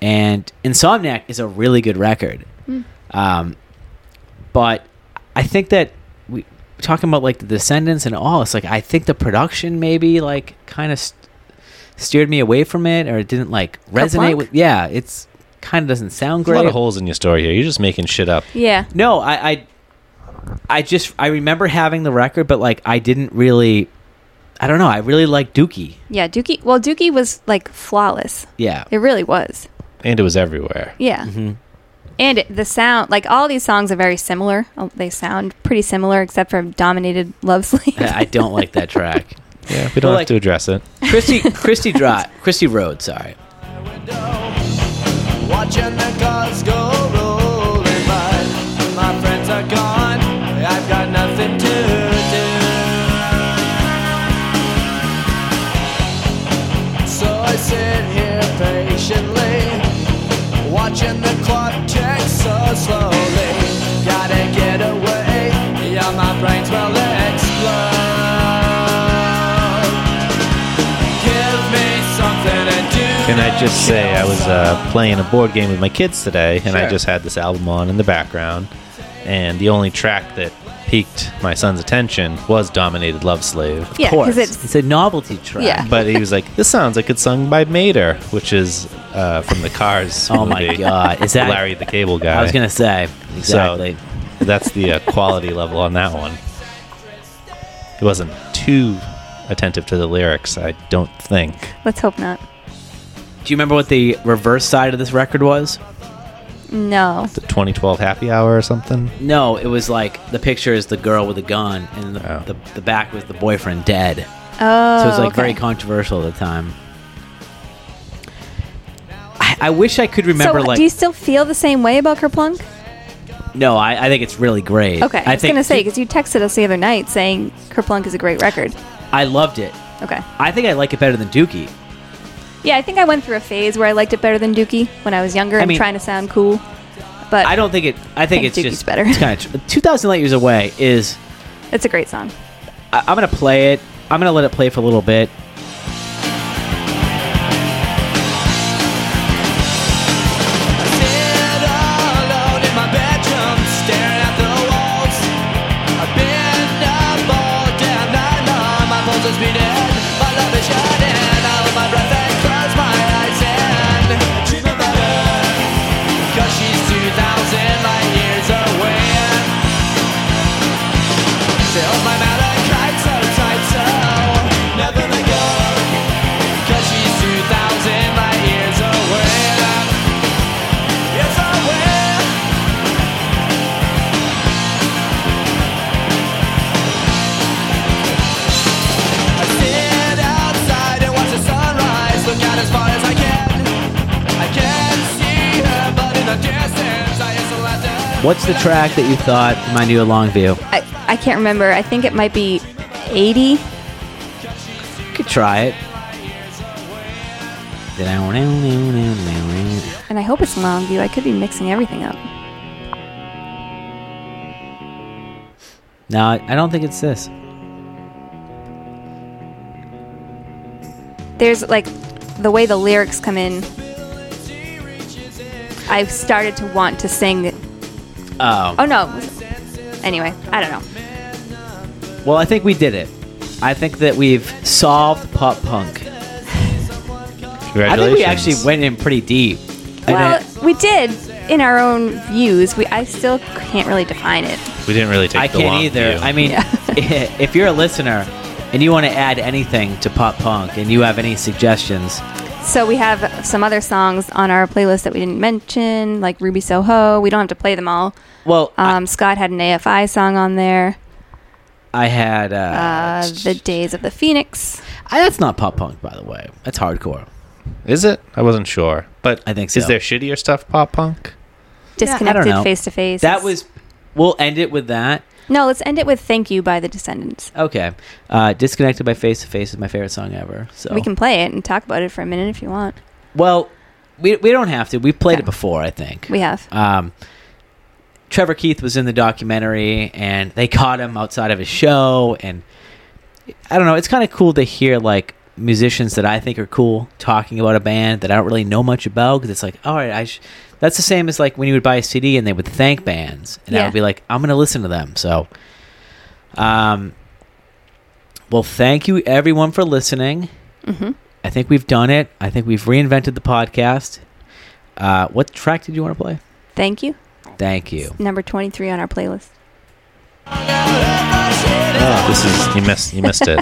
Speaker 1: and Insomniac is a really good record.
Speaker 3: Hmm.
Speaker 1: Um, but I think that we talking about like the Descendants and all. It's like I think the production maybe like kind of st- steered me away from it, or it didn't like resonate
Speaker 3: Kerplunk?
Speaker 1: with. Yeah, it's kind of doesn't sound
Speaker 2: There's a
Speaker 1: great.
Speaker 2: lot of holes in your story here. You're just making shit up.
Speaker 3: Yeah.
Speaker 1: No, I, I, I just I remember having the record, but like I didn't really. I don't know. I really like Dookie.
Speaker 3: Yeah, Dookie. Well, Dookie was like flawless.
Speaker 1: Yeah.
Speaker 3: It really was.
Speaker 2: and it was everywhere.
Speaker 3: Yeah.
Speaker 1: Mm-hmm.
Speaker 3: And it, the sound, like all these songs are very similar. Uh, They sound pretty similar, except for "Dominated Love Slave."
Speaker 1: I I don't like that track.
Speaker 2: Yeah, we don't
Speaker 1: Well,
Speaker 2: have to
Speaker 1: like-
Speaker 2: address it.
Speaker 1: Christy Christy Drott Christy Road, sorry.
Speaker 4: Watching the cars go rolling by. My friends are gone. I've got nothing to do. So I sit here patiently. Watching the clock tick so slowly. Gotta get away. Yeah, my brains will explode. Give me something to do.
Speaker 2: Can I just say I was uh, playing a board game with my kids today, and I
Speaker 1: Sure.
Speaker 2: just had this album on in the background, and the only track that piqued my son's attention was "Dominated Love Slave."
Speaker 3: yeah,
Speaker 1: Of course.
Speaker 3: because it's
Speaker 1: a novelty track.
Speaker 3: Yeah.
Speaker 2: But he was like, "This sounds like it's sung by Mater," which is uh, from the Cars.
Speaker 1: Oh my
Speaker 2: movie.
Speaker 1: god. Is that
Speaker 2: Larry the Cable Guy?
Speaker 1: I was gonna say. Exactly.
Speaker 2: So that's the uh, quality level on that one. It wasn't too attentive to the lyrics, I don't think.
Speaker 3: let's hope not.
Speaker 1: Do you remember what the reverse side of this record was?
Speaker 3: No.
Speaker 2: The 2012 Happy Hour or something.
Speaker 1: No, it was like the picture is the girl with a gun, and the,
Speaker 2: Oh.
Speaker 1: the, the back was the boyfriend dead.
Speaker 3: Oh,
Speaker 1: So it was like
Speaker 3: okay.
Speaker 1: very controversial at the time. I, I wish I could
Speaker 3: So,
Speaker 1: remember. like,
Speaker 3: do you still feel the same way about Kerplunk?
Speaker 1: no, I, I think it's really great.
Speaker 3: Okay, I,
Speaker 1: I
Speaker 3: was
Speaker 1: think
Speaker 3: gonna say because you texted us the other night saying Kerplunk is a great record.
Speaker 1: I loved it.
Speaker 3: Okay.
Speaker 1: I think I like it better than Dookie.
Speaker 3: Yeah, I think I went through a phase where I liked it better than Dookie when I was younger and
Speaker 1: mean-
Speaker 3: trying to sound cool. But
Speaker 1: I don't think it. I think,
Speaker 3: think
Speaker 1: it's
Speaker 3: Dookie's
Speaker 1: just
Speaker 3: better.
Speaker 1: It's kind of 2,000 light years away is.
Speaker 3: it's a great song.
Speaker 1: I, I'm gonna play it. I'm gonna let it play for a little bit.
Speaker 4: Sit alone in my bedroom, staring at the walls. I've been up all damn night long. My pulse is beating, my love is shining. I hold my breath and close my eyes and dream about her. 'Cause she's 2,000 light years away. They hold my malachite so tight, so never let go. 'Cause she's 2,000 light years away. Yes, I will. I sit outside and watch the sunrise. Look out as far as I can. I can't see her, but in the distance, I hear some laughter.
Speaker 1: What's the track that you thought reminded you of Longview?
Speaker 3: I, I can't remember. I think it might be 80.
Speaker 1: You could try it.
Speaker 3: And I hope it's Longview. I could be mixing everything up.
Speaker 1: No, I I don't think it's this.
Speaker 3: There's like the way the lyrics come in. I've started to want to sing. it.
Speaker 1: Oh.
Speaker 3: Oh no. Anyway, I don't know.
Speaker 1: Well, I think we did it. I think that we've solved pop punk. I think
Speaker 2: Congratulations.
Speaker 1: we actually went in pretty deep. And
Speaker 3: Well,
Speaker 1: it-
Speaker 3: we did in our own views. We I still can't really define it.
Speaker 2: We didn't really take
Speaker 1: I
Speaker 2: the long
Speaker 1: can't either.
Speaker 2: view.
Speaker 1: I mean,
Speaker 3: Yeah.
Speaker 1: if you're a listener and you want to add anything to pop punk and you have any suggestions,
Speaker 3: So we have some other songs on our playlist that we didn't mention, like Ruby Soho. We don't have to play them all.
Speaker 1: well,
Speaker 3: Um, Scott had an AFI song on there.
Speaker 1: I had. Uh,
Speaker 3: Uh, the Days of the Phoenix.
Speaker 1: I- that's not pop punk, by the way. That's hardcore.
Speaker 2: is it? I wasn't sure, but
Speaker 1: I think
Speaker 2: Is
Speaker 1: so.
Speaker 2: there shittier stuff pop punk?
Speaker 3: Disconnected
Speaker 1: know.
Speaker 3: face to face.
Speaker 1: That was. We'll end it with that.
Speaker 3: no. Let's end it with "Thank You" by the Descendants.
Speaker 1: Okay. Uh, Disconnected by Face to Face is my favorite song ever. So
Speaker 3: We can play it and talk about it for a minute if you want.
Speaker 1: Well, we, we don't have to. We played
Speaker 3: Okay.
Speaker 1: it before, I think.
Speaker 3: We have.
Speaker 1: Um, Trevor Keith was in the documentary, and they caught him outside of his show. And I don't know, it's kind of cool to hear like musicians that I think are cool talking about a band that I don't really know much about because it's like, all right, I. Sh-. That's the same as like when you would buy a CD and they would thank bands, and I
Speaker 3: Yeah.
Speaker 1: would be like, I'm gonna listen to them. So, um, well, thank you everyone for listening.
Speaker 3: hmm
Speaker 1: I think we've done it. I think we've reinvented the podcast. Uh, what track did you want to play?
Speaker 3: Thank you.
Speaker 1: Thank you.
Speaker 3: Number twenty-three on our playlist.
Speaker 2: This is you missed you missed it.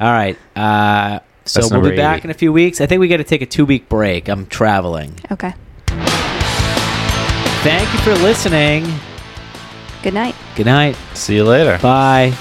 Speaker 1: All right. Uh, so
Speaker 2: That's
Speaker 1: we'll be
Speaker 2: number
Speaker 1: back
Speaker 2: 80.
Speaker 1: in a few weeks. I think we got to take a two week break. I'm traveling.
Speaker 3: Okay.
Speaker 1: Thank you for listening.
Speaker 3: Good night.
Speaker 1: Good night.
Speaker 2: See you later.
Speaker 1: Bye.